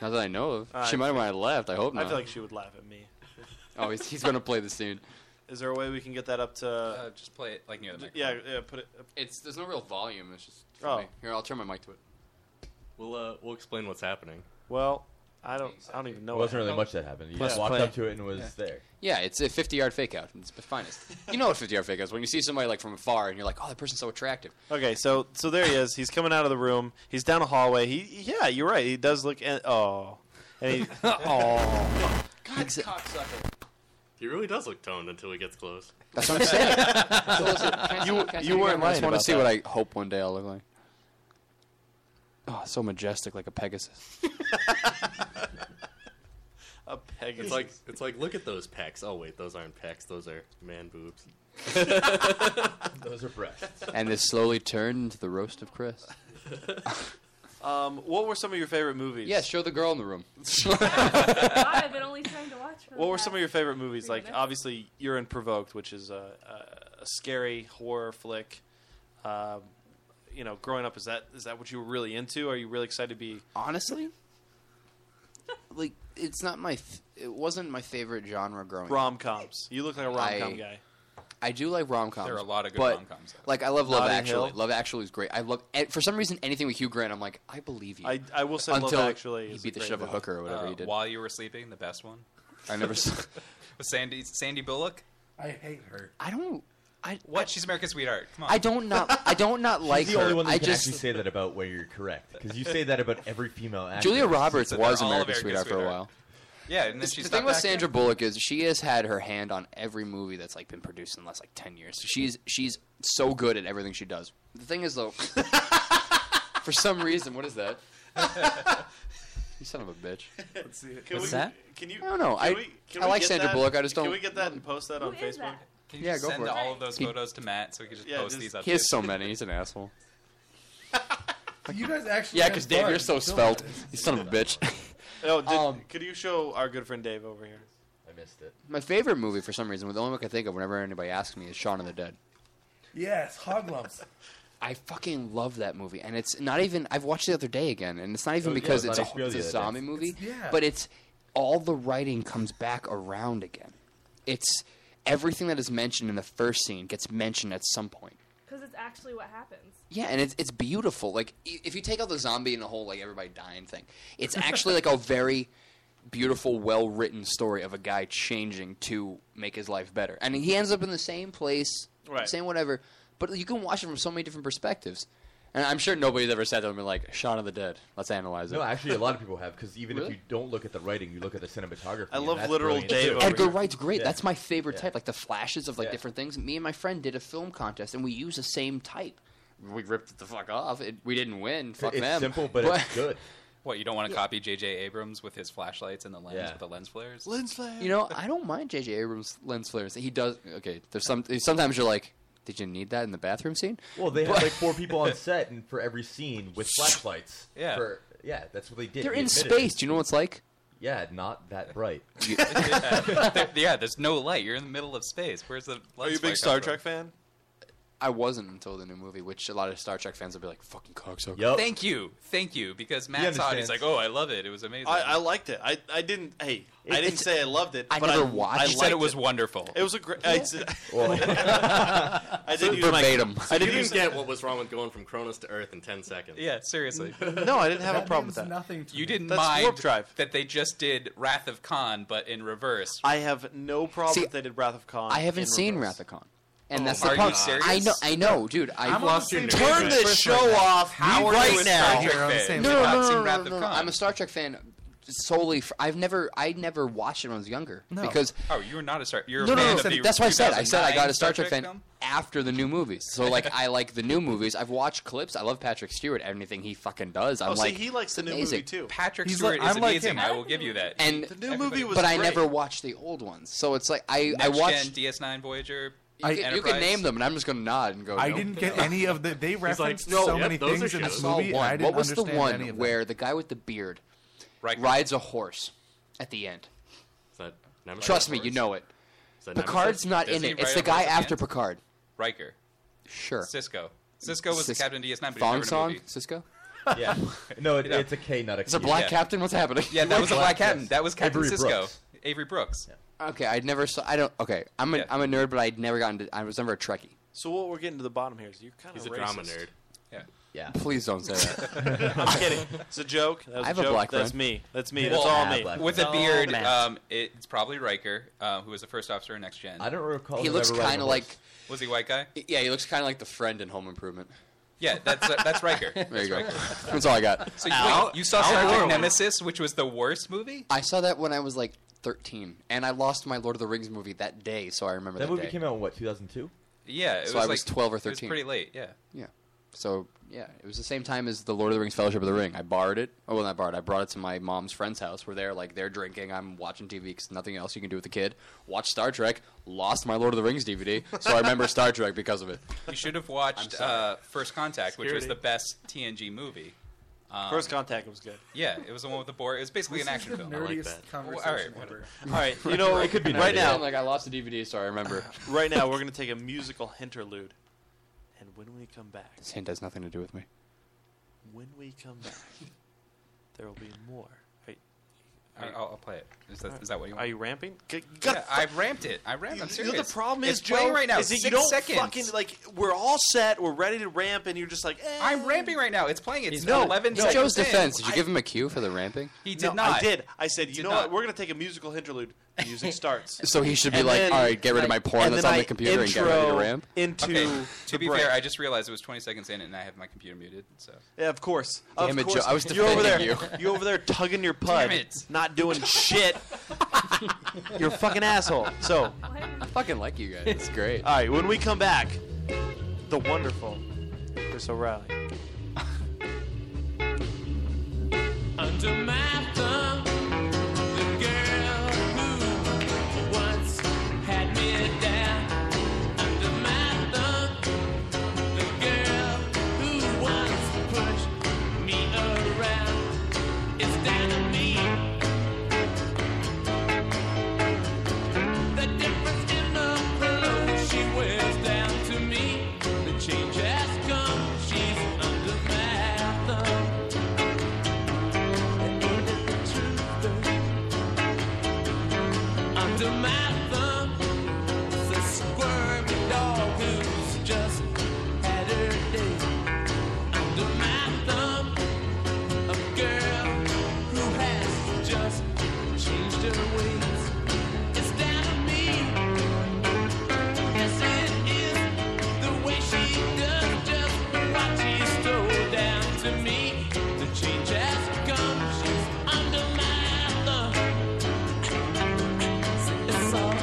Not that I know of.
Uh,
she might have when I left. I hope
I
not.
feel like she would laugh at me.
oh, he's, he's going to play the scene.
Is there a way we can get that up to? Uh,
just play it like near the
Yeah, yeah. Put it. Up.
It's there's no real volume. It's just.
Oh.
Here, I'll turn my mic to it.
We'll uh, we'll explain what's happening.
Well, I don't. I don't even know.
There wasn't really much that happened. You
Plus
just walked
play.
up to it and was there.
Yeah, it's a 50 yard fake out. It's the finest. you know what 50 yard fake out is when you see somebody like from afar and you're like, oh, that person's so attractive.
Okay, so so there he is. He's coming out of the room. He's down a hallway. He yeah, you're right. He does look. And, oh, and he, oh.
God,
cocksucker. He really does look toned until he gets close.
That's what I'm saying. So listen, can I-
You-
can I-
you weren't
I just want
lying
to
about
see
that.
what I hope one day I'll look like. Oh, so majestic, like a Pegasus.
a
It's like it's like look at those pecs. Oh wait, those aren't pecs. Those are man boobs.
those are breasts.
and this slowly turned into the roast of Chris.
Um, what were some of your favorite movies?
Yeah, show the girl in the room.
I've
been only trying to watch for the
What were
past
some of your favorite movies?
three
Like,
minutes.
obviously, you're in Provoked, which is a, a, a scary horror flick. Um, you know, growing up, is that is that what you were really into? Are you really excited to be?
Honestly, like it's not my th- it wasn't my favorite genre growing
Rom coms. You look like a rom com
I-
guy.
I do like rom coms.
There are a lot of good rom-coms, though.
Like I love Love
Notting
Actually.
Hill.
Love Actually is great. I love and for some reason anything with Hugh Grant. I'm like I believe you.
I- I will say Love
until
Actually
he
is a
beat the
great
shit out of a
movie.
hooker or whatever
Uh,
he did.
While you were sleeping, the best one.
I never saw-
Was Sandy Sandy Bullock?
I hate her.
I don't. I,
what? She's America's sweetheart. Come on.
I don't not I don't not like
She's the
her.
only one that
I
can
just
actually say that about where you're correct because you say that about every female actress.
Julia Roberts
They're
was
all
America's
America's
sweetheart, for a while.
Yeah, and then
It's-
she
the
stopped
thing with
acting.
Sandra Bullock is she has had her hand on every movie that's like been produced in the last like ten years. So she's she's so good at everything she does. The thing is though, for some reason, what is that? you son of a bitch.
Let's see it.
What's that?
Can you?
I don't know.
Can
I-
we, can
I
we
like
get
Sandra
that-
Bullock, I just
Can
don't-
we get that and post that on Facebook?
Can you
Yeah,
just
go
send
for it.
all of those
He-
photos to Matt so we can just
Yeah,
post
just-
these up?
He has so many. He's an asshole.
You guys actually.
Yeah,
had
because Dave,
fun.
you're so
Don't-
svelte. You son of a bitch. Um,
No, Oh, did, could you show our good friend Dave over here?
I missed it.
My favorite movie, for some reason, the only one I can think of whenever anybody asks me, is Shaun of the Dead.
Yes, hog lumps.
I fucking love that movie, and it's not even. I've watched it the other day again, and it's not even
Oh, yeah,
because
it was
it's, a,
on HBO
it's a
the other day.
zombie movie,
It's- yeah.
but it's all the writing comes back around again. It's everything that is mentioned in the first scene gets mentioned at some point.
Because it's actually what happens.
Yeah, and it's it's beautiful. Like i- if you take out the zombie and the whole like everybody dying thing, it's actually like a very beautiful, well written story of a guy changing to make his life better, and he ends up in the same place,
Right.
same whatever. But you can watch it from so many different perspectives, and I'm sure nobody's ever sat there and been like, "Shaun of the Dead." Let's analyze it.
No, actually, a lot of people have because even
Really?
if you don't look at the writing, you look at the cinematography.
I
and
love
that's
literal
brilliant,
Dave.
too.
Edgar Wright's great.
Yeah.
That's my favorite
Yeah.
type, like the flashes of like different things. Me and my friend did a film contest, and we used the same type. We ripped it the fuck off. It, we didn't win. Fuck
It's
them.
simple, but it's
good.
What, you don't want to
Yeah.
copy J.J. Abrams with his flashlights and the lens
Yeah.
with the lens flares?
You know, I don't mind J.J. Abrams lens flares. He does. Okay, there's some. Sometimes you're like, did you need that in the bathroom scene?
Well, they had
But-
like four people on set, and for every scene with flashlights.
Yeah.
for- yeah, that's what they did.
They're
He
in
admitted it.
space. Do you know what it's like?
Yeah, not that bright.
yeah, there- yeah, there's no light. You're in the middle of space. Where's the?
Are you a big Star Trek fan?
I wasn't until the new movie, which a lot of Star Trek fans will be like, fucking cocksucker.
Thank you, thank you, because Matt saw it. He's like,
understands.
"Oh, I love it. It was amazing."
I, I liked it. I, I didn't. Hey, I didn't
It's-
say I loved it.
I
but
never
I,
watched
I
it. You said
liked
it was wonderful.
It was a great. I,
Yeah.
said-
Well-
I did use my- I didn't
you
use
didn't get what was wrong with going from Cronus to Earth in ten seconds.
Yeah, seriously.
No, I didn't have a problem with that.
you didn't
That's
mind
warp drive.
that they just did Wrath of Khan, but in reverse.
I have no problem that they did Wrath of Khan.
I haven't
in
seen
reverse.
Wrath of Khan. And
Oh
that's
my
the part.
God.
I know, I know, dude. I
I'm on the same page
Turn
with
this
Chris
show
right now.
off
We are
right
with
now.
Star Trek You're on the fans. same
No,
page.
no,
I've
no,
seen
no,
Wrath
no,
of
no, no.
Khan.
I'm a Star Trek fan solely. For, I've never, I never watched it when I was younger
No.
because
oh, you're not a Star. You're
no,
a fan
no,
of
no.
the
That's why I said I said I got
2009
a Star Trek fan
film?
after the new movies. So like I like the new movies. I've watched clips. I love Patrick Stewart. Everything he fucking does. I'm
Oh, see,
like
he likes the
it's
new movie,
amazing.
too. Patrick He's Stewart like- is I'm like amazing. him. I will give you that.
And
The new movie was
but I
great.
never watched the old ones. So it's like I
Next
I watched.
Gen, DS9, Voyager.
you, can, you can
Enterprise.
name them, and I'm just gonna nod and go.
I
nope.
didn't get any of the. They referenced
no,
so many things in
I
this
saw
movie. and
one.
I didn't
what was the
understand
one
any of them.
where the guy with the beard
Riker.
rides a horse at the end?
Is that Nemesis?
Trust me, you know it.
Is that
Picard's
Nemesis?
not
Does
in
he
it. It's
ride
the
a horse
guy
at the
after
end?
Picard.
Riker.
Sure.
Cisco. Cisco was
Cis-
the captain of DS9, but he was never in
Thong
a
song,
movie.
Cisco.
Yeah. No, it, it's a K, not a Q.
It's a black captain. What's happening?
Yeah, that was a black captain.
yes.
That was Captain
Avery
Cisco.
Brooks.
Avery Brooks.
Okay, I'd never saw. I don't. Okay, I'm a am a nerd, but I'd never gotten. to I was never a Trekkie.
So what we're getting to the bottom here is you're kind of
He's a drama nerd.
Yeah.
Yeah.
Please don't say that.
I'm kidding. It's a joke. That was
I have
a
a
joke.
black
That's
friend.
me. That's me. That's all me.
With a
All
beard,
Matt.
uh,
um, it's probably Riker, uh, who was the first officer in Next Gen.
I don't recall.
He looks kind of like.
Was he white guy?
Yeah, he looks kind of like the friend in Home Improvement.
Yeah, that's uh, that's Riker.
There you go.
Riker.
That's all I got.
So you, wait, you saw Star Trek Nemesis, which was the worst movie.
I saw that when I was like 13, and I lost my Lord of the Rings movie that day, so I remember that,
That movie
day.
came out in what 2002?
Yeah, it
so
was
I was
like-
12 or
it was
13.
pretty late, yeah.
Yeah. So yeah, it was the same time as the Lord of the Rings Fellowship of the Ring. I borrowed it. Oh, well, not borrowed. I brought it to my mom's friend's house. We're there, like they're drinking. I'm watching TV because nothing else you can do with a kid. Watch Star Trek. Lost my Lord of the Rings DVD, so I remember Star Trek because of it.
You should have watched uh, First Contact, which was
Security.
the best TNG movie. Um,
First Contact was good.
Yeah, it was the one with the board. It was basically
This
an
is
action
the
film.
nerdiest I like
that.
conversation
all right,
ever.
whatever.
All right, you know,
I could be
right
nerdy.
now-
I'm like I lost the DVD, so I remember.
Right now, we're going to take a musical interlude. And when we come back,
This hint has nothing to do with me.
when we come back, there will be more. Right.
All right, I'll, I'll play it. Is that, is that what you want?
Are you ramping? G-
Yeah, I ramped it. I ramped. I'm
You know,
serious.
the problem is,
it's playing
Joe,
right now.
is that
six
you don't
seconds.
fucking like. We're all set. We're ready to ramp, and you're just like, eh.
I'm ramping right now. It's playing. It's
No,
11
no.
In
seconds.
Joe's
in.
defense, did you
I-
give him a cue for the ramping?
He
no,
did not.
I did. I said, you
Did
know
not.
what? We're going to take a musical interlude. music starts.
So he should be like, "All right, get rid of my porn that's on the computer and get rid of the ramp."
Into
Okay,
the
to be
break.
fair, I just realized it was 20 seconds in, and I have my computer muted. So
Yeah, of course.
Damn
of
it, Joe,
course.
I was
You're over there.
defending you.
are over there tugging your pud,
Damn it.
not doing shit. You're a fucking asshole. So,
I fucking like you guys. It's great.
all right, when we come back, the wonderful Chris O'Reilly.
Under my thumb, the girl who once had me down. Under my thumb, the girl who once pushed me around. It's down to me. The difference in the pillow she wears down to me. The change has come. She's under my thumb. Under my thumb is a squirmy dog who's just had her day. Under my thumb, a girl who has just changed her ways. It's down to me. Yes, it is the way she does just what she stole down to me. The change has come. She's under my thumb. It's all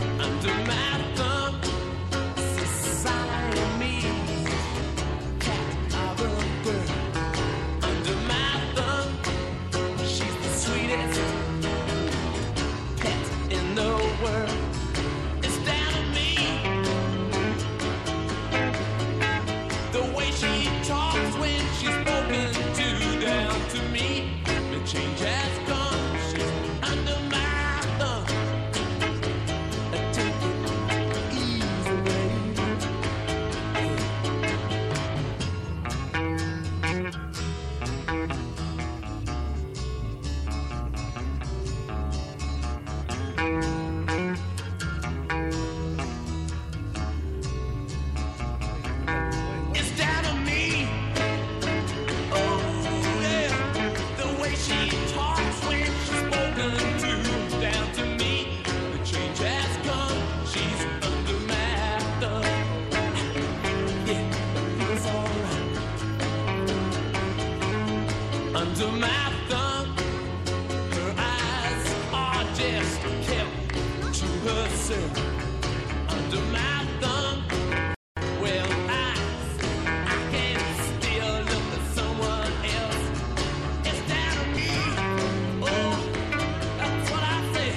under my thumb. Siamese cat of a girl. Under my thumb, she's the sweetest pet in the world. It's down to me. The way she talks when she's spoken to, down to me. The change has come. She's under my thumb. Take it easy, baby. It's down to me. Oh yeah, the way she talks when she's spoken to. Down to me, the change has come. She's under my thumb. Yeah, it's alright. Under my thumb, her eyes are just kept to herself. Under my thumb, well I. I can still look at someone else. It's down to me. Oh, that's what I say.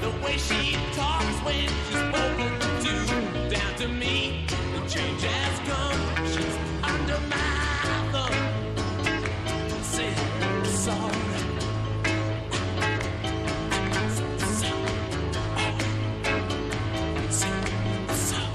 The way she talks when she's spoken to, down to me. The change has come. She's under my thumb. Say it's alright. Say it's alright.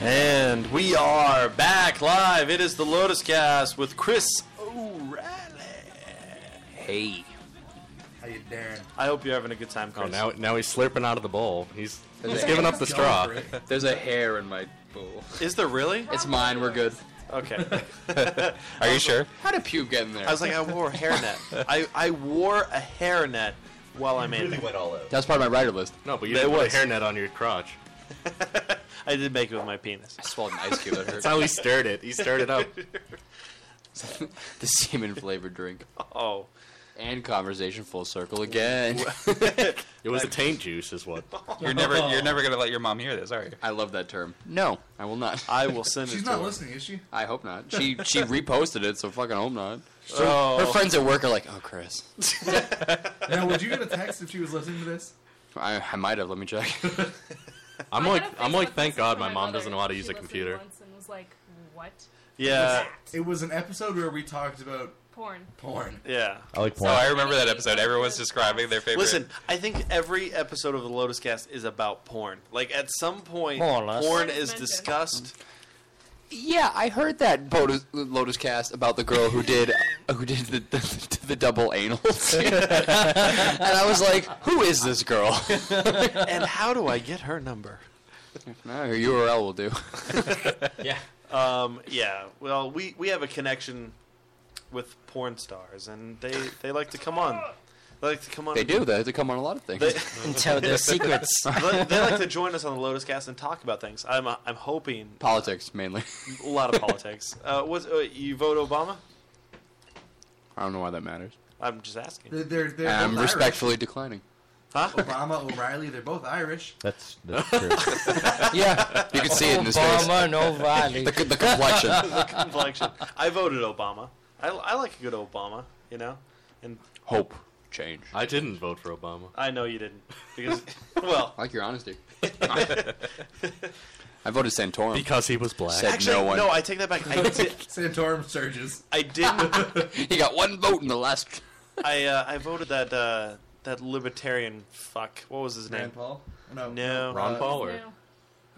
And we are back live. It is the Lotus Cast with Chris. Hey.
How you doing?
I hope you're having a good time,
Oh,
Chris.
now now he's slurping out of the bowl. He's
There's
he's
a-
giving up the
Go
straw.
for it.
There's a hair in my bowl.
Is there really?
It's mine. We're good.
Okay.
Are you sure? How did pube get in there?
I was like, I wore a hairnet. I, I wore a hairnet while I made
really
it.
went
all
That was part of my writer list.
No, but you
It
didn't put a
was.
hairnet on your crotch.
I did make it with my penis. I
swallowed an ice cube. That hurt.
That's how he stirred it. He stirred it up.
the semen flavored drink.
Oh.
And conversation full circle again.
it was a taint juice, is what.
You're never you're never gonna let your mom hear this, are you?
I love that term. No, I will not.
I will send
it
She's not listening, is she?
I hope not. She she reposted it, so fucking hope not.
So-
Her friends at work are like, "Oh, Chris."
now, would you get a text if she was listening to this?
I, I might have. Let me check.
I'm like I'm like thank God my, mom
mother,
doesn't know how to
she
use a
listened
computer.
Once and was like, "What?
Uh,
It was, it was an episode where we talked about
Porn.
porn.
Yeah.
I like
Oh, I remember that episode. Everyone's describing their favorite.
Listen, I think every episode of the Lotus Cast is about porn. Like at some point,
More or less.
porn
It's
is
mentioned.
discussed.
Yeah, I heard that Lotus, Lotus cast about the girl who did who did the the, the double anal, and I was like, "Who is this girl?"
and how do I get her number?
Now her URL will do.
yeah. Um, yeah. Well, we, we have a connection with porn stars, and they, they like to come on. They like to come on.
They do. They have to come on a lot of things.
they, they like to join us on the Lotus Cast and talk about things. I'm uh, I'm hoping
Politics mainly.
a lot of politics. Uh, was uh, you vote Obama?
I don't know why that matters.
I'm just asking.
They're, they're, they're
I'm
both Irish.
respectfully declining.
Huh?
Obama, O'Reilly, they're both Irish.
That's that's true.
yeah, you can see it in his face.
Obama and O'Reilly.
The, the complexion.
the complexion. I voted Obama. I, I like a good Obama, you know? And
Hope. Change.
I didn't vote for Obama.
I know you didn't. Because, well.
I like your honesty. I voted Santorum
because he was black.
Said
Uh, Actually,
no one.
no, I take that back. I did.
Santorum surges.
I didn't.
he got one vote in the last.
I uh, I voted that uh, that libertarian fuck. What was his name?
Rand Paul? No.
No.
Ron Uh, Paul or-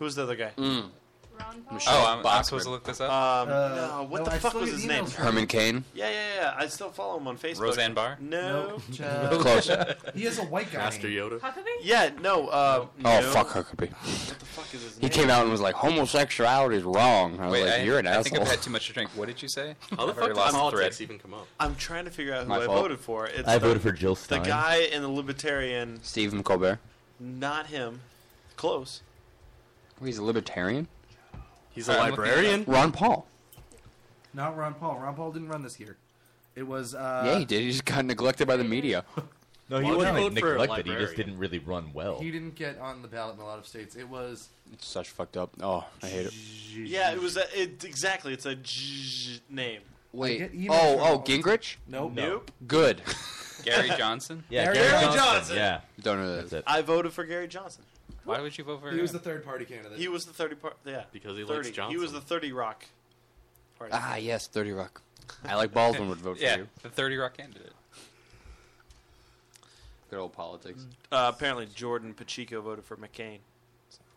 who's the other guy?
Hmm. Mm.
Ron
Paul?
Oh, I'm- I'm supposed to look this up?
Um,
Uh,
no, what
no,
the
I
fuck
still
was
get
his name?
emails from Herman him. Cain?
Yeah, yeah, yeah. I still follow him on Facebook.
Roseanne Barr?
No.
Nope. Close. He is a white guy. Master
Yoda.
Yeah. No. Uh,
Oh
no.
fuck, Huckabee.
What the fuck is his
He came out and was like, "Homosexuality is wrong." I was
Wait,
like,
I,
"You're an
I
asshole."
think I've had too much to drink. What did you say?
How the
I've
fuck
already
did
lost the
politics
thread.
even come up?
I'm trying to figure out who
My
I
fault.
voted for. It's
I
the-
voted for Jill
The
Stein.
guy in the Libertarian.
Stephen Colbert.
Not him. Close.
Oh, he's a libertarian.
He's
a I'm looking librarian? it up.
Ron Paul.
Not Ron Paul. Ron Paul didn't run this year. It was. Uh,
yeah, he did. He just got neglected by the media.
No, he wasn't like, neglected. He just didn't really run well.
He didn't get on the ballot in a lot of states. It was
It's such fucked up. Oh, I hate it.
Yeah, it was. A, it exactly. It's a G name.
Wait.
get emails
Oh,
from all
oh,
the-
Gingrich.
Nope. Nope.
Good.
Gary Johnson?
Yeah, Gary Gary Johnson, Johnson. yeah.
Don't know that.
I voted for Gary Johnson.
Why would you vote for
He was
him?
the third party candidate.
He was the thirty part. Yeah,
Because he
30.
likes
He was
Johnson.
the thirty Rock. Party.
Ah, yes, Thirty Rock. Alec Baldwin would vote
yeah,
for you.
the 30 Rock candidate.
Good old politics.
Uh, apparently, Jordan Pacheco voted for McCain.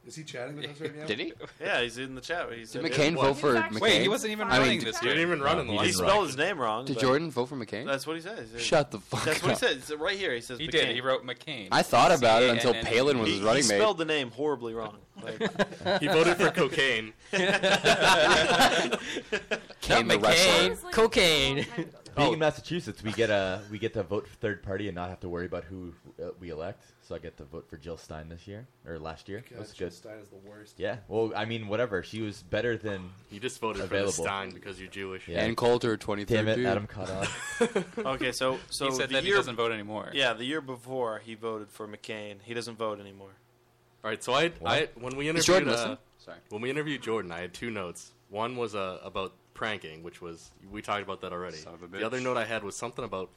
Is he chatting with us right now?
Did he?
Yeah, he's in the chat. He's
Did McCain vote for McCain?
Wait, he wasn't even
I mean,
running this year. He didn't even run in the last- He spelled his name wrong,
Did
but-
Jordan vote for McCain?
That's what he says.
Shut the fuck
That's what he
up.
says. It's right here. He says
He
McCain.
did. He wrote McCain.
I thought about it until
C-A-N-N.
Palin was
He-
his running
he
mate.
spelled the name horribly wrong. Like-
He voted for cocaine.
Came the
McCain,
wrestler.
cocaine.
Being in Massachusetts, we get a we get to vote for third party and not have to worry about who uh, we elect. So I get to vote for Jill Stein this year or last year.
God,
That was
Jill
good.
Stein is the worst.
Yeah. Well, I mean, whatever. She was better than
You just voted for the
available.
Stein because you're Jewish.
Yeah.
And Coulter, 23rd
Damn it,
dude.
Adam cut off.
okay, so so
He said
the
that he
year-
doesn't vote anymore.
Yeah, the year before he voted for McCain. He doesn't vote anymore.
All right, so I, I when we interviewed
Is Jordan
uh,
listening?
sorry when we interviewed Jordan, I had two notes. One was uh, about pranking, which was we talked about that already.
Son of a bitch.
The other note I had was something about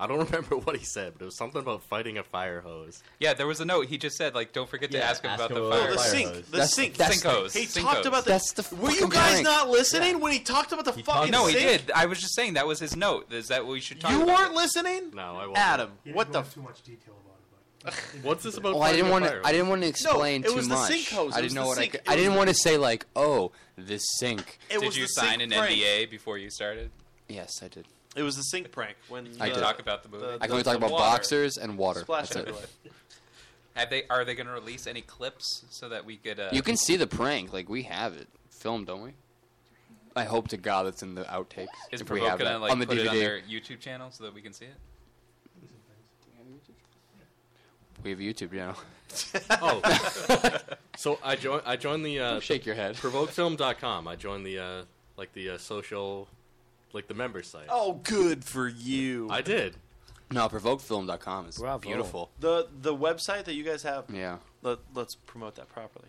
I don't remember what he said, but it was something about fighting a fire hose.
Yeah, there was a note. He just said, like, don't forget to
Yeah,
ask him
ask
about
him
the
about
fire.
the Fire
sink,
hose.
the
That's-
sink,
that's-
Sink hose.
He
Sink
talked
hose.
about the.
That's the
Were you
fucking
guys
prank.
not listening when he talked about the fucking?
No, he
sink?
did. I was just saying that was his note. Is that what we should talk
You
about?
weren't listening?
No, I
Adam, what the?
Too much detail about
What's this about?
Well, I didn't want to.
Project Fire?
I didn't want to explain
no, it
too
was
much.
The sink hose.
I
It
didn't
was
know
the
what
sink.
I. Could, I
It
didn't
was-
want to say like, oh, this sink.
Did you sign an NDA before you started?
Yes, I did.
It was the sink prank when
I
the-
did.
Talk about the movie.
I can only talk about
water.
boxers and water.
Splash
That's it.
everywhere. Have they? Are they going to release any clips so that we could? Uh,
You can see the prank. Like we have it filmed, don't we? I hope to God that's in the outtakes.
Is
if we have
Provoke going to
that.
like
on the
put
DVD,
it on their YouTube channel so that we can see it?
we have YouTube now.
oh, so I joined. I joined the. Uh,
Don't shake your head.
Provokefilm.com. I joined the uh, like the uh, social, like the member site.
Oh, good for you.
I did.
No, provokefilm.com is beautiful.
The the website that you guys have.
Yeah.
Let, let's promote that properly.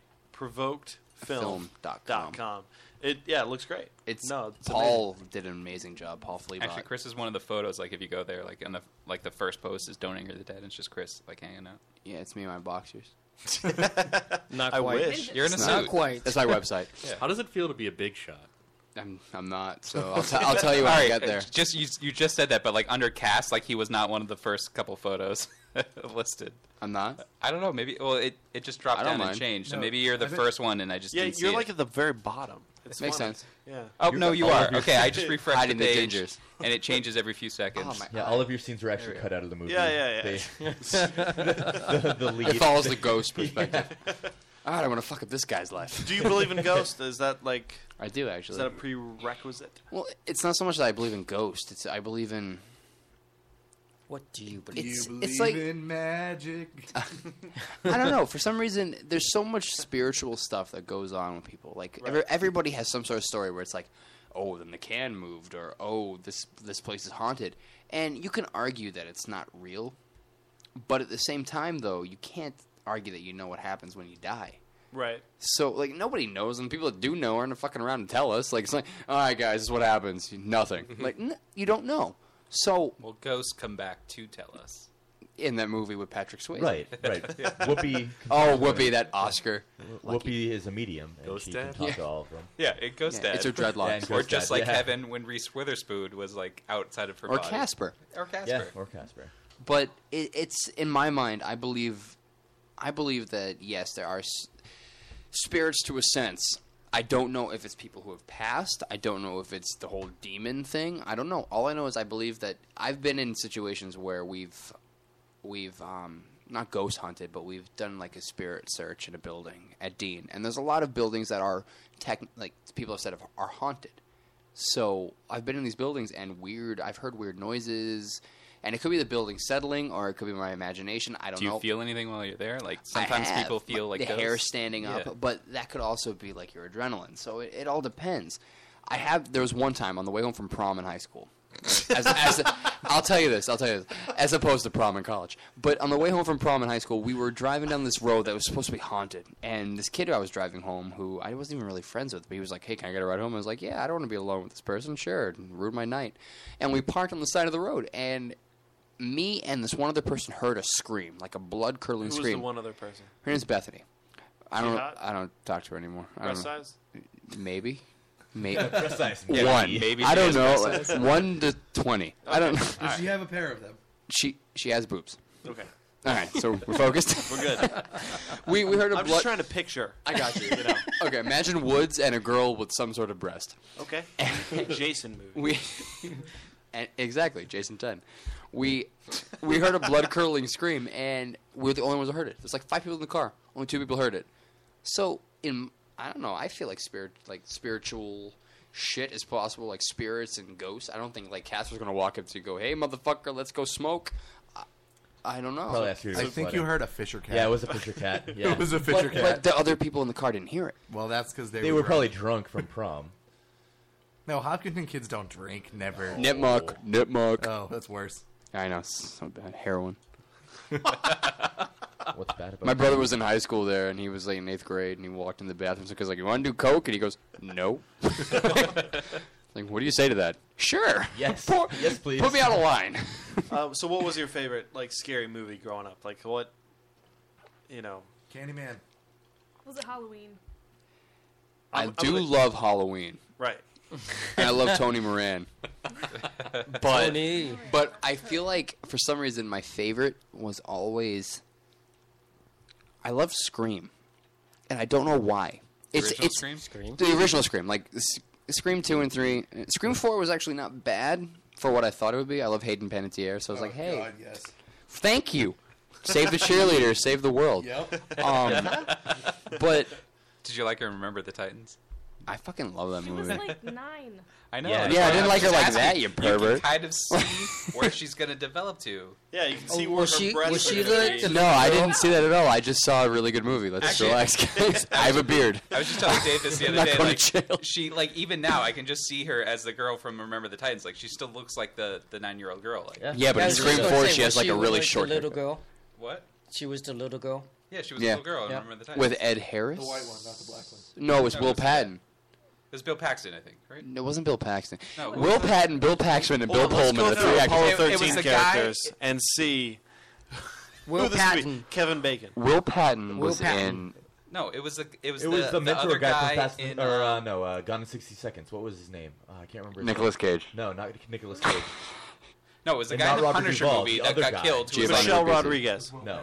Film dot
Provokedfilm.com. It yeah, it looks great.
It's
no, it's
Paul did an amazing job. Paul Fleabot.
Actually, Chris is one of the photos. Like if you go there, like in the like the first post is "Don't Anger the Dead," and it's just Chris like hanging out.
Yeah, it's me and my boxers.
Not I quite. wish. You're in a
It's not
suit.
quite. That's my website.
How does it feel to be a big shot?
I'm I'm not. So I'll, t- I'll tell you when
All
I
right,
get there.
uh, Just you, you just said that, but like under cast, like he was not one of the first couple photos listed.
I'm not.
I don't know. Maybe well, it, it just dropped
I don't
down and
mind.
changed. So
No,
maybe you're the
I think-
first one, and I just
yeah,
didn't see
you're
it.
like at the very bottom. It's
Makes
funny.
sense.
Yeah.
Oh no, you
all
are.
of your-
Okay, I just refreshed
Hiding
the
the Oh,
page,
gingers.
and it changes every few seconds.
Yeah, all of your scenes were actually
Oh, There we
cut out of the movie.
Yeah, yeah,
They-
yeah.
the, the
It
lead.
follows the ghost perspective. All right, I want to fuck up this guy's life.
Do you believe in ghosts? Is that like?
I do
Is
actually.
that a prerequisite?
Well, it's not so much that I believe in ghosts. It's I believe in. What do you
Do
It's,
you believe
it's like
in magic?
I don't know. For some reason, there's so much spiritual stuff that goes on with people. Like every, everybody has some sort of story where it's like, oh, then the can moved, or oh, this this place is haunted, and you can argue that it's not real, but at the same time, though, you can't argue that you know what happens when you die.
Right.
So like nobody knows, and people that do know aren't fucking around and tell us. Like it's like, all right, guys, this is what happens. Nothing. like n- you don't know. So
Well, ghosts come back to tell us.
in that movie with Patrick Swayze,
Right, right. Whoopi.
Oh, Whoopi, that Oscar.
Whoopi is a medium. And
Ghost
she
dad?
Can talk
Yeah.
to all of them.
Yeah, it goes
Yeah,
dead.
it's her dreadlocks. Yeah, it
or
goes
just
dead,
like
yeah.
Heaven when Reese Witherspoon was like outside of her
Or
body.
Casper.
Or Casper.
Yeah, or Casper.
but it, it's in my mind i believe i believe that yes there are s- spirits to a sense i don't know if it's people who have passed i don't know if it's the whole demon thing i don't know all i know is i believe that i've been in situations where we've we've um not ghost hunted but we've done like a spirit search in a building at dean and there's a lot of buildings that are tech like people have said of- are haunted so I've been in these buildings and weird. I've heard weird noises, and it could be the building settling, or it could be my imagination. I don't
Do you
know.
feel anything while you're there? Like
I
sometimes
have,
people feel like
the hair
ghosts.
standing
Yeah.
up, but that could also be like your adrenaline. So it, it all depends. I have there was one time on the way home from prom in high school. As, as, I'll tell you this. I'll tell you this. As opposed to prom in college, but on the way home from prom in high school, we were driving down this road that was supposed to be haunted, and this kid who I was driving home, who I wasn't even really friends with, but he was like, "Hey, can I get a ride home?" I was like, "Yeah, I don't want to be alone with this person. Sure, it'd ruin my night." And we parked on the side of the road, and me and this one other person heard a scream, like a blood
Who
curdling
was
scream.
the one other person?
Her name's Bethany. I
She
don't.
hot?
I don't talk to her anymore. I
Breast
don't know.
size?
Maybe. Maybe.
Breast size.
Yeah,
One.
maybe
I
she has
don't know.
breast size.
One to twenty. I don't.
Does
know.
she have a pair of them?
She she has boobs.
Okay.
All right, so we're focused.
We're good.
we we heard a
I'm
blood.
just trying to picture.
I got you.
you know.
Okay, imagine woods and a girl with some sort of breast.
Okay. Jason movie.
We and exactly Jason Ten. We we heard a blood curdling scream, and we're the only ones who heard it. There's like five people in the car. Only two people heard it. So in I don't know. I feel like spirit like spiritual shit is possible, like spirits and ghosts. I don't think like Casper's gonna walk up to you and go, "Hey, motherfucker, let's go smoke." I, I don't know.
Probably ask you to
I think you heard a Fisher cat.
Yeah, it was a Fisher cat. Yeah.
it was a Fisher
but,
cat.
But the other people in the car didn't hear it.
Well, that's because they,
They were probably drunk from prom.
No, Hopkinton kids don't drink. Never.
Nipmuck, nipmuck.
Oh, that's worse.
I know, so bad. Heroin.
What's bad about
My brother was in high school there, and he was like in eighth grade, and he walked in the bathroom. So, because like, you want to do coke? And he goes, no. like, what do you say to that? Sure.
Yes.
Pour-
yes, please.
Put me out of line.
um, so, what was your favorite like scary movie growing up? Like what? You know,
Candyman.
Was it Halloween?
I
I'm- I'm
do
a-
love Halloween.
Right.
and I love Tony Moran. But but I feel like for some reason my favorite was always I love Scream, and I don't know why.
The
It's
original
it's
Scream? Scream?
the original Scream, like S- Scream two and three. Scream four was actually not bad for what I thought it would be. I love Hayden Panettiere, so I was like, hey,
God, yes.
thank you, save the cheerleader, save the world.
Yep.
Um, but
Did you like her? in Remember the Titans?
I fucking love that
She
movie.
was,
like nine.
I know.
Yeah,
that's
yeah, I
why
didn't
I'm
like her
just
like
asking.
that, you
You can
pervert.
kind of see where she's going to develop to.
Yeah, you can see
Oh,
where her breasts are gonna be.
No, I didn't see that at all. I just saw a really good movie. Let's
Actually-
relax, guys. I have a beard.
I was just telling Dave this the
I'm
other
not
day.
going
Like
to jail.
she, like even now, I can just see her as the girl from Remember the Titans. Like she still looks like the the nine year old girl. Like
Yeah, but in Scream Four, she has like a really short.
little
haircut.
girl.
What?
She was the little girl.
Yeah, she
was a Yeah. little girl in
Yeah.
Remember the Titans.
With Ed Harris.
The white one, not the black one.
No, it was
No,
Will
it's-
Patton.
it was Bill Paxton, I think. Right?
No, it wasn't Bill Paxton.
No, who
Will
was it?
Patton, Bill Paxman, and Bill
Hold on, let's
Pullman.
go
The
through
three
Apollo
actors.
13 characters and see
Will
who this would be. Kevin Bacon.
Will Patton
Will
was
Patton.
in.
No, it was the it was
it
the,
was the, mentor
other
guy,
guy,
from Fast and-
in
or
uh,
uh, no, uh, Gone in 60 Seconds. What was his name? Uh, I can't remember. his
Nicolas
name.
Cage.
No, not Nicolas Cage.
no, it was the
And
guy
not
in the
Robert
Punisher
Duvall,
movie
the
that
other
got
guy.
killed. who was
Giovanni Michelle
like-
Rodriguez.
No.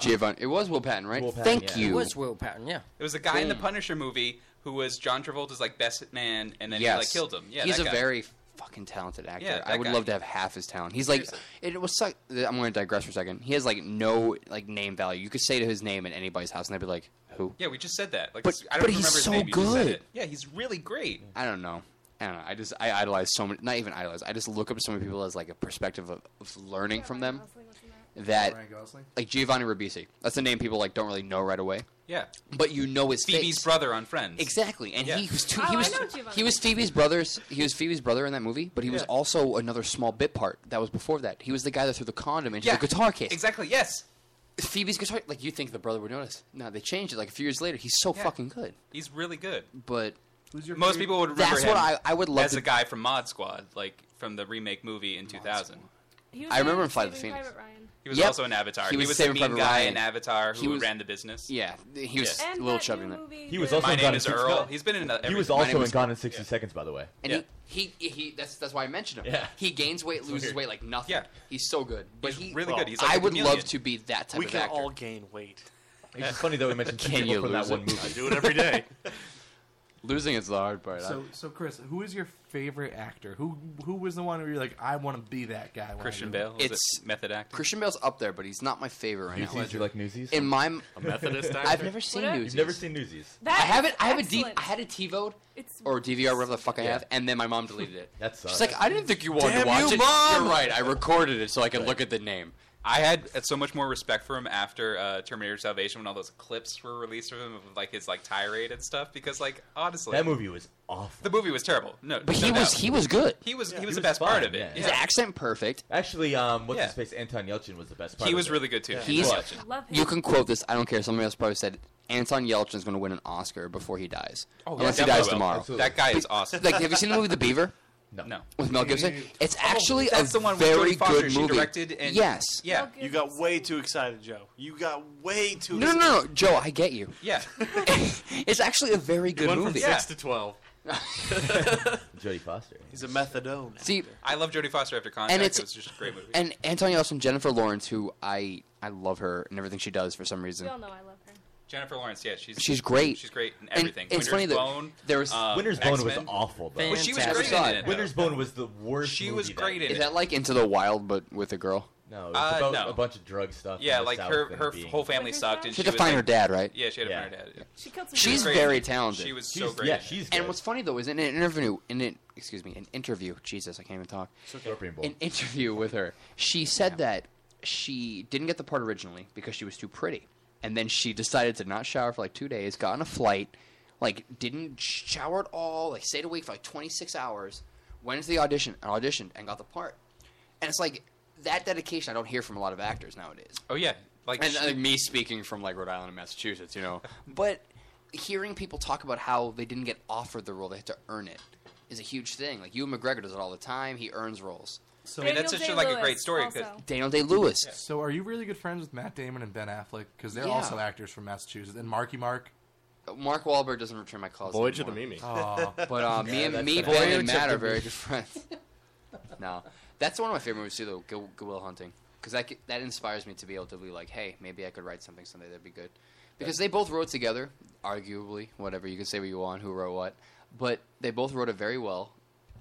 Giovanni. It was Will Patton, right?
Patton,
Thank
yeah.
you.
It was Will Patton. Yeah.
It was the guy in the
Boom.
Punisher movie who was John Travolta's like best man, and then he like
Yes.
killed him. Yeah,
he's
that
a
guy.
very fucking talented actor.
Yeah,
I
that
would
guy.
love to have half his talent. He's like, it was. Suck- I'm going to digress for a second. He has like no like name value. You could say to his name in anybody's house, and they'd be like, "Who?"
Yeah, we just said that. Like,
But-
it's- I don't
but he's
remember his
so
name. you just said
good.
it. Yeah, he's really great.
I don't know. I don't know. I just I idolize so many. Not even idolize. I just look up to so many people as like a perspective of, of learning from them. That
Ryan Gosling?
like Giovanni Ribisi. That's the name people like don't really know right away.
Yeah.
But you know his
Phoebe's
face.
brother on Friends.
Exactly, and
Yeah.
he was too,
Oh, I
he was
know Giovanni
he was Phoebe's brother's he was Phoebe's brother in that movie, but he was
Yeah.
also another small bit part that was before that. He was the guy that threw the condom into
Yeah,
the guitar case.
Exactly. Yes.
Phoebe's guitar, like you think the brother would notice? No, they changed it like a few years later. He's so
Yeah.
fucking good,
He's really good.
but
Most people would remember
That's
him
what I, I would love
as
to.
a guy from Mod Squad, like from the remake movie in 2000.
He
I remember in Flight of the
Saving
Phoenix.
Private Ryan.
He was
Yep.
also an Avatar.
He
He
was
was, the
Saving
mean
Private
guy
Ryan.
in Avatar
He
who
was-
ran the business.
Yeah, he was a
Yeah.
little chubby in that.
He was also
My
in
name
Gone in
is
60
Earl.
Seconds.
He's been in, uh,
He
every-
was
My
also
name
in
is-
Gone in 60 Seconds, by the way.
And he, he, he, he, that's, that's why I mentioned him.
Yeah.
He gains weight, loses
weird.
weight like nothing.
Yeah.
He's so good. But
He's
he,
really good. He's like
I
a
would
chameleon.
love to be that type
we
of
can
actor.
all gain weight.
It's just funny, though, we mentioned two
Can
people
you
from that
lose
one
it?
movie.
I do it every day. Losing is the hard part. I-
So, so Chris, who is your favorite actor? Who who was the one where you're like, I want to be that guy? when I grow up?
It's
method actor.
Christian Bale's up there, but he's not my favorite right
Newsies?
now.
Do you like Newsies?
In my
A Methodist
I've
actor?
never seen
What?
Newsies.
You've never seen Newsies?
I
That
haven't. I have a D.
excellent.
I had a T vote
It's
or DVR, whatever the fuck I
Yeah.
have, and then my mom deleted it.
That sucks.
She's like, I didn't think you wanted
Damn
to watch
you,
it.
Mom!
You're right. I recorded it so I could look at the name.
I had uh, so much more respect for him after uh, Terminator Salvation when all those clips were released of him of like his like tirade and stuff because like honestly
That movie was awful.
the movie was terrible no
But
no
he was
doubt.
he was good.
he was he was the best part of it
His accent perfect.
Actually, um, what's
Yeah.
his face? Anton Yelchin was the best part.
he
of
was
it.
really good too
He's,
Love him.
you can quote this. I don't care. Somebody else probably said Anton Yelchin is going to win an Oscar before he dies.
Oh, yeah,
Unless he
definitely
dies
will.
tomorrow.
Absolutely. That guy is awesome.
Like, have you seen the movie The Beaver?
No.
No.
With Mel Gibson, it's actually
that's
a
the one with
very
Jodie Foster.
good
She
movie.
directed and-
yes.
Yeah.
You got way too excited, Joe. You got way too.
No, no, no, no, Joe. I get you.
Yeah.
It's actually a very good
went from
movie.
six
to
twelve.
Jodie Foster.
He's a methadone.
See,
I love Jodie Foster after Contact
and it's
it was just a great movie
And Anton Yelchin, Jennifer Lawrence, who I I love her and everything she does for some
We
reason.
all
know I love her
Jennifer Lawrence yeah she's
She's great.
she's great in
And
everything
it's
Winter's
funny that
Bone
there was-
um,
Winter's Bone was
X-Men.
awful, though.
but she was
Fantastic.
great in it though.
Winter's Bone was the worst.
She was
movie
great
that.
in
Is that like Into the Wild but with a girl?
No,
it's Uh, about no.
a bunch of drug stuff.
yeah
and the
like
South
her
and
her
being-
whole family sucked and
She
she
had to
was,
find
like-
her dad, right?
yeah she had to
Yeah.
find her dad yeah.
She killed some
She's
people.
very talented.
she was so great in it.
And what's funny though is in an interview, in an excuse me, an interview. Jesus, I can't even talk.
Scorpion Bowl.
An interview with her, she said that she didn't get the part originally because she was too pretty, and then she decided to not shower for like two days, got on a flight, like didn't shower at all, like stayed awake for like 26 hours, went into the audition and auditioned and got the part, and it's like that dedication I don't hear from a lot of actors nowadays.
oh yeah like
and
she-
like, me speaking from like Rhode Island and Massachusetts, you know. But hearing people talk about how they didn't get offered the role, they had to earn it, is a huge thing. Like Ewan McGregor does it all the time; he earns roles.
So-
I mean, that's such a, like a great story 'cause-
Daniel Day Lewis.
So, are you really good friends with Matt Damon and Ben Affleck? Because they're
Yeah.
also actors from Massachusetts. And Marky Mark.
Mark Wahlberg doesn't return my calls.
Voyage
anymore.
of the Mimi. Aw.
but uh,
Yeah,
me and
that's
me,
an
Ben,
Voyage
and Matt
of
are
the
very
Mimi.
good friends. no, that's one of my favorite movies too, though. Go, Go Will Hunting. because that ge- that inspires me to be able to be like, hey, maybe I could write something someday that'd be good, because they both wrote together, arguably, whatever you can say what you want, who wrote what, but they both wrote it very well,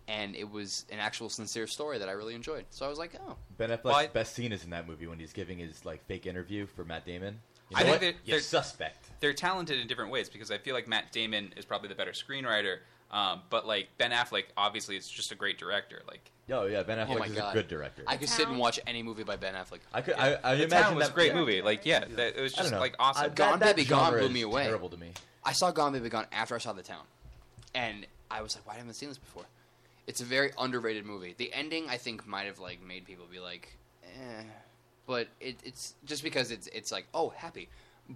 and it was an actual sincere story that I really enjoyed. So I was like, oh,
Ben Affleck's
Well, I-
best scene is in that movie when he's giving his like fake interview for Matt Damon. You know
I
what?
think they're,
You're
they're
suspect.
They're talented in different ways because I feel like Matt Damon is probably the better screenwriter, um, but like Ben Affleck obviously is just a great director. Like,
Oh yeah, Ben
oh
Affleck
my
is
god,
a good director.
I could sit and watch any movie by Ben Affleck.
I could. I, I
The
imagine
Town was
that
a great movie. Like, yeah, that, it was
I don't
just
know.
like awesome.
I-
Gone
that
Baby Gone
genre
blew
is
me away.
terrible to me.
I saw Gone Baby Gone after I saw The Town, and I was like, "Why haven't I seen this before?" It's a very underrated movie. The ending, I think, might have like made people be like, "Eh," but it, it's just because it's it's like, "Oh, happy,"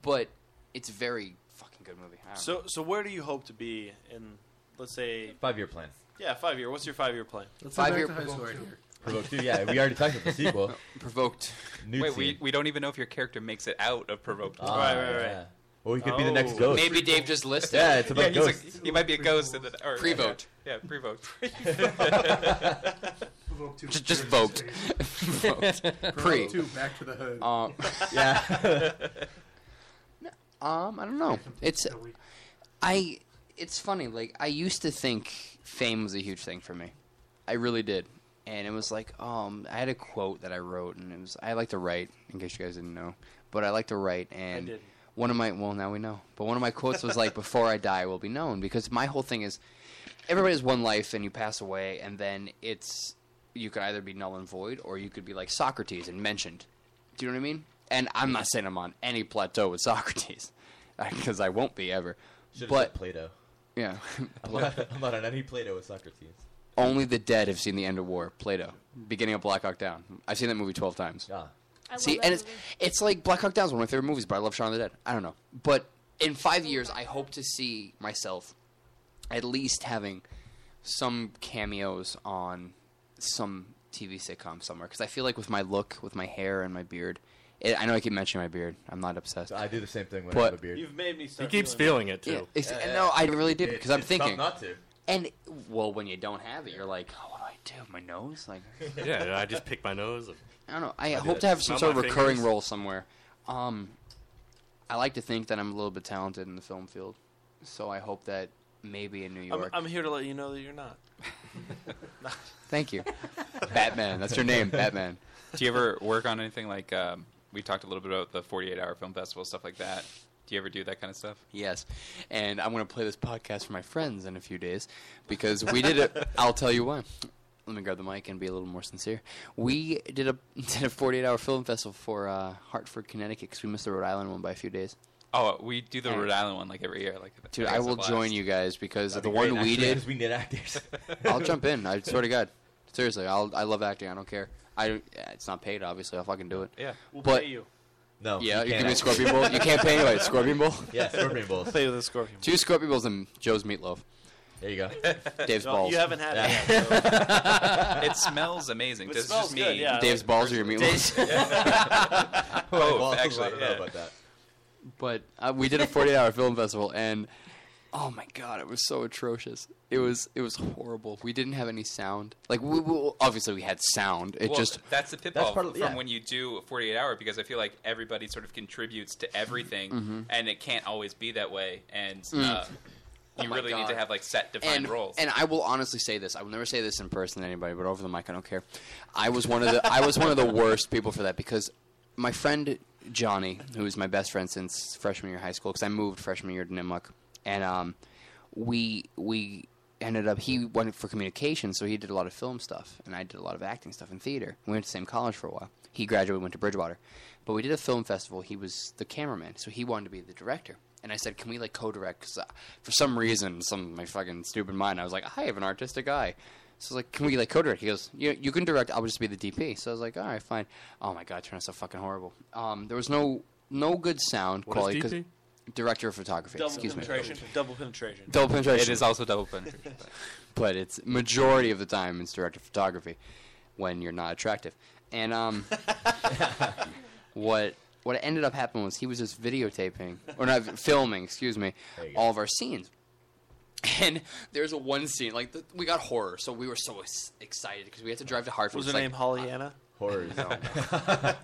but it's very fucking good movie. I don't know.
So, so where do you hope to be in, let's say,
five year plan?
Yeah, five year. What's your five year plan?
Let's go Five back year to high school right here.
Provoked Two, yeah, we already talked about the sequel.
Provoked.
Nude
Wait, we,
scene.
we don't even know if your character makes it out of Provoked.
Ah, Right, right, right. yeah. Well, he could be the next
Oh.
ghost.
Maybe Dave just listed.
Yeah, it's about
he's like-
ghosts.
he might be a ghost in the or,
Pre-vote.
Yeah, yeah pre-vote.
Provoked two. Just- just vote. Vote. Pre.
two, back to the hood.
Um,
yeah.
Um, I don't know. It's I it's funny. Like I used to think fame was a huge thing for me. I really did. And it was like, um, I had a quote that I wrote, and it was I like to write. In case you guys didn't know, but I like to write, and
didn't.
one of my well now we know, but one of my quotes was like, "Before I die, I will be known," because my whole thing is, everybody has one life, and you pass away, and then it's you could either be null and void, or you could be like Socrates and mentioned. Do you know what I mean? And I'm not saying I'm on any plateau with Socrates, because I won't be ever.
Should've
but
said Plato.
yeah,
I'm not, I'm not on any Plato with Socrates.
only the dead have seen the end of war. Plato, beginning of Black Hawk Down. I've seen that movie twelve times.
Yeah.
I See, and it's it's like Black Hawk Down is one of my favorite movies, but I love Shaun of the Dead. I don't know, but in five years, I hope to see myself at least having some cameos on some TV sitcom somewhere because I feel like with my look, with my hair and my beard, it, I know I keep mentioning my beard. I'm not obsessed.
I do the same thing when I
but
have a beard.
You've made me.
He
Start
keeps
feeling it, too.
yeah, it's-
Yeah,
and
yeah.
no, I really did
It-
because I'm
it's tough
thinking
not to.
And well, when you don't have it, you're like, oh, what do I do? My nose, like
yeah, I just pick my nose. and-
I don't know. I,
do
hope
that.
to have some sort
Smell
of
my
recurring
fingers.
role somewhere. Um, I like to think that I'm a little bit talented in the film field, so I hope that maybe in New
I'm,
York.
I'm here to let you know that you're not.
Thank you, Batman. That's your name, Batman.
Do you ever work on anything like um, we talked a little bit about the 48 hour film festival stuff like that? Do you ever do that kind of stuff?
Yes, and I'm going to play this podcast for my friends in a few days because we did it. I'll tell you why. Let me grab the mic and be a little more sincere. We did a did a 48 hour film festival for uh, Hartford, Connecticut, because we missed the Rhode Island one by a few days.
Oh, we do the
Yeah.
Rhode Island one like every year. Like,
Dude,
that
I
was a
will
blast.
join you guys because
That'd
the
be
one
great,
we
actually,
did.
'cause we need actors.
I'll jump in. I swear to God, seriously, I'll, I love acting. I don't care. I don't- yeah, it's not paid, obviously. I'll fucking do it.
Yeah.
We'll
but
pay you.
No,
Yeah,
you can't
you, can do
actually.
Scorpion Bowl. You can't pay anyway. Scorpion Bowl.
Yeah, Scorpion Bowls.
Play with a Scorpion
Two Scorpion Bowls and Joe's meatloaf.
There you go.
Dave's
No,
balls.
you haven't had it yet,
It smells amazing.
It
Does it
smells
just
good,
me?
yeah.
Dave's balls or your meatloaf.
oh,
Balls, I
actually,
don't know
yeah.
about that. but uh, we did a 48 hour film festival and oh my god it was so atrocious it was it was horrible we didn't have any sound like we, we obviously we had sound it
Well,
just
that's the pitfall
part of-
from
yeah.
when you do a 48 hour because I feel like everybody sort of contributes to everything,
Mhm.
and it can't always be that way. And
Mm.
uh,
Oh
you
my
really need
God.
to have like set defined
and,
roles.
And I will honestly say this: I will never say this in person to anybody, but over the mic, I don't care. I was one of the I was one of the worst people for that because my friend Johnny, who is my best friend since freshman year of high school, because I moved freshman year to Nipmuc, and um, we we ended up he went for communication, so he did a lot of film stuff, and I did a lot of acting stuff in theater. We went to the same college for a while. He graduated, went to Bridgewater, but we did a film festival. He was the cameraman, so he wanted to be the director. And I said, "Can we like co-direct?" Because uh, for some reason, some my fucking stupid mind, I was like, "I have an artistic eye." So I was like, "Can we like co-direct?" He goes, "You you can direct. I'll just be the DP." So I was like, "All right, fine." Oh my god, it turned out so fucking horrible. Um, there was no no good sound
What is
quality. 'cause-
DP?
Director of photography.
Double
excuse
penetration.
me.
Double penetration.
Double penetration.
It is also double penetration.
but it's majority of the time it's director of photography when you're not attractive. And um, what what ended up happening was he was just videotaping or not filming, excuse me, all of our scenes. And there's a one scene like the, we got horror, so we were so ex- excited because we had to drive to Hartford.
Was
It's
her name
like,
Holly Anna?
Horror is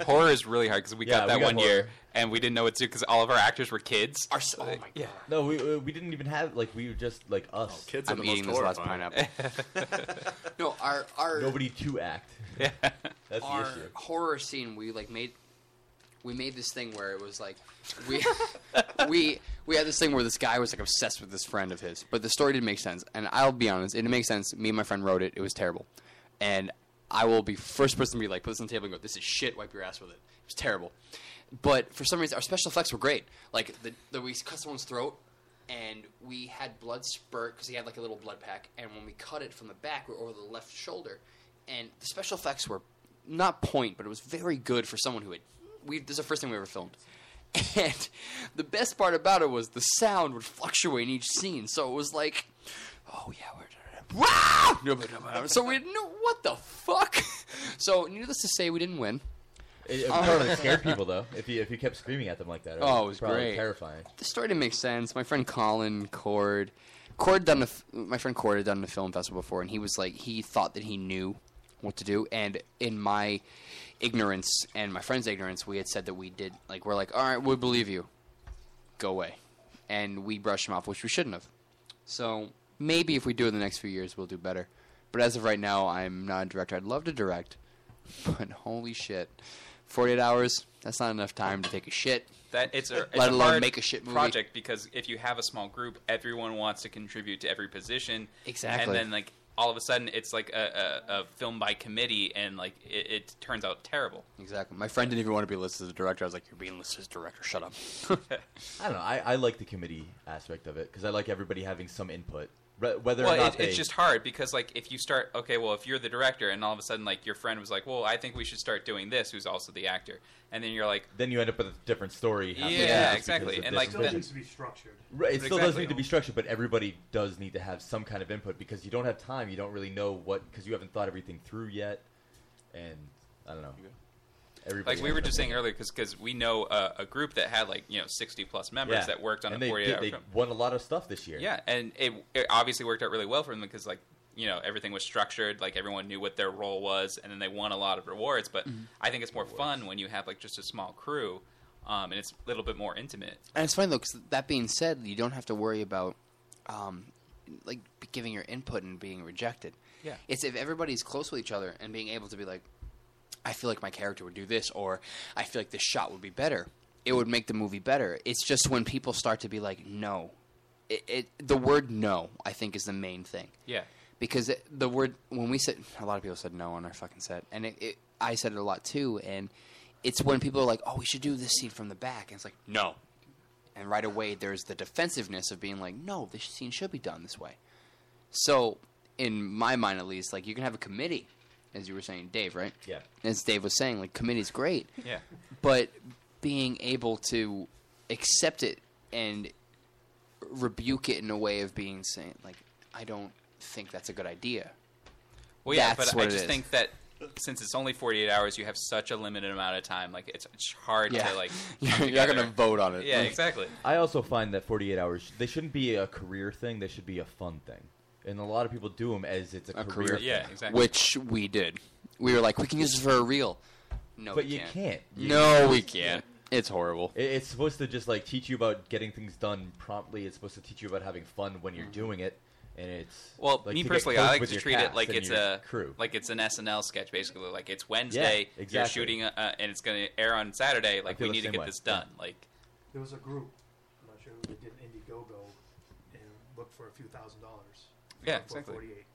horror is really hard because we
Yeah,
got
we
that
got
one
horror.
year and we didn't know what to do because all of our actors were kids. Our so, oh my yeah.
No, we uh, we didn't even have like we were just like us.
kids are I'm the most eating this last horrifying.
no, our our
Nobody to act.
Yeah.
That's
our
the issue.
horror scene we like made we made this thing where it was like we we we had this thing where this guy was like obsessed with this friend of his but the story didn't make sense and i'll be honest it didn't make sense me and my friend wrote it it was terrible and i will be first person to be like put this on the table and go this is shit wipe your ass with it it was terrible but for some reason our special effects were great like the, the we cut someone's throat and we had blood spurt because he had like a little blood pack and when we cut it from the back we're over the left shoulder and the special effects were not point, but it was very good for someone who had. We this is the first thing we ever filmed, and the best part about it was the sound would fluctuate in each scene, so it was like, oh yeah, we're wow. so we didn't know what the fuck. So needless to say, we didn't win.
It, it probably scared people though. If you if you kept screaming at them like that,
Oh, it was
probably
great.
terrifying.
The story didn't make sense. My friend Colin Cord, Cord done a, f- my friend Cord had done a film festival before, and he was like, he thought that he knew what to do, and in my ignorance and my friend's ignorance, we had said that we did like we're like, all right, we believe you, go away, and we brushed him off, which we shouldn't have. So maybe if we do it in the next few years, we'll do better. But as of right now, I'm not a director. I'd love to direct, but holy shit, 48 hours. That's not enough time to take a shit.
That it's a, it's
let
a
alone
hard
make a shit movie.
project because if you have a small group, everyone wants to contribute to every position.
Exactly.
And then like all of a sudden, it's like a, a, a film by committee, and like it, it turns out terrible.
Exactly. My friend didn't even want to be listed as a director. I was like, "You're being listed as a director. Shut up."
I don't know. I, I like the committee aspect of it because I like everybody having some input, Re- whether
well,
or not
it,
they.
it's just hard because like if you start okay, well if you're the director and all of a sudden like your friend was like, well I think we should start doing this, who's also the actor, and then you're like,
then you end up with a different story. halfway
Yeah,
through just
exactly.
because of
And,
this.
like,
Still
then-
needs to be structured.
Right, it still does
Exactly.
need to be structured, but everybody does need to have some kind of input because you don't have time. You don't really know what because you haven't thought everything through yet, and I don't know. Everybody
like we were
has
just saying
something.
earlier because we know a, a group that had like you know 60 plus members
Yeah.
that worked on
and
a
they
48
did-
hour
they
film.
won a lot of stuff this year.
Yeah, and it, it obviously worked out really well for them because like you know everything was structured, like everyone knew what their role was, and then they won a lot of rewards. But
Mhm.
I think it's more fun when you have like just a small crew, um, and it's a little bit more intimate.
And it's funny though, 'cause that being said, you don't have to worry about, um, like giving your input and being rejected.
Yeah.
It's if everybody's close with each other and being able to be like, I feel like my character would do this, or I feel like this shot would be better. It would make the movie better. It's just when people start to be like, no, it, it the word no, I think, is the main thing.
Yeah.
because it, the word when we said a lot of people said no on our fucking set, and it, it, I said it a lot too. And it's when people are like, "Oh, we should do this scene from the back," and it's like, "No," and right away there's the defensiveness of being like, "No, this scene should be done this way." So, in my mind, at least, like you can have a committee, as you were saying, Dave, right?
Yeah.
As Dave was saying, like committee's great,
Yeah.
but being able to accept it and rebuke it in a way of being saying like I don't think that's a good idea.
Well, yeah,
That's
but
what
I
it
just
is.
think that since it's only 48 hours, you have such a limited amount of time. Like it's, it's hard
Yeah.
to like.
You're
come
not
together.
gonna vote on it.
Yeah, exactly.
I also find that 48 hours they shouldn't be a career thing. They should be a fun thing, and a lot of people do them as it's a,
A
career.
career,
thing.
Yeah, exactly.
which we did. We were like, we can use this for a reel. No,
but
we
you
can't.
can't. You
No, we can't. It's horrible.
It, it's supposed to just like teach you about getting things done promptly. It's supposed to teach you about having fun when you're doing it, and it's
Mm-hmm. Well,
like,
me
to get
personally, I
close
like
with
to
your
treat it
cast
like
and
it's
your
a
crew.
like it's an SNL sketch, basically. Like it's Wednesday, you're
exactly.
shooting, uh, uh, and it's going to air on Saturday. Like
feel
we
the
need to
same
get
way.
this done. Like
There was a group. I'm not sure who they did an Indiegogo and looked for a few thousand dollars.
Yeah,
for
exactly.
48.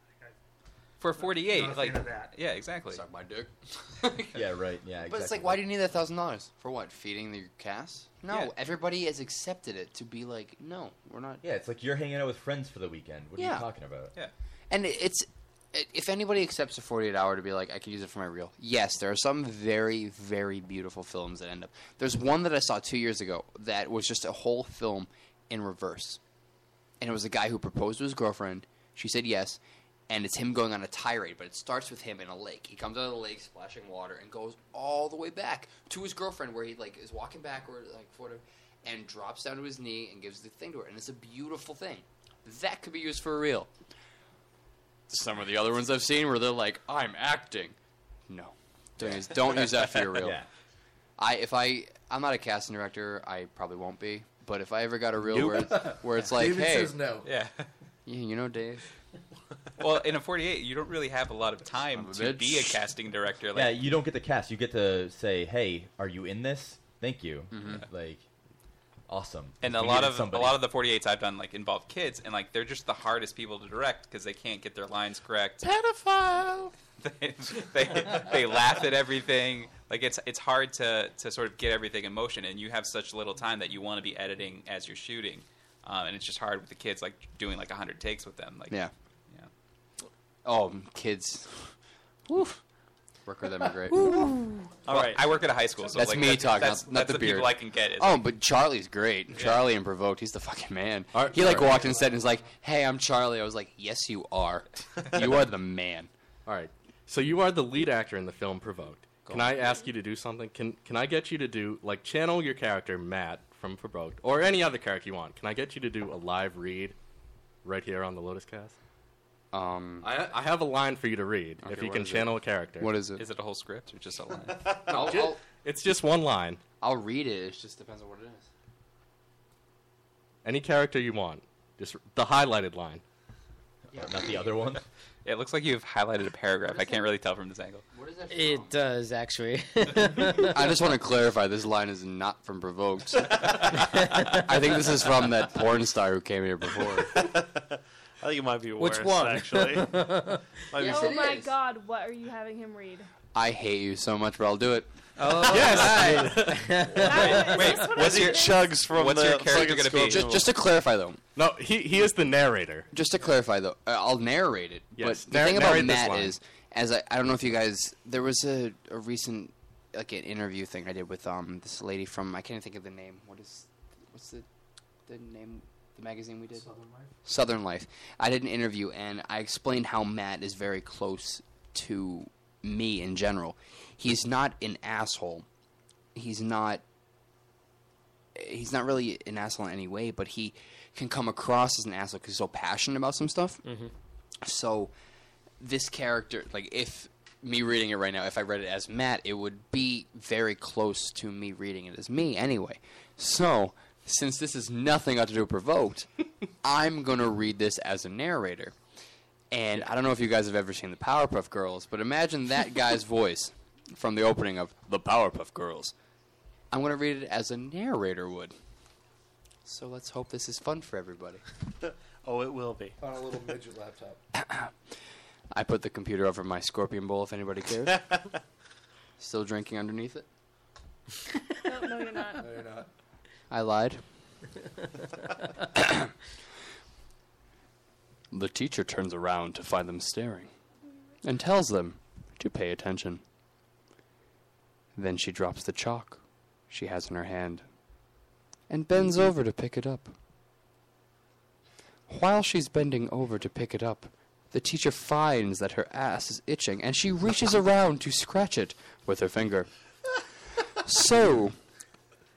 for 48,
Not a fan
like
of that.
yeah, exactly.
Suck my dick.
yeah, right. Yeah, exactly.
But it's like, why do you need that thousand dollars for what? Feeding the cast? No,
Yeah.
everybody has accepted it to be like, no, we're not.
Yeah, it's like you're hanging out with friends for the weekend. What are
Yeah.
you talking about?
Yeah.
And it- it's i- if anybody accepts a 48 hour to be like, I can use it for my reel. Yes, there are some very, very beautiful films that end up. There's one that I saw two years ago that was just a whole film in reverse. And it was a guy who proposed to his girlfriend. She said yes. And it's him going on a tirade, but it starts with him in a lake. He comes out of the lake, splashing water, and goes all the way back to his girlfriend, where he like is walking backward, like whatever, and drops down to his knee and gives the thing to her. And it's a beautiful thing. That could be used for a reel some of the other ones I've seen where they're like, I'm acting. No. Don't use don't use that for your reel.
Yeah.
I if I I'm not a casting director, I probably won't be. But if I ever got a reel where
Nope.
it's, where it's like,
David
hey,
says no. Yeah.
you, you know, Dave.
well, in a 48, you don't really have a lot of time
Son of a
to
bitch.
be a casting director.
yeah,
Like,
you don't get the cast. You get to say, "Hey, are you in this? Thank you." Like, awesome.
Mm-hmm. and
We
a lot
needed
of
somebody.
a lot of the 48s I've done like involve kids, and like they're just the hardest people to direct because they can't get their lines correct.
Pedophile.
they, they, they laugh at everything. Like it's it's hard to to sort of get everything in motion, and you have such little time that you want to be editing as you're shooting, um, and it's just hard with the kids like doing like hundred takes with them. Like
Yeah.
yeah.
Oh, kids. Woof. Work with them are great.
Ooh. All
Well,
right. I work at a high school, so,
that's
like,
me
that's-
talking.
that's-
not
that's
the,
the people
beard.
I can get is-
Oh, but Charlie's great. Charlie and Provoked, he's the fucking man. he like
alright.
walked in set and was like, "Hey, I'm Charlie." I was like, "Yes, you are. you are the man."
All right. So you are the lead actor in the film Provoked. Can I ask you to do something? Can Can I get you to do like channel your character Matt from Provoked or any other character you want? Can I get you to do a live read right here on the Lotus Cast?
Um,
I I have a line for you to read if
Okay,
you
what
can
is it?
channel a character.
What is it?
Is it a whole script or just a line?
I'll,
Ju-
I'll,
it's just one line.
I'll read it. It just depends on what it is.
Any character you want. Just the highlighted line.
Not the other one.
it looks like you've highlighted a paragraph. I can't really tell from this angle.
It does actually.
I just want to clarify this line is not from Provoked. I think this is from that porn star who came here before.
I think it might be
Which
worse,
one?
actually. Might be
oh
some-
my god, what are you having him read?
I hate you so much, but I'll do it.
Oh,
yes.
Wait, wait,
what's your Chugs from
what's
the
your character
fucking
gonna be? Just,
Scorpion?
just to clarify, though.
No, he he is the narrator.
Just to clarify, though, uh, I'll narrate it.
Yes,
but
nar-
the thing about
narrate this
Matt
line.
is, as I, I don't know if you guys, there was a, a recent like an interview thing I did with um this lady from I can't think of the name. What is what's the the name the magazine we did? Southern Life. Southern Life. I did an interview and I explained how Matt is very close to me in general. He's not an asshole. He's not he's not really an asshole in any way, but he can come across as an asshole because he's so passionate about some stuff.
Mhm.
So this character, like if me reading it right now, if I read it as Matt, it would be very close to me reading it as me anyway. So since this is nothing got to do with provoked, I'm gonna read this as a narrator. And I don't know if you guys have ever seen the Powerpuff Girls, but imagine that guy's voice from the opening of The Powerpuff Girls. I'm going to read it as a narrator would. So let's hope this is fun for everybody.
oh, it will be.
On a little midget laptop.
I put the computer over my scorpion bowl if anybody cares. Still drinking underneath it?
No, no, you're not.
No, you're not.
I lied. the teacher turns around to find them staring and tells them to pay attention. Then she drops the chalk she has in her hand and bends over to pick it up. While she's bending over to pick it up, the teacher finds that her ass is itching and she reaches around to scratch it with her finger. So,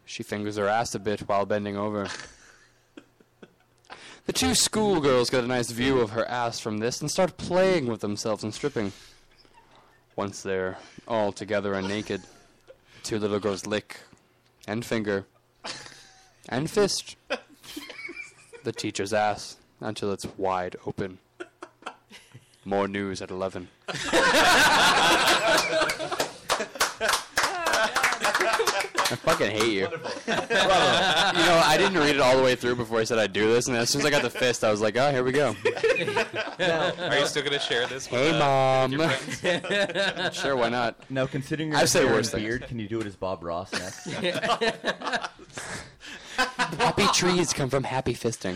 she fingers her ass a bit while bending over. The two schoolgirls get a nice view of her ass from this and start playing with themselves and stripping. Once they're all together and naked, two little girls lick and finger and fist the teacher's ass until it's wide open. More news at 11. I fucking hate you. Bravo. You know, I didn't read it all the way through before I said I'd do this, and as soon as I got the fist, I was like, oh, here we go.
Are you still going to share this?
Hey,
with, uh,
Mom.
with your friends?
sure, why not?
Now, considering your
I've said
hair
worse
and
things.
beard, can you do it as Bob Ross next?
Happy trees come from happy fisting.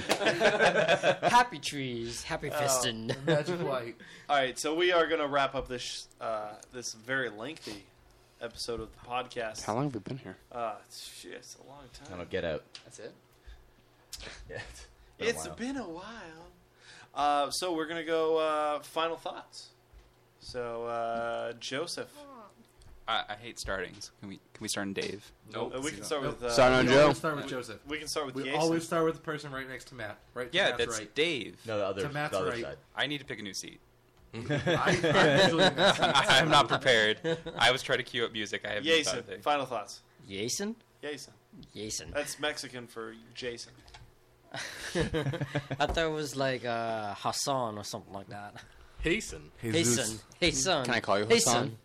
happy trees, happy fisting.
All right, so we are going to wrap up this uh, this very lengthy episode of the podcast.
How long have we been here?
Uh, shit, it's a long time.
I don't get out.
That's it.
Yeah, been a
It's
while.
been a while. Uh, so we're gonna go uh, final thoughts. So uh, Joseph,
I, I hate startings. Can we can we start on Dave?
Nope. Uh, we can start with, uh,
Starting on
we
Joe.
always start with Joseph.
We can start with
We
Jason.
always start with the person right next to Matt. Right? to
Yeah,
Matt's
that's
right.
Dave.
To Matt's right.
I need to pick a new seat. I, I, am not prepared. I was trying to cue up music. I have no thought of
Jason,
it.
final thoughts.
Jason?
Jason.
Jason.
That's Mexican for Jason.
I thought it was like uh, Hassan or something like that.
Hasten.
Hasten. Hasten.
Can I call you
Hasten.
Hassan?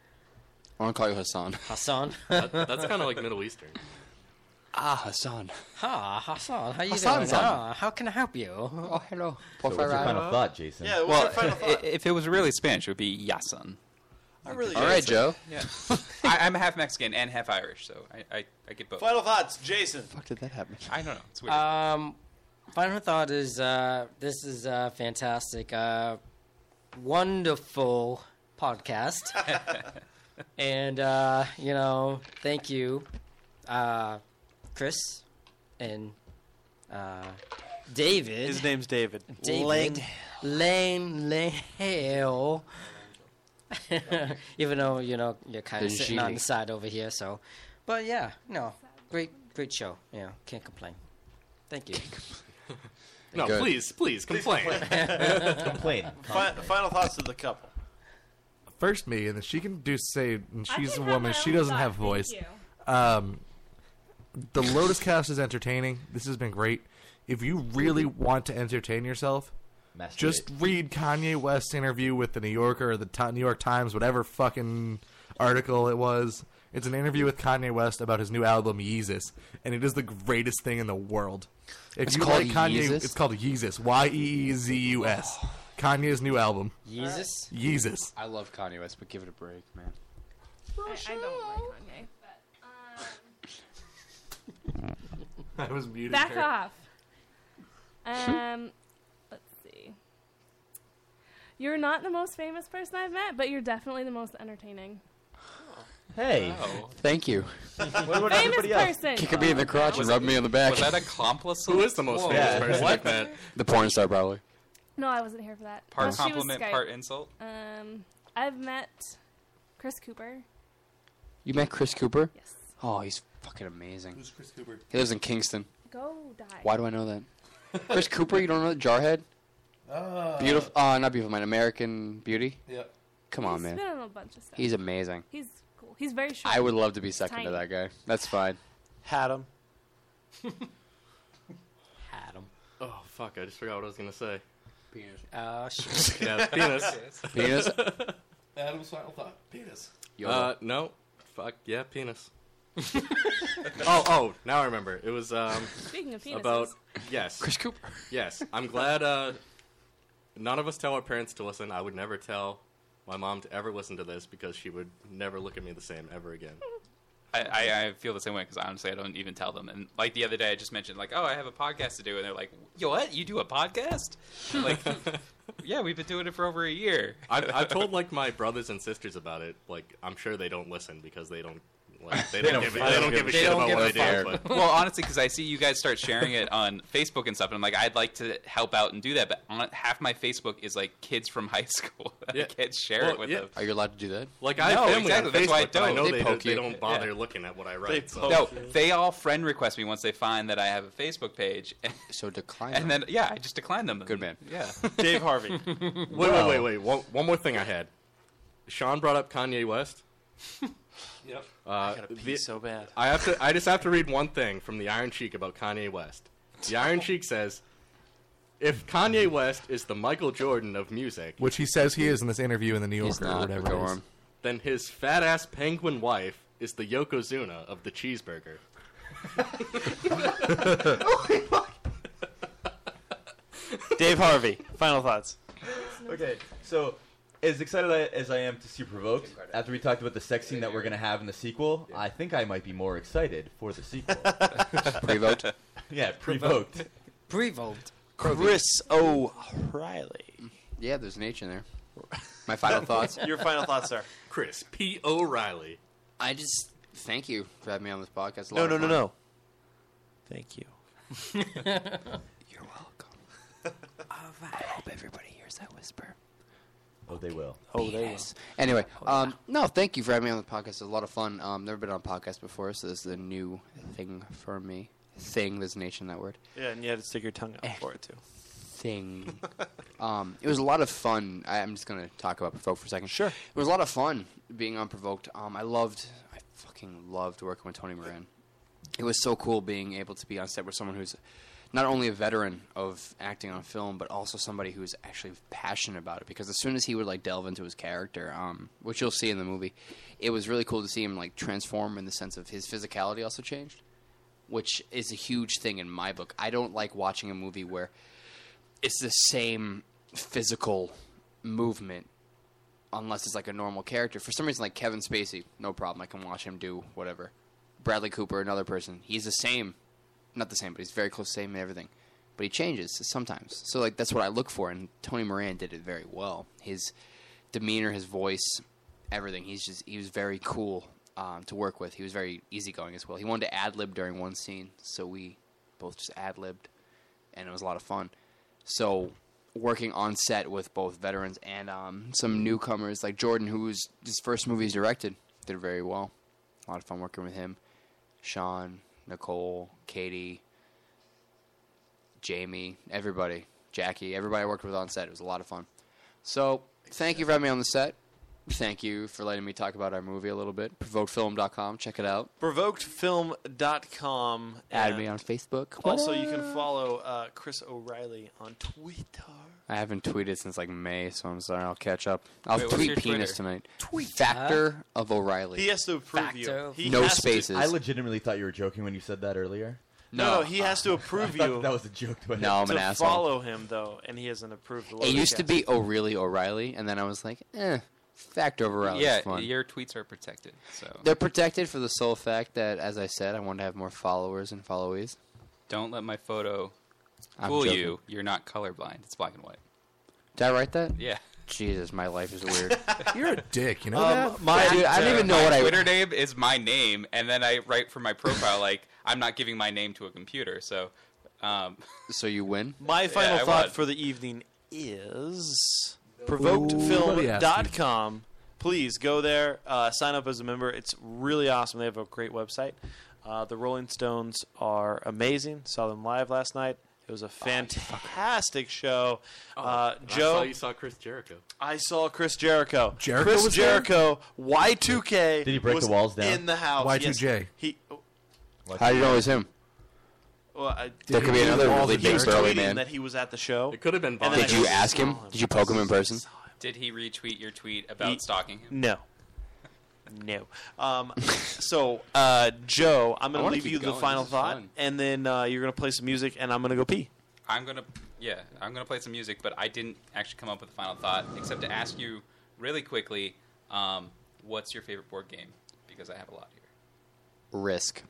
I want to call you Hassan.
Hassan.
That, that's kind of like Middle Eastern.
ah Hassan.
Ha, Hassan. How you
Hassan,
doing?
son.
Ah, how can I help you? Oh,
hello.
So what's your final thought,
Jason?
Yeah, what's
well,
your final
i-
thought?
if it was really Spanish, it would be Yasan.
I really
All right, Joe.
Yeah. I, I'm half Mexican and half Irish, so I, I, I get both.
Final thoughts, Jason.
Fuck did that happen?
I don't know. It's weird.
Um, final thought is uh, this is uh, fantastic, uh, wonderful podcast, and uh, you know, thank you, uh, Chris, and uh, David.
His name's David.
David Lane Hale. Even though you know you're kind of
The
sitting on
G.
the side over here, so. But yeah, no, great, great show. Yeah, can't complain. Thank you.
No,
Good.
please, please complain.
Fi- final thoughts to the couple.
first me, and then she can do say, and
I
she's a
can have
woman.
my
She
own
doesn't
thought,
have
thank
voice.
you.
Um, the Lotus Cast is entertaining. This has been great. If you really
Mm-hmm.
want to entertain yourself,
Masturbate.
just read Kanye West's interview with the New Yorker or the Ti- New York Times, whatever fucking article it was. It's an interview with Kanye West about his new album Yeezus, and it is the greatest thing in the world. If
It's
you
called
like Kanye,
Yeezus? Oh.
it's called Yeezus. Y e e z u s. Kanye's new album.
Yeezus?
Yeezus.
I love Kanye West, but give it a break, man.
I, I don't like Kanye.
I was muted.
Back off. Um, let's see. You're not the most famous person I've met, but you're definitely the most entertaining.
Hey. Thank you.
Ah.
about Famous everybody else? person.
Kick me in the crotch
Was
and rub
it-
me on the back.
Was that a compliment?
Who is the most
Whoa.
famous
Yeah.
person
What?
like that?
The porn star, probably.
No, I wasn't here for that.
Part
Well, she was
compliment,
Skype.
part insult?
Um, I've met Chris Cooper.
You met Chris Cooper?
Yes.
Oh, he's fucking amazing. Who's
Chris Cooper?
He lives in Kingston.
Go die.
Why do I know that? Chris Cooper, you don't know Jarhead?
Ah.
Uh,
beautiful. Uh, not beautiful, man. American Beauty?
Yep.
Come on,
He's
man.
been on a bunch of stuff.
He's amazing.
He's cool. He's very short.
I would love to be second
Tiny.
to that guy. That's fine.
Had him.
Had him.
Oh fuck! I just forgot what I was gonna say.
Penis.
Ah,
Uh, shit.
yeah, penis.
Penis.
Adam's final thought. Penis.
Uh, no. Fuck yeah, penis. oh, oh, now I remember. It was um
Speaking of penises.
about yes,
Chris Cooper.
Yes, I'm glad uh none of us tell our parents to listen. I would never tell my mom to ever listen to this because she would never look at me the same ever again.
I, I, I feel the same way because honestly, I don't even tell them. And like the other day, I just mentioned like, "Oh, I have a podcast to do," and they're like, "Yo, what? You do a podcast?" like, yeah, we've been doing it for over a year.
I've, I've told like my brothers and sisters about it. Like I'm sure they don't listen because they don't like they, don't, give a, they don't give a shit about what I do. But
well, honestly, because I see you guys start sharing it on Facebook and stuff, and I'm like, I'd like to help out and do that, but on, half my Facebook is like kids from high school. I can't share
Well,
it with
yeah.
them.
Are you allowed to do that?
Like I
No,
have family
exactly.
on
That's why I
Facebook, but I
don't.
know
They
they,
poke
they
you.
don't bother
Yeah.
looking at what I write. so.
no, they all friend request me once they find that I have a Facebook page.
so decline.
And then yeah, I just decline them. Good
man.
Yeah.
Dave Harvey.
wait, wait, wait, wait. One, one more thing I had. Sean brought up Kanye West.
Yep.
Uh, I
gotta pee so bad.
I have to. I just have to read one thing from the Iron Cheek about Kanye West. The Iron Cheek says, "If Kanye West is the Michael Jordan of music,
Which he says he is in this interview in the New Yorker
not,
or
but
whatever.
go
it is.
on.
then his fat ass penguin wife is the Yokozuna of the cheeseburger."
Dave Harvey. Final thoughts.
Okay, so as excited I- as I am to see Provoked, after we talked about the sex scene that we're going to have in the sequel, I think I might be more excited for the sequel.
Prevoked?
Yeah, Prevoked.
Prevoked.
Chris O'Reilly.
Yeah, there's an H in there. My final thoughts.
Your final thoughts, sir.
Chris P. O'Reilly.
I just thank you for having me on this podcast.
No, no, no, no. Thank you.
You're welcome. All right. I hope everybody hears that whisper.
Oh, they will.
Oh, there you
Yes. Anyway, um, no, thank you for having me on the podcast. It's a lot of fun. Um, never been on a podcast before, so this is a new thing for me. Thing, there's an H in that word.
Eh.
Yeah, and you had to stick your tongue out for it too.
thing. um, it was a lot of fun. I, I'm just gonna talk about Provoked for a second. Sure. It was a lot of fun being on Provoked. Um, I loved, I fucking loved working with Tony Moran. It was so cool being able to be on set with someone who's not only a veteran of acting on film, but also somebody who's actually passionate about it. Because as soon as he would like delve into his character, um, which you'll see in the movie, it was really cool to see him like transform in the sense of his physicality also changed which is a huge thing in my book. I don't like watching a movie where it's the same physical movement unless it's like a normal character. For some reason like Kevin Spacey, no problem. I can watch him do whatever. Bradley Cooper, another person. He's the same. Not the same, but he's very close to the same in everything. But he changes sometimes. So like that's what I look for and Tony Moran did it very well. His demeanor, his voice, everything. He's just he was very cool um, to work with. He was very easygoing as well. He wanted to ad lib during one scene, so we both just ad libbed, and it was a lot of fun. So working on set with both veterans and um, some newcomers like Jordan, who was his first movie he's directed, did very well. A lot of fun working with him. Sean, Nicole, Katie, Jamie, everybody, Jackie, everybody I worked with on set. It was a lot of fun. So thank you for having me on the set. Thank you for letting me talk about our movie a little bit. ProvokFilm.com. Check it out.
Provokedfilm.com.
Add
and
me on Facebook.
uh, Also, you can follow uh, Chris O'Reilly on Twitter.
I haven't tweeted since like May, so I'm sorry. I'll catch up. I'll
Wait, what's
tweet
your
penis
Twitter?
tonight.
Tweet.
Factor of O'Reilly.
He has to approve you. He
no
has to-
spaces.
I legitimately thought you were joking when you said that earlier.
No, no, he has to approve
I thought
you.
That was a joke. But
No, I'm an
to
asshole.
follow him though, and he hasn't approved. The
it used to
Lodcast.
be O'Reilly O'Reilly, and then I was like, eh, Factor of O'Reilly.
yeah,
is fun.
your tweets are protected. So
They're protected for the sole fact that, as I said, I want to have more followers and followees.
don't let my photo
I'm
fool
joking.
you. You're not colorblind. It's black and white.
Did I write that?
Yeah.
Jesus, my life is weird.
You're a dick. You know
Um,
that.
my- Dude, I don't even know
my
what I-
Twitter name is my name, and then I write for my profile like I'm not giving my name to a computer. So, um,
so you win.
My final thought for the evening is provokedfilm.com. Please go there, uh, sign up as a member. It's really awesome. They have a great website. Uh, the Rolling Stones are amazing. Saw them live last night. It was a fantastic show. uh,
And Oh, I saw
Joe,
you saw Chris Jericho.
I saw Chris Jericho.
Jericho
Chris
was there?
Jericho, Y2K.
Did he break
was
the walls down?
In the house.
Y2J.
Yes. He.
How do you know it was him?
Well, I,
There could be another
He
really
was
big burly
tweeting
man.
That he was at the show. It
could have been.
And then
Did
I
you
just
ask him?
saw
Did you poke him in person?
did he retweet your tweet about stalking him?
No. No. Um, so, uh, Joe, I'm
I
going to
wanna
leave
keep
you the
going.
final
This is
thought,
fun.
and then uh, you're going to play some music, and I'm going to go pee.
I'm gonna, yeah, I'm gonna play some music, but I didn't actually come up with a final thought except to ask you really quickly, um, what's your favorite board game? Because I have a lot here.
Risk.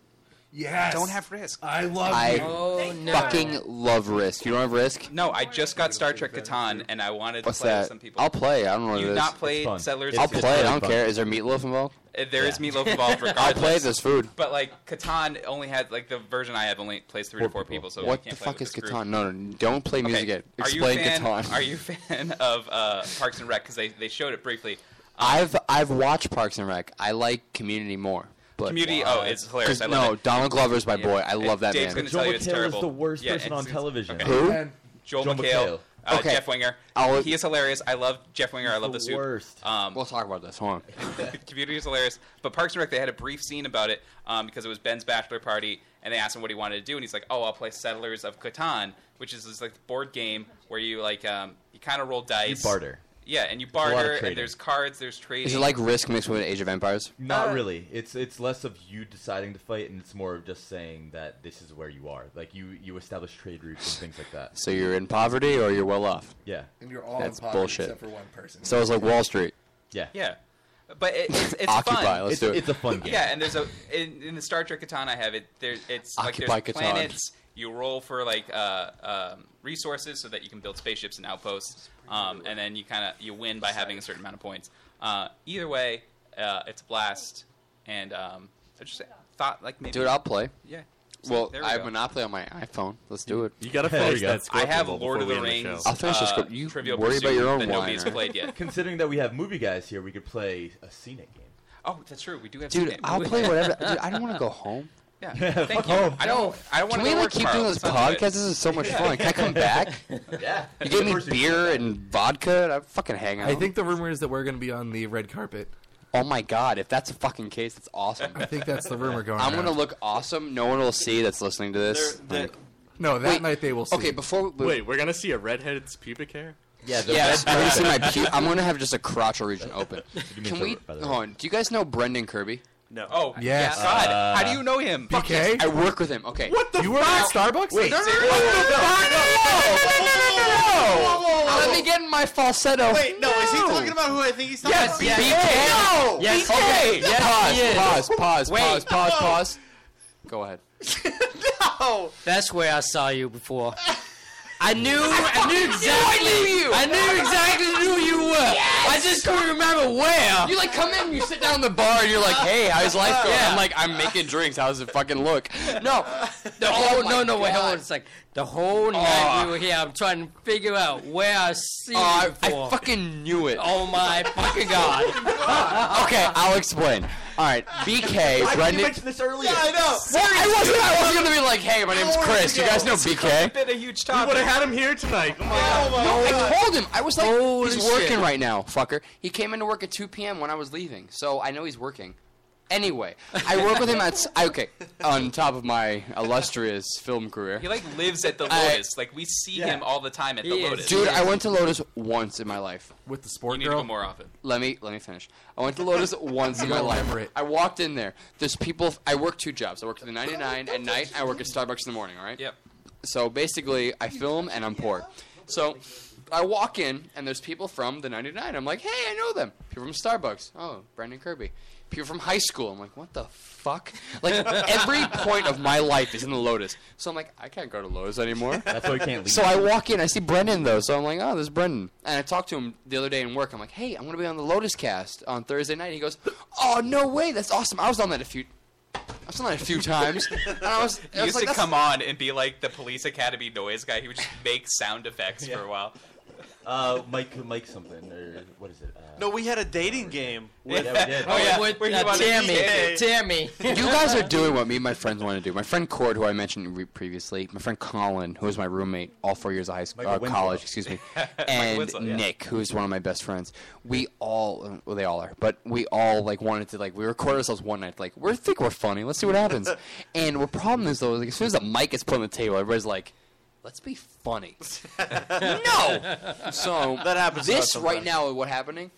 Yes.
Don't have risk.
I love
I
you.
Oh,
fucking love Risk. You don't have Risk?
No, I just got Star Trek Catan, and I wanted
What's
to play with
that?
some people.
I'll play. I don't know what it
You've
is.
not played Settlers.
I'll
of Catan.
play. it. I don't care. Is there meatloaf involved?
Uh, There is
Yeah.
meatloaf involved. Regardless,
I'll play this food.
But like Catan only had like the version I have only plays three to four people. so
what
you
the
can't
fuck
play
is
with this group.
Catan? No, no, don't play music yet.
Are you
Explain
a fan,
Catan.
Are you a fan of uh, Parks and Rec? Because they, they showed it briefly.
I've I've watched Parks and Rec. I like Community more. But
Community- oh, it's hilarious.
'Cause,
I love
no,
it.
Donald Glover's my boy. I
And
love that
Dave's
man.
gonna tell you it's terrible.
the worst
Yeah,
person
it's-
on television.
okay.
Who?
And Joel,
Joel
McHale.
McHale.
Uh,
Okay.
Jeff Winger.
I'll-
he is hilarious. I love Jeff Winger. I love
the
the suit.
worst.
Um,
we'll talk about this. Hold on.
Community is hilarious. But Parks and Rec, they had a brief scene about it um, because it was Ben's bachelor party, and they asked him what he wanted to do, and he's like, "Oh, I'll play Settlers of Catan, which is this like board game where you like um, you kind of roll dice,
barter.
yeah, and you
a lot of
barter,
trading.
and there's cards, there's trading. Uh,
Is it like Risk mixed with Age of Empires?
Uh,
Not really. It's it's less of you deciding to fight, and it's more of just saying that this is where you are. Like you you establish trade routes and things like that.
So you're in poverty or you're well off.
Yeah.
And you're all in
That's
poverty
bullshit.
except for one person.
So it's like Wall Street.
Yeah.
Yeah. But it, it's, it's
Occupy,
fun.
let's It's- do it. it's a fun game.
Yeah, and there's a in, in the Star Trek Catan I have it. There, it's like
Occupy
there's
Catan.
planets. You roll for like uh, um, resources so that you can build spaceships and outposts, um, and then you kind of you win by having a certain amount of points. Uh, either way, uh, it's a blast, and um, I just thought like maybe
Dude, I'll play.
Yeah. So
Well,
there we
I have
go.
Monopoly on my iPhone. Let's do it.
You gotta There finish we go. that
I have Lord of the Rings.
I'll finish the
uh,
script. You
Trivial
worry about
Pursuit
your own
that
wine.
nobody's played yet.
Considering that we have movie guys here, we could play a scenic game.
Oh, that's true. We do have.
Dude,
Steam.
I'll play whatever. Dude, I don't want to go home.
Yeah.
Yeah,
Thank
fuck
you.
home.
I don't. I don't
Can
want
we
to
like keep doing this podcast? This is so much fun. Can I come back?
yeah.
You gave me beer and vodka. I fucking hang out.
I think the rumor is that we're going to be on the red carpet.
Oh my god! If that's a fucking case, that's awesome.
I think that's the rumor going.
I'm
around.
gonna look awesome. No one will see that's listening to this. Like,
No, that
Wait,
night they will. see.
okay, before we-
wait, we're gonna see a redheaded's pubic hair.
yeah, I'm gonna see my. Pu- I'm gonna have just a crotch region open. Can we? Hold on. Do you guys know Brendan Kirby?
No.
Oh,
Yes.
yeah. God, how do you know him?
Fuck yes, I work with him. Okay. What
the? You were at Starbucks.
Wait.
No, no, no, no,
Let me get in my falsetto.
Wait, no, is he talking about who I think he's talking
Yes,
about?
yes, BK. No, Yes, BK. okay. Yes, Pause, he is. pause, pause, Wait. pause, pause, pause. Go ahead.
no.
That's where I saw you before. I knew, I knew exactly, I knew, you. I knew exactly who you were. I just couldn't remember where.
You like come in, you sit down in the bar, and you're like, "Hey, how's life going?" I'm like, "I'm making drinks. How's it fucking look?" No,
The
Oh
whole, no, no, wait, hold on. It's like the whole night we were here. I'm trying to figure out where I see
Oh,
you before. I
fucking knew it.
Oh my fucking god!
Uh-huh.
okay, I'll explain. All right, BK,
Why did you
Brendan.
mention this earlier?
Yeah, I know. Well, I wasn't. I wasn't gonna be like, "Hey, my name's Chris. You guys know BK."
been a huge
We would have had him here tonight. Oh my God.
No, I told him. I was like,
Holy
he's
shit.
working right now, fucker. He came into work at 2 p.m. when I was leaving, so I know he's working. Anyway, I work with him at. s- I- Okay, on top of my illustrious film career.
He like lives at the
I-
Lotus. like we see
Yeah.
him all the time at the Lotus.
Dude, I went to Lotus once in my life.
With the sport
You need to girl? go more often.
Let me let me finish. I went to Lotus once in my life. I walked in there. There's people. I work two jobs. I work at the 99 at night. I work at Starbucks in the morning. All right.
Yep.
So basically, I film and I'm poor. So I walk in and there's people from the 99. I'm like, hey, I know them. People from Starbucks. Oh, Brandon Kirby. People from high school. I'm like, what the fuck? Like every point of my life is in the Lotus. So I'm like, I can't go to Lotus anymore.
That's why we can't leave.
So I walk in, I see Brendan though, so I'm like, oh, there's Brendan. And I talked to him the other day in work. I'm like, hey, I'm gonna be on the Lotus Cast on Thursday night. He goes, oh no way, that's awesome. I was on that a few, I was on that a few times. And I was,
He
I was
used
like,
to
"That's-
come on and be like the police academy noise guy. He would just make sound effects for a while.
Uh, Mike, Mike something or what is it? Uh,
No, we had a dating game.
Yeah,
With,
we did. Oh, yeah,
with,
Where he
uh,
wanted to
Tammy.
be.
Tammy.
You guys are doing what me and my friends want to do. My friend Cord, who I mentioned re- previously, my friend Colin, who was my roommate all four years of high school,
Michael
uh,
Winslow.
college, excuse me,
Michael
and
Winslow, yeah.
Nick, who is one of my best friends. We all, well, they all are, but we all like wanted to like we recorded ourselves one night, like we think we're funny, let's see what happens. and what problem is though, is, like as soon as the mic gets put on the table, everybody's like, let's be funny. no. So
That happens to us
This right
sometimes.
now, is what happening?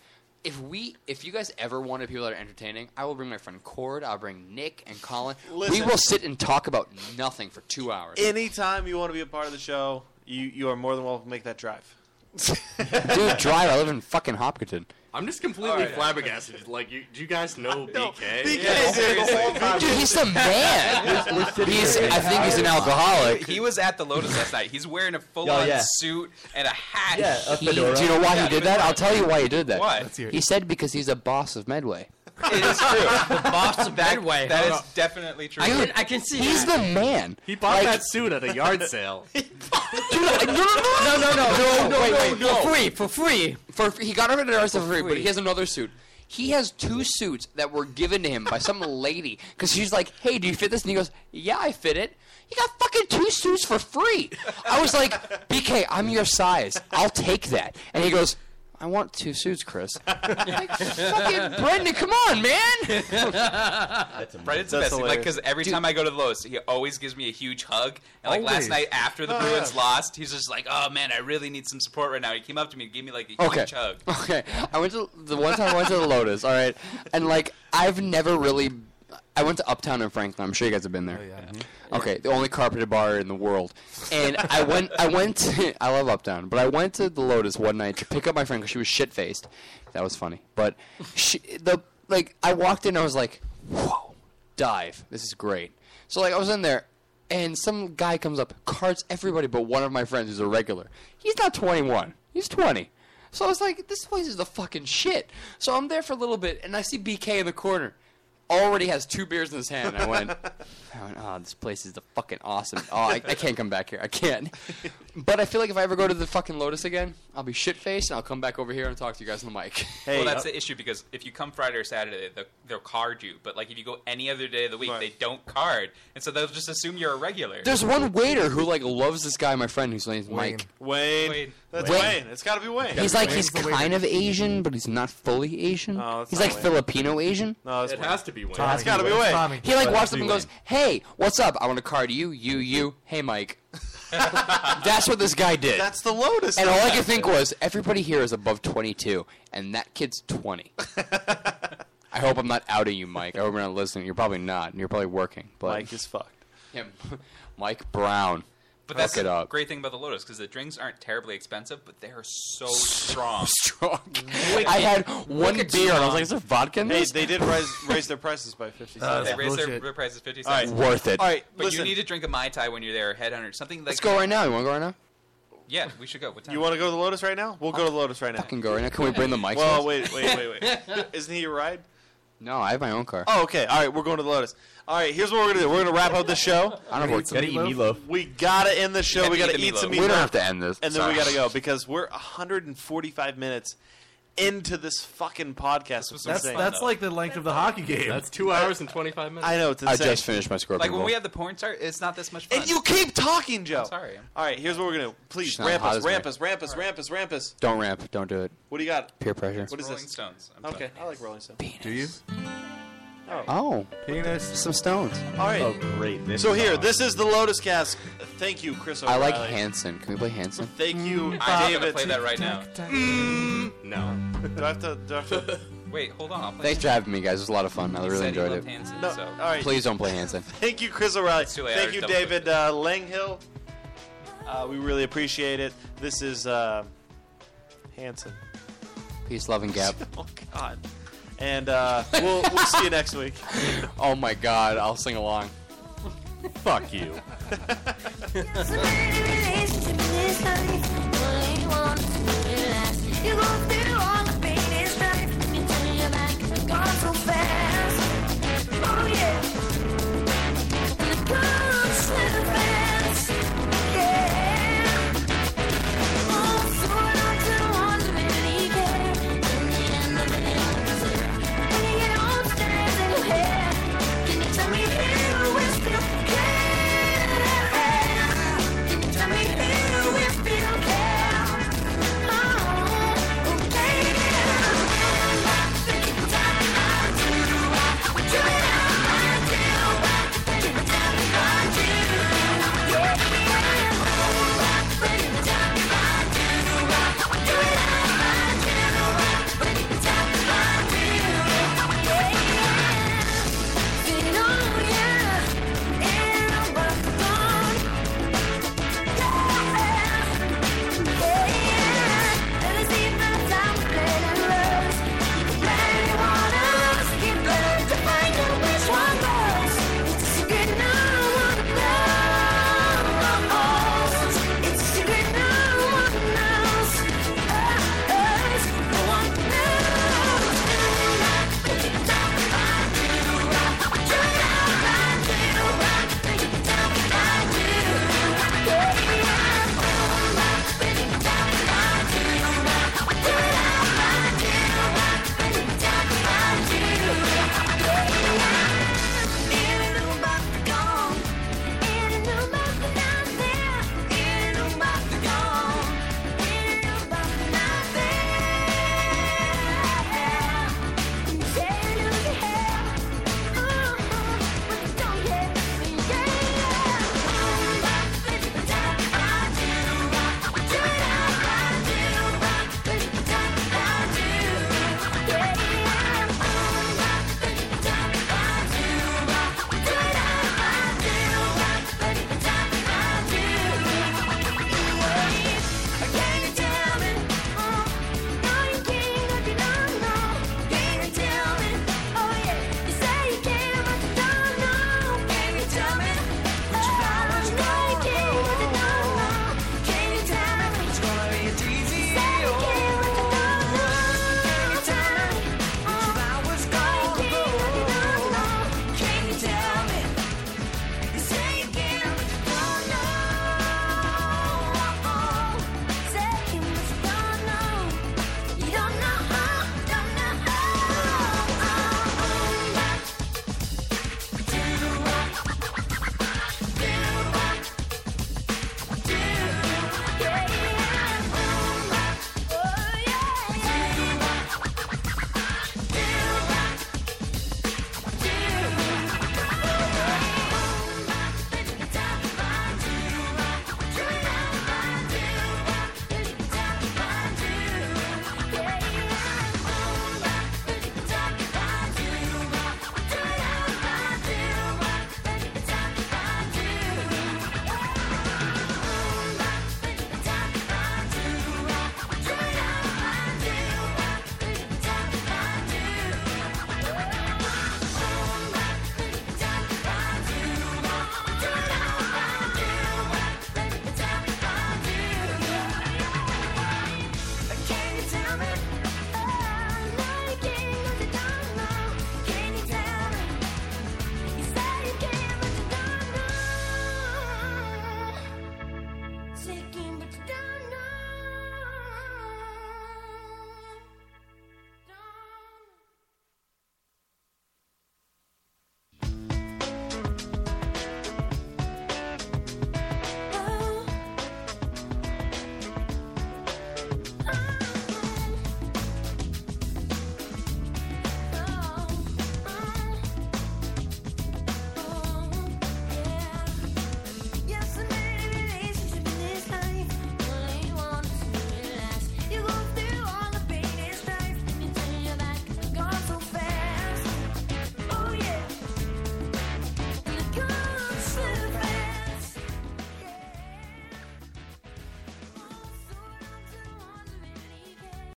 If we, if you guys ever wanted people that are entertaining, I will bring my friend Cord. I'll bring Nick and Colin.
Listen.
We will sit and talk about nothing for two hours.
Anytime you want to be a part of the show, you, you are more than welcome to make that drive.
Dude, drive. I live in fucking Hopkinton.
I'm just completely flabbergasted. Like, you, do you guys know BK?
BK, seriously. Dude, he's the man. We're- we're sitting He's- here. I think he's an alcoholic.
He was at the Lotus last night. He's wearing a full-on
Oh, yeah.
suit and a hat.
He- do you know why he did that? I'll tell you why he did that.
Why? Let's hear it.
He said because he's a boss of Medway.
Boss of
Medway,
That
huh?
is definitely true.
He's the man.
He
Like-
bought that suit at a yard sale.
No, no, no,
no, no,
wait, wait,
no.
for free, for free. For free- he got rid of ours for free, but he has another suit. He has two suits that were given to him by some lady because she's like, "Hey, do you fit this?" And he goes, "Yeah, I fit it." He got fucking two suits for free. I was like, "BK, I'm your size. I'll take that." And he goes, "I want two suits, Chris." fucking Brendan, come on, man.
That's Brendan's
That's
the best. Like,
hilarious.
because every
Dude.
time I go to the Lowe's, he always gives me a huge hug. And like
Always.
last night after
Ah.
the
Oh,
Bruins
yeah.
lost, he's just like, "Oh man, I really need some support right now." He came up to me, and gave me like a
Okay.
huge hug.
Okay. I went to the one time I went to the Lotus, all right, and like I've never really. I went to Uptown in Franklin. I'm sure you guys have been there. Okay, the only carpeted bar in the world. And I went, I went, to, I love Uptown, but I went to the Lotus one night to pick up my friend because she was shit faced. That was funny, but she, the like, I walked in, I was like, whoa, dive, this is great. So like, I was in there, and some guy comes up, carts everybody but one of my friends who's a regular. He's not 21, he's 20. So I was like, this place is the fucking shit. So I'm there for a little bit, and I see BK in the corner. Already has two beers in his hand. And I went, I went, oh, this place is the fucking awesome. Oh, I, I can't come back here. I can't. But I feel like if I ever go to the fucking Lotus again, I'll be shit faced and I'll come back over here and talk to you guys on the mic.
well,
uh,
that's the issue because if you come Friday or Saturday, they'll, they'll card you. But like if you go any other day of the week, they don't card, and so they'll just assume you're a regular.
There's one waiter who like loves this guy, my friend, whose name's Mike.
Wayne. That's Wayne.
Wayne.
It's got to be Wayne.
He's like he's kind of Asian, but he's not fully Asian.
it's
he's
not
like
Wayne.
Filipino Asian.
No, it's
It has to be Wayne.
It's got to be Wayne.
He like walks up and goes, "Hey, what's up? I want to card you, you, you. Hey, Mike." That's what this guy did.
That's the Lotus.
And all I could think was, everybody here is above 22, and that kid's 20. I hope I'm not outing you, Mike. I hope you're not listening. You're probably not, and you're probably working. But
Mike is fucked.
Yeah, Mike Brown.
But that's
Look it
the
up.
great thing about the Lotus because the drinks aren't terribly expensive, but they are so strong.
strong. I had one beer, and I was like, "Is there vodka in
Hey,
this?"
they did raise raise their prices by fifty cents.
they raised their, their prices fifty
All
cents.
right. Worth it. All right,
but
listen.
you need to drink a mai tai when you're there, headhunter, something like.
Let's go right now. You want to go right now?
Yeah, we should go. What time?
You want to go to the Lotus right now? We'll go to the Lotus right now.
Fucking go right now. Can we bring the mics?
Well,
in?
wait, wait, wait, wait. Isn't he your ride?
No, I have my own car.
Oh, okay. All right, we're going to the Lotus. All right, here's what we're gonna do. We're gonna wrap up the show.
I don't know if we're- Gotta eat meatloaf.
We gotta end the show.
Gotta
We gotta
eat
eat,
the
some
meatloaf.
meatloaf.
We don't have to end this.
And then we
Sorry.
gotta go because we're 145 minutes into this fucking podcast. It's
That's
insane.
that's like the length of the hockey game.
That's two hours and 25 minutes.
I know it's
I
insane.
just finished my scorpion
Like when
bowl.
we have the porn star, it's not this much fun.
and you keep talking, Joe.
I'm sorry.
All right, here's what we're gonna do. Please
She's not
ramp
hot
us,
as
ramp
me.
us, ramp us, ramp us, ramp us.
Don't ramp. Don't do it.
What do you got?
Peer pressure.
What is
Rolling
this?
Stones. I'm
okay, I like Rolling Stones.
Do you?
Oh.
Oh, penis. Some stones.
All right.
great.
so here, this is the Lotus Cast. Thank you, Chris.
I like
O'Reilly.
Hanson. Can we play Hanson?
Thank you,
I'm
David.
gonna play that right now. Mm.
No.
Do I have to? Do I have to?
Wait, hold on. I'll play
Thanks for having me, guys. It was a lot of fun. I really
said he
enjoyed it.
loved Hanson,
No,
so.
all right.
Please don't play Hanson.
Thank you, Chris O'Reilly.
too late. I
Thank
already
you,
double-clicked
David uh, Langhill. Uh, we really appreciate it. This is uh, Hanson.
Peace, love, and gap.
Oh God. And uh, we'll we'll see you next week.
oh my God, I'll sing along.
Fuck you.
Relationship is life. Only one to last. You go through